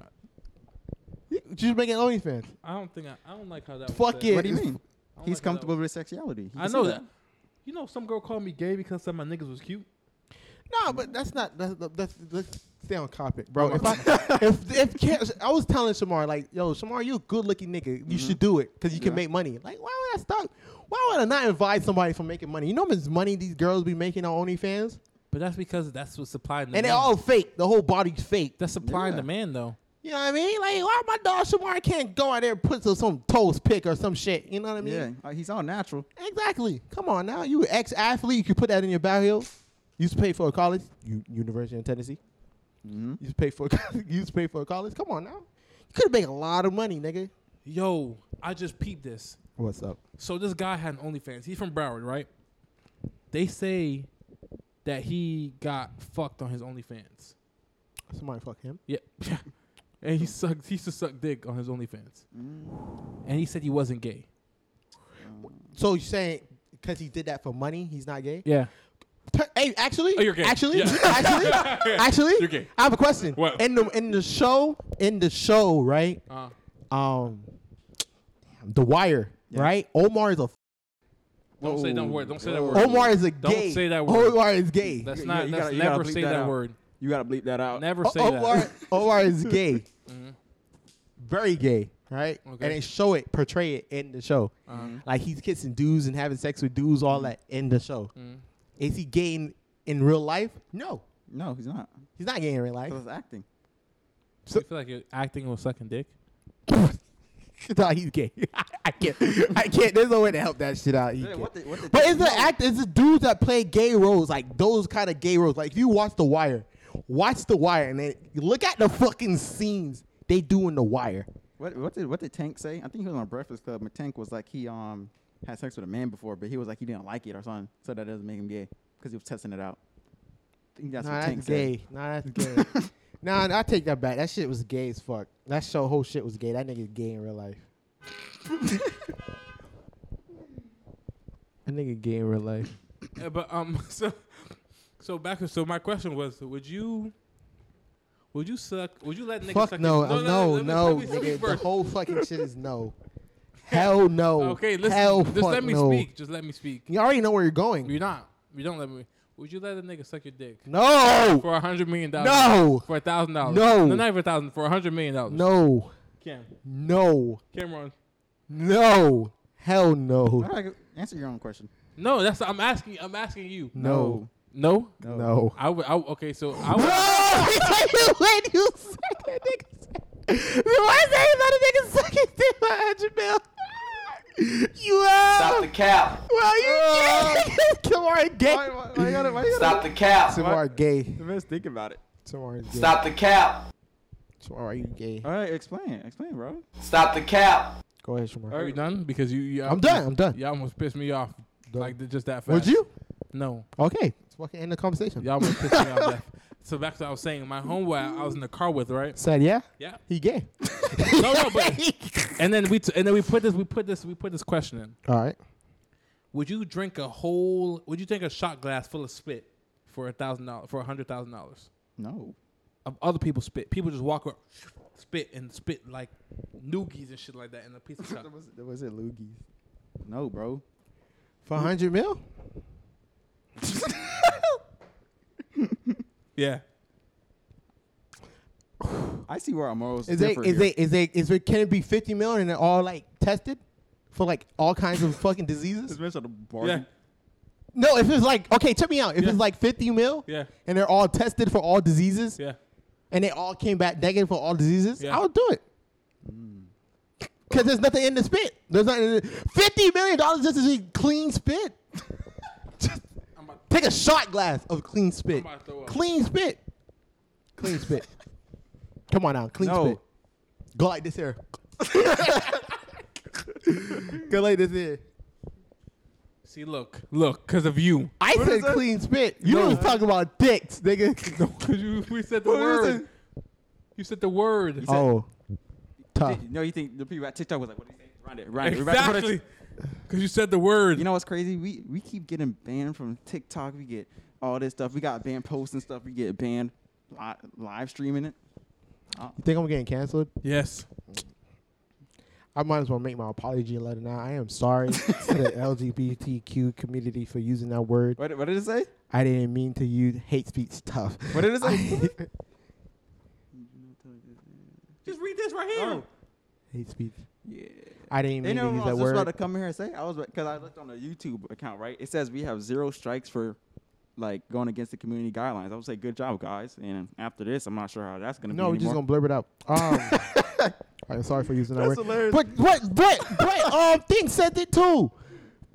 S5: You just making OnlyFans.
S4: I don't think I. I don't like how that. was
S5: Fuck
S4: said.
S5: it.
S3: What do you
S5: it's-
S3: mean?
S4: I
S3: He's
S4: don't like how that
S3: comfortable with his sexuality. You
S4: I
S3: can
S4: know
S3: see
S4: that. You know, some girl called me gay because some of my niggas was cute.
S5: No, but that's not that's that's, that's stay on topic, bro. If I if if Kat- I was telling Shamar like, yo, Shamar, you a good looking nigga. You should do it because you can
S3: Mm-hmm. Yeah.
S5: make money. Like, why would I stop? Why would I not invite somebody for making money? You know how much money these girls be making on OnlyFans,
S4: But that's because that's what supply and
S5: and
S3: Mm-hmm.
S4: demand.
S5: they all fake. The whole body's fake.
S4: that's supply and
S3: Yeah.
S4: demand, though.
S5: You know what I mean? Like, why my dog Shamar can't go out there and put some, some toes pick or some shit? You know what I mean?
S3: Yeah, like, he's all natural.
S5: Exactly. Come on now. You ex athlete, you could put that in your bio. You used to pay for a college, U- University in Tennessee.
S3: Mhm.
S4: Mm-hmm.
S5: You used to pay for you used to pay for a college. Come on now. You could have made a lot of money, nigga.
S4: Yo, I just peeped this.
S5: What's up?
S4: So this guy had an OnlyFans. He's from Broward, right? They say that he got fucked on his OnlyFans.
S5: Somebody fuck him.
S4: Yeah. and he sucked he used to suck dick on his OnlyFans.
S3: Mm.
S4: And he said he wasn't gay.
S5: So you saying because he did that for money, he's not gay?
S4: Yeah.
S5: Tur- Hey, actually,
S4: Oh, you're gay.
S5: actually,
S4: Yeah.
S5: actually, actually,
S1: You're gay.
S5: I have a question.
S1: What?
S5: In the in the show, in the show, right?
S4: Uh
S5: Um, The Wire,
S3: Yeah.
S5: right? Omar is a
S4: don't
S3: Oh.
S4: say that word. Don't say that word.
S5: Omar is a
S4: Don't
S5: gay.
S4: say that word.
S5: Omar is gay.
S4: That's
S3: You-
S4: not
S3: you
S4: that's
S3: gotta- you gotta
S4: never
S3: bleep
S4: say
S3: that
S4: that,
S3: out.
S4: word.
S3: You gotta bleep that out.
S4: Never
S5: O-
S4: say
S5: Omar,
S4: that.
S5: Omar is gay.
S4: Mhm.
S5: Very gay, right?
S4: Okay.
S5: And they show it, portray it in the show.
S4: Uh-huh. Mm-hmm.
S5: Like he's kissing dudes and having sex with dudes, all that in the show.
S4: Mhm.
S5: Is he gay in, in real life? No,
S3: No, he's not.
S5: he's not gay in real life.
S3: Because it's acting.
S4: So, you feel like you're acting or sucking dick?
S5: no, he's gay. I can't. I can't. There's no way to help that shit out. He
S3: Yeah,
S5: can't.
S3: what the- what the-
S5: but it's the
S3: no.
S5: act. It's the dudes that play gay roles, like those kind of gay roles. Like if you watch The Wire, watch The Wire, and then look at the fucking scenes they do in The Wire.
S3: What what did what did Tank say? I think he was on Breakfast Club. But Tank was like he um had sex with a man before, but he was like he didn't like it or something, so that doesn't make him gay because he was testing it out. I think that's
S5: nah,
S3: what
S5: that's
S3: Tank
S5: gay.
S3: said.
S5: Nah, that's gay. nah, nah, I take that back. That shit was gay as fuck. That show whole shit was gay. That nigga's gay in real life. that nigga gay in real life.
S4: Yeah, but um, so so back. So my question was: Would you? Would you suck? Would you let niggas
S5: Fuck
S4: suck
S5: no,
S4: your-
S5: no, no,
S4: let me-
S5: no,
S4: let me speak
S5: nigga. The
S4: first.
S5: whole fucking shit is no. Hell no.
S4: Okay, listen.
S5: Hell
S4: just
S5: fuck
S4: let me
S5: no.
S4: speak. Just let me speak.
S5: You already know where you're going.
S4: You're not. You don't let me. Would you let a nigga suck your dick
S5: No,
S4: for a hundred million dollars?
S5: no,
S4: For a thousand dollars?
S5: No.
S4: No, not even a thousand. For a hundred million dollars?
S5: no,
S4: Cam,
S5: no,
S4: Cameron.
S5: no. Hell
S3: All
S5: no,
S3: right, answer your own question.
S4: No, that's. I'm asking. I'm asking you.
S5: no,
S4: No.
S5: no.
S4: I would. I, okay, so I would.
S5: No! when you suck that nigga's dick. Why is that another nigga sucking dick by hundred mil? You are.
S2: Stop the cap.
S5: Well, you can't. Kamar gay.
S2: Stop the cap.
S5: Kamar gay.
S3: Let's think about it.
S5: Kamar is gay.
S2: Stop the cap.
S5: Shamar, are you gay?
S3: All right, explain, explain, bro.
S2: Stop the cap.
S5: Go ahead, Shamar.
S4: Are you done? Because you. you
S5: I'm done. I'm done.
S4: Y'all almost pissed me off.
S5: Done.
S4: Like just that fast.
S5: Would you?
S4: No.
S5: Okay. Let's fucking end the conversation.
S4: Y'all was pissing me off. So back to what I was saying. My homeboy, I was in the car with, right?
S5: Said yeah.
S4: Yeah.
S5: He gay.
S4: No, no, but and then we t- and then we put this, we put this, we put this question in.
S5: All right.
S4: Would you drink a whole? Would you drink a shot glass full of spit for a thousand dollars for a hundred thousand dollars
S3: No,
S4: of other people's spit? People just walk up, spit and spit like noogies and shit like that in a piece of shot.
S3: was it loogies? No, bro.
S5: For hundred mil?
S4: yeah.
S3: I see where our morals
S5: Is it?
S3: differ
S5: Is
S3: here.
S5: it? Is it? Is it? Can it be fifty mil and they're all like tested for like all kinds of fucking diseases?
S3: Especially the
S4: Yeah.
S3: bargain.
S5: No, if it's like okay, check me out. If
S4: Yeah.
S5: it's like fifty mil,
S4: Yeah.
S5: and they're all tested for all diseases,
S4: Yeah.
S5: and they all came back negative for all diseases,
S4: Yeah.
S5: I would do it. Cause there's nothing in the spit. There's nothing. In the, Fifty million dollars just to eat clean spit. Just
S4: I'm about,
S5: take a shot glass of clean
S4: I'm
S5: spit.
S4: about to throw up.
S5: Clean spit. Clean spit. Come on now, clean
S3: No.
S5: spit. Go like this here. Go like this here.
S4: See, look, look, because of you.
S5: I
S3: What
S5: said
S3: is that?
S5: clean spit. You
S4: No.
S5: was talking about dicks, nigga.
S4: Because you, we said the
S5: What is
S4: word.
S5: it?
S4: You said the word.
S5: Oh, tough.
S3: Did- No, you think the people at TikTok was like, "What do you think?" Run it, run it. We're about to put it-
S4: Exactly. Because you said the word.
S3: You know what's crazy? We we keep getting banned from TikTok. We get all this stuff. We got banned posts and stuff. We get banned li- live streaming it.
S5: You think I'm getting canceled?
S4: yes.
S5: I might as well make my apology letter now. I am sorry to the LGBTQ community for using that word.
S3: What, what did it say?
S5: I didn't mean to use hate speech tough.
S3: What did it say?
S4: Just read this right here.
S3: Oh.
S5: hate speech.
S3: yeah.
S5: I didn't
S3: They
S5: mean
S3: know
S5: to
S3: what
S5: use
S3: I
S5: that
S3: was just about
S5: word.
S3: to come here and say. I was because I looked on the YouTube account. Right, it says we have zero strikes for like going against the community guidelines. I would say good job, guys. And after this, I'm not sure how that's gonna
S5: No, we're
S3: be.
S5: just
S3: anymore.
S5: gonna blurb it out. Um, all right, sorry for using that
S3: That's
S5: word.
S3: hilarious.
S5: But Brett, Brett, Brett, um, Thing said it too.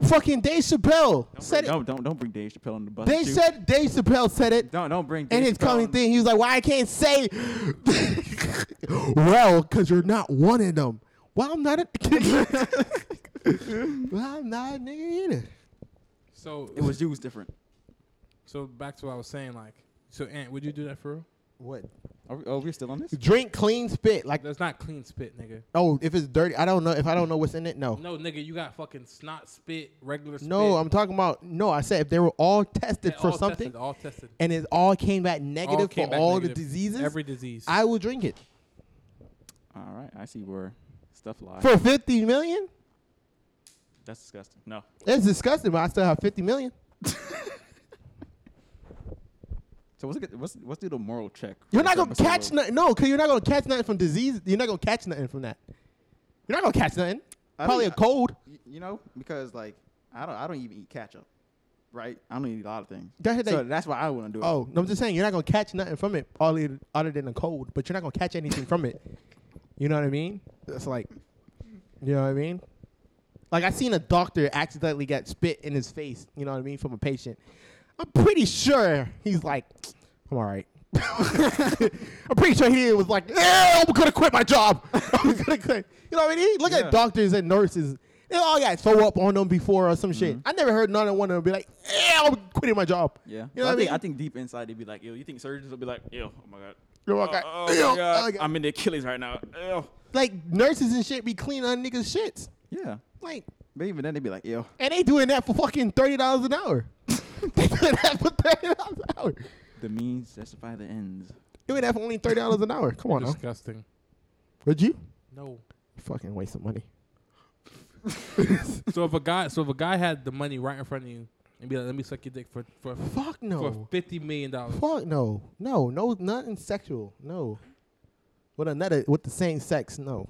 S5: Fucking Dave Chappelle said it.
S3: don't don't don't bring Dave Chappelle on the bus.
S5: They
S3: too.
S5: said Dave Chappelle said it.
S3: don't don't bring.
S5: And
S3: Dave
S5: his
S3: Chappelle
S5: coming
S3: on-
S5: thing, he was like, "Why I can't say?" well, because you're not one of them. Well, I'm not a. well, I'm not a nigga either.
S4: So
S3: It was used different.
S4: so back to what I was saying. Like, so Ant, would you do that for real?
S5: What?
S3: Are we, oh, we're still on this.
S5: Drink clean spit. Like,
S4: That's not clean spit, nigga.
S5: oh, if it's dirty, I don't know. If I don't know what's in it, no.
S4: No, nigga, you got fucking snot spit, regular spit.
S5: No, I'm talking about no. I said if they were all tested
S4: They
S5: for
S4: all
S5: something,
S4: Tested, all tested.
S5: and it all came back
S4: All
S5: negative
S4: came
S5: for
S4: back
S5: all
S4: negative.
S5: the diseases,
S4: Every disease.
S5: I will drink it
S3: All right, I see where stuff lies.
S5: for 50 million.
S3: That's disgusting. No.
S5: It's disgusting, but I still have 50 million.
S3: So what's it, what's let's do the moral check? for
S5: You're not
S3: this episode,
S5: gonna catch
S3: bro.
S5: nothing. No, cause you're not gonna catch nothing from disease. You're not gonna catch nothing from that. You're not gonna catch nothing.
S3: I
S5: Probably a
S3: think-
S5: cold.
S3: Y- You know, because like I don't I don't even eat ketchup, right? I don't eat a lot of things.
S5: That- that-
S3: so that's why I wouldn't do it.
S5: Oh, no, I'm just saying you're not gonna catch nothing from it, all in- other than a cold. But you're not gonna catch anything from it. You know what I mean? That's like, you know what I mean? Like I seen a doctor accidentally get spit in his face. You know what I mean? From a patient. I'm pretty sure he's like, I'm all right. I'm pretty sure he was like, "Eh, I'm gonna quit my job. I'm gonna quit. You know what I mean? Look
S3: Yeah.
S5: at doctors and nurses. They all got throw up on them before or some shit. I never heard none of one of them be like, eh, I'm quitting my job.
S3: Mm-hmm. Yeah.
S5: You know
S3: I,
S5: what I
S3: think
S5: mean?
S3: I think deep inside they'd be like, yo, you think surgeons will be like, yo, oh my god.
S5: You're
S3: Oh,
S5: okay.
S3: oh my
S5: Ew.
S3: God,
S5: Okay.
S3: I'm in the Achilles right now. Ew.
S5: like nurses and shit be cleaning on niggas' shits.
S3: Yeah.
S5: Like,
S3: But even then they'd be like, yo.
S5: and they doing that for fucking thirty dollars an hour. they doing that for thirty dollars an hour.
S3: The means justify the ends.
S5: Doing that for only thirty dollars an hour. Come on, now.
S4: Disgusting.
S5: would you?
S4: No.
S5: Fucking waste of money.
S4: so if a guy, so if a guy had the money right in front of you and be like, "Let me suck your dick for for
S5: Fuck
S4: for
S5: no.
S4: fifty million dollars,"
S5: Fuck no. No. No. Nothing sexual. No. With another, with the same sex. No.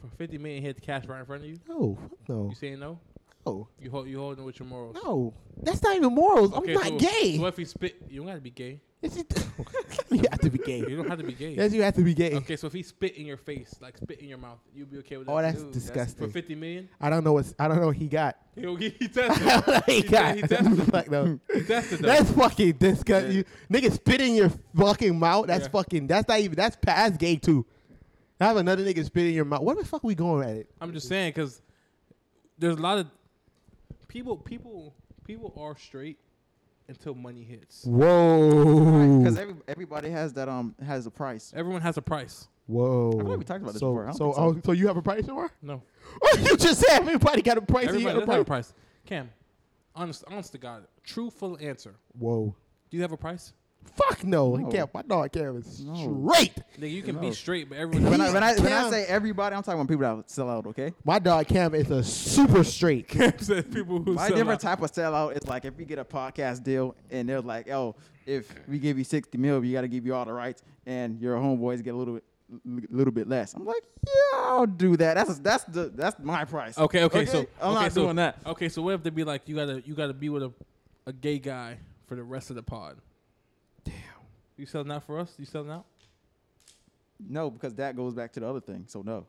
S4: for fifty million, he had the cash right in front of you.
S5: No. Fuck no.
S4: You saying no?
S5: No.
S4: You hold you holding with your morals.
S5: No. That's not even morals. I'm
S4: so,
S5: not gay.
S4: So if he spit, you don't gotta be gay.
S5: It's just- you have to be
S4: You
S5: gay.
S4: don't have to be gay.
S5: Yes, you have to be gay.
S4: Okay, so if he spit in your face, like spit in your mouth, you'll be okay with that.
S5: Eh, Oh, that's
S4: Dude,
S5: disgusting.
S4: for fifty million,
S5: I don't know what's. I don't know what he got.
S4: he'll get he tested.
S5: he got.
S4: he tested.
S5: Fuck no.
S4: He tested though.
S5: Oh That's fucking disgusting.
S3: Yeah.
S5: You nigga spit in your fucking mouth. That's
S4: Yeah.
S5: fucking. That's not even. That's past gay too. I have another nigga spit in your mouth. Where the fuck we going at it?
S4: I'm just saying because there's a lot of people. People. People are straight until money hits.
S5: Whoa.
S3: Because every, everybody has that um has a price.
S4: Everyone has a price.
S5: Whoa.
S3: I thought we talked about this
S5: so,
S3: before. I don't
S5: So,
S3: think so.
S5: oh, so you have a price, Shamar?
S4: No,
S5: Oh, you just said everybody got a price. and you
S4: everybody
S5: got
S4: does have a
S5: price.
S4: price. Cam, honest, honest to God, truthful answer.
S5: Whoa.
S4: Do you have a price?
S5: Fuck no.
S3: No.
S5: Cam, my dog Cam is
S3: No.
S5: straight.
S4: Nigga, you can
S3: No.
S4: be straight, but everyone.
S3: When
S4: Else,
S3: I when I when I
S5: Damn.
S3: say everybody, I'm talking about people that sell out. Okay.
S5: My dog Cam is a super straight.
S4: said people who
S3: My
S4: sell
S3: different
S4: out.
S3: type of sellout is like if we get a podcast deal and they're like, "Oh, if we give you sixty mil, you got to give you all the rights, and your homeboys get a little bit, little bit less." I'm like, "Yeah, I'll do that. That's that's the that's my price."
S4: Okay, okay, so
S3: I'm
S4: okay,
S3: not
S4: so-
S3: doing that.
S4: Okay, so what if they be like, you gotta, you gotta be with a, a gay guy for the rest of the pod? Damn. You selling out for us? You selling out?
S3: No, because that goes back to the other thing. So no,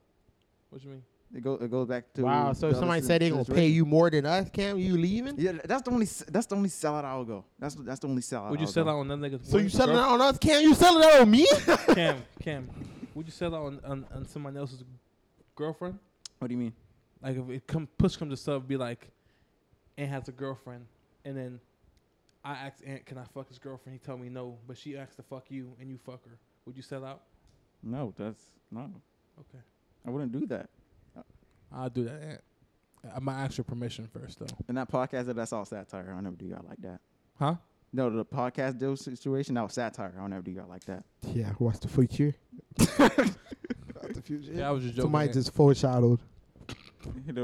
S4: What you mean?
S3: it goes it goes back to
S5: Wow.
S3: the
S5: So
S3: other
S5: somebody
S3: si-
S5: said they gonna pay
S3: situation.
S5: you more than us, Cam. You leaving?
S3: Yeah, that's the only s- that's the only sellout I'll go. That's that's the only sellout.
S4: Would you
S3: I'll
S4: sell
S3: go.
S4: out on another nigga's?
S5: So you
S4: wife,
S5: selling
S4: girl-
S5: out on us, Cam? You selling out on me?
S4: Cam, Cam, would you sell out on, on, on someone else's girlfriend?
S3: What do you mean?
S4: Like if it come push comes to shove, be like, Aunt has a girlfriend, and then I asked Aunt, can I fuck his girlfriend? He tell me no, but she asked to fuck you, and you fuck her. Would you sell out?
S3: No, that's no.
S4: Okay,
S3: I wouldn't do that.
S4: I'll do that. Aunt. I might ask your permission first though.
S3: And that podcast, that's all satire. I never do y'all like that.
S4: Huh?
S3: No, the podcast deal situation, that was satire. I don't ever do y'all like that.
S5: Yeah, what's the future?
S4: Yeah, I was just joking. eh.
S5: Somebody
S4: Aunt.
S5: just foreshadowed.
S4: Aunt,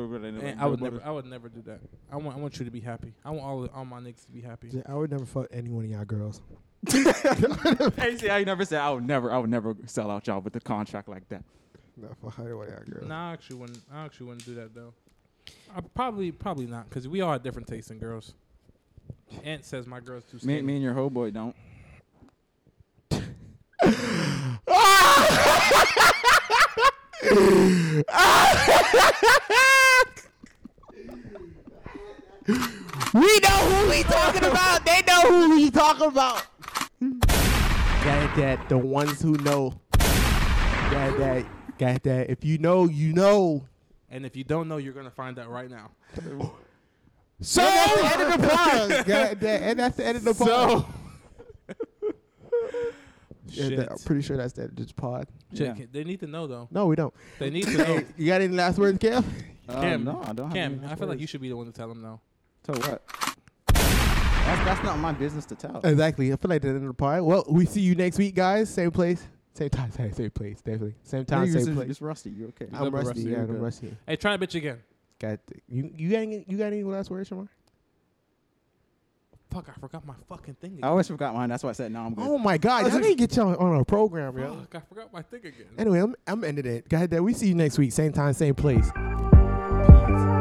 S4: I would never. I would never do that. I want. I want you to be happy. I want all all my niggas to be happy.
S5: Yeah, I would never fuck any one of y'all girls.
S3: Hey, see, I never said I would never, I would never sell out y'all with a contract like that.
S5: No, fuck any one of y'all girls.
S4: Nah, I actually wouldn't. I actually wouldn't do that though. I probably probably not because we all have different tastes in girls. Aunt says my girl's too
S3: Me,
S4: skinny.
S3: me and your whole boy don't.
S5: We know who we talking about. They know who we talking about. Got that. The ones who know. Got that. Got that. If you know, you know.
S4: and if you don't know, you're gonna find out right now.
S5: So that's the end of the pod. Got that. And that's the end of the pod.
S4: So-
S5: Yeah,
S4: Shit.
S5: Uh, that- I'm pretty sure that's the end of this pod.
S4: Shit,
S3: Yeah.
S4: They need to know though.
S5: No, we don't.
S4: They need to know.
S5: You got any last words, Kev?
S3: Um,
S4: Cam,
S3: no, I don't have
S4: Cam,
S3: any
S4: I feel like
S3: words.
S4: you should be the one to tell them though.
S3: Tell what? That's, that's not my business to tell.
S5: Exactly. I feel like the end of the pod. Well, we see you next week, guys. Same place. Same time. Same, same place. Definitely. Same time.
S3: Niggas is-
S5: Same place.
S3: It's rusty. You okay?
S4: It's
S5: I'm
S4: never
S5: rusty.
S4: rusty.
S5: Yeah,
S3: You're
S5: I'm
S3: good.
S5: rusty.
S4: Hey, try to bitch again.
S5: Got the- you. You got any? You got any last words, Shamar?
S4: Fuck, I forgot my fucking thing.
S3: I
S4: Again.
S3: always forgot mine. That's why I said no. I'm good.
S5: Oh my God! I didn't get y'all on a program, yo.
S4: Fuck, I forgot my thing again.
S5: Anyway, I'm I'm ending it. God, that we see you next week, same time, same place. Peace.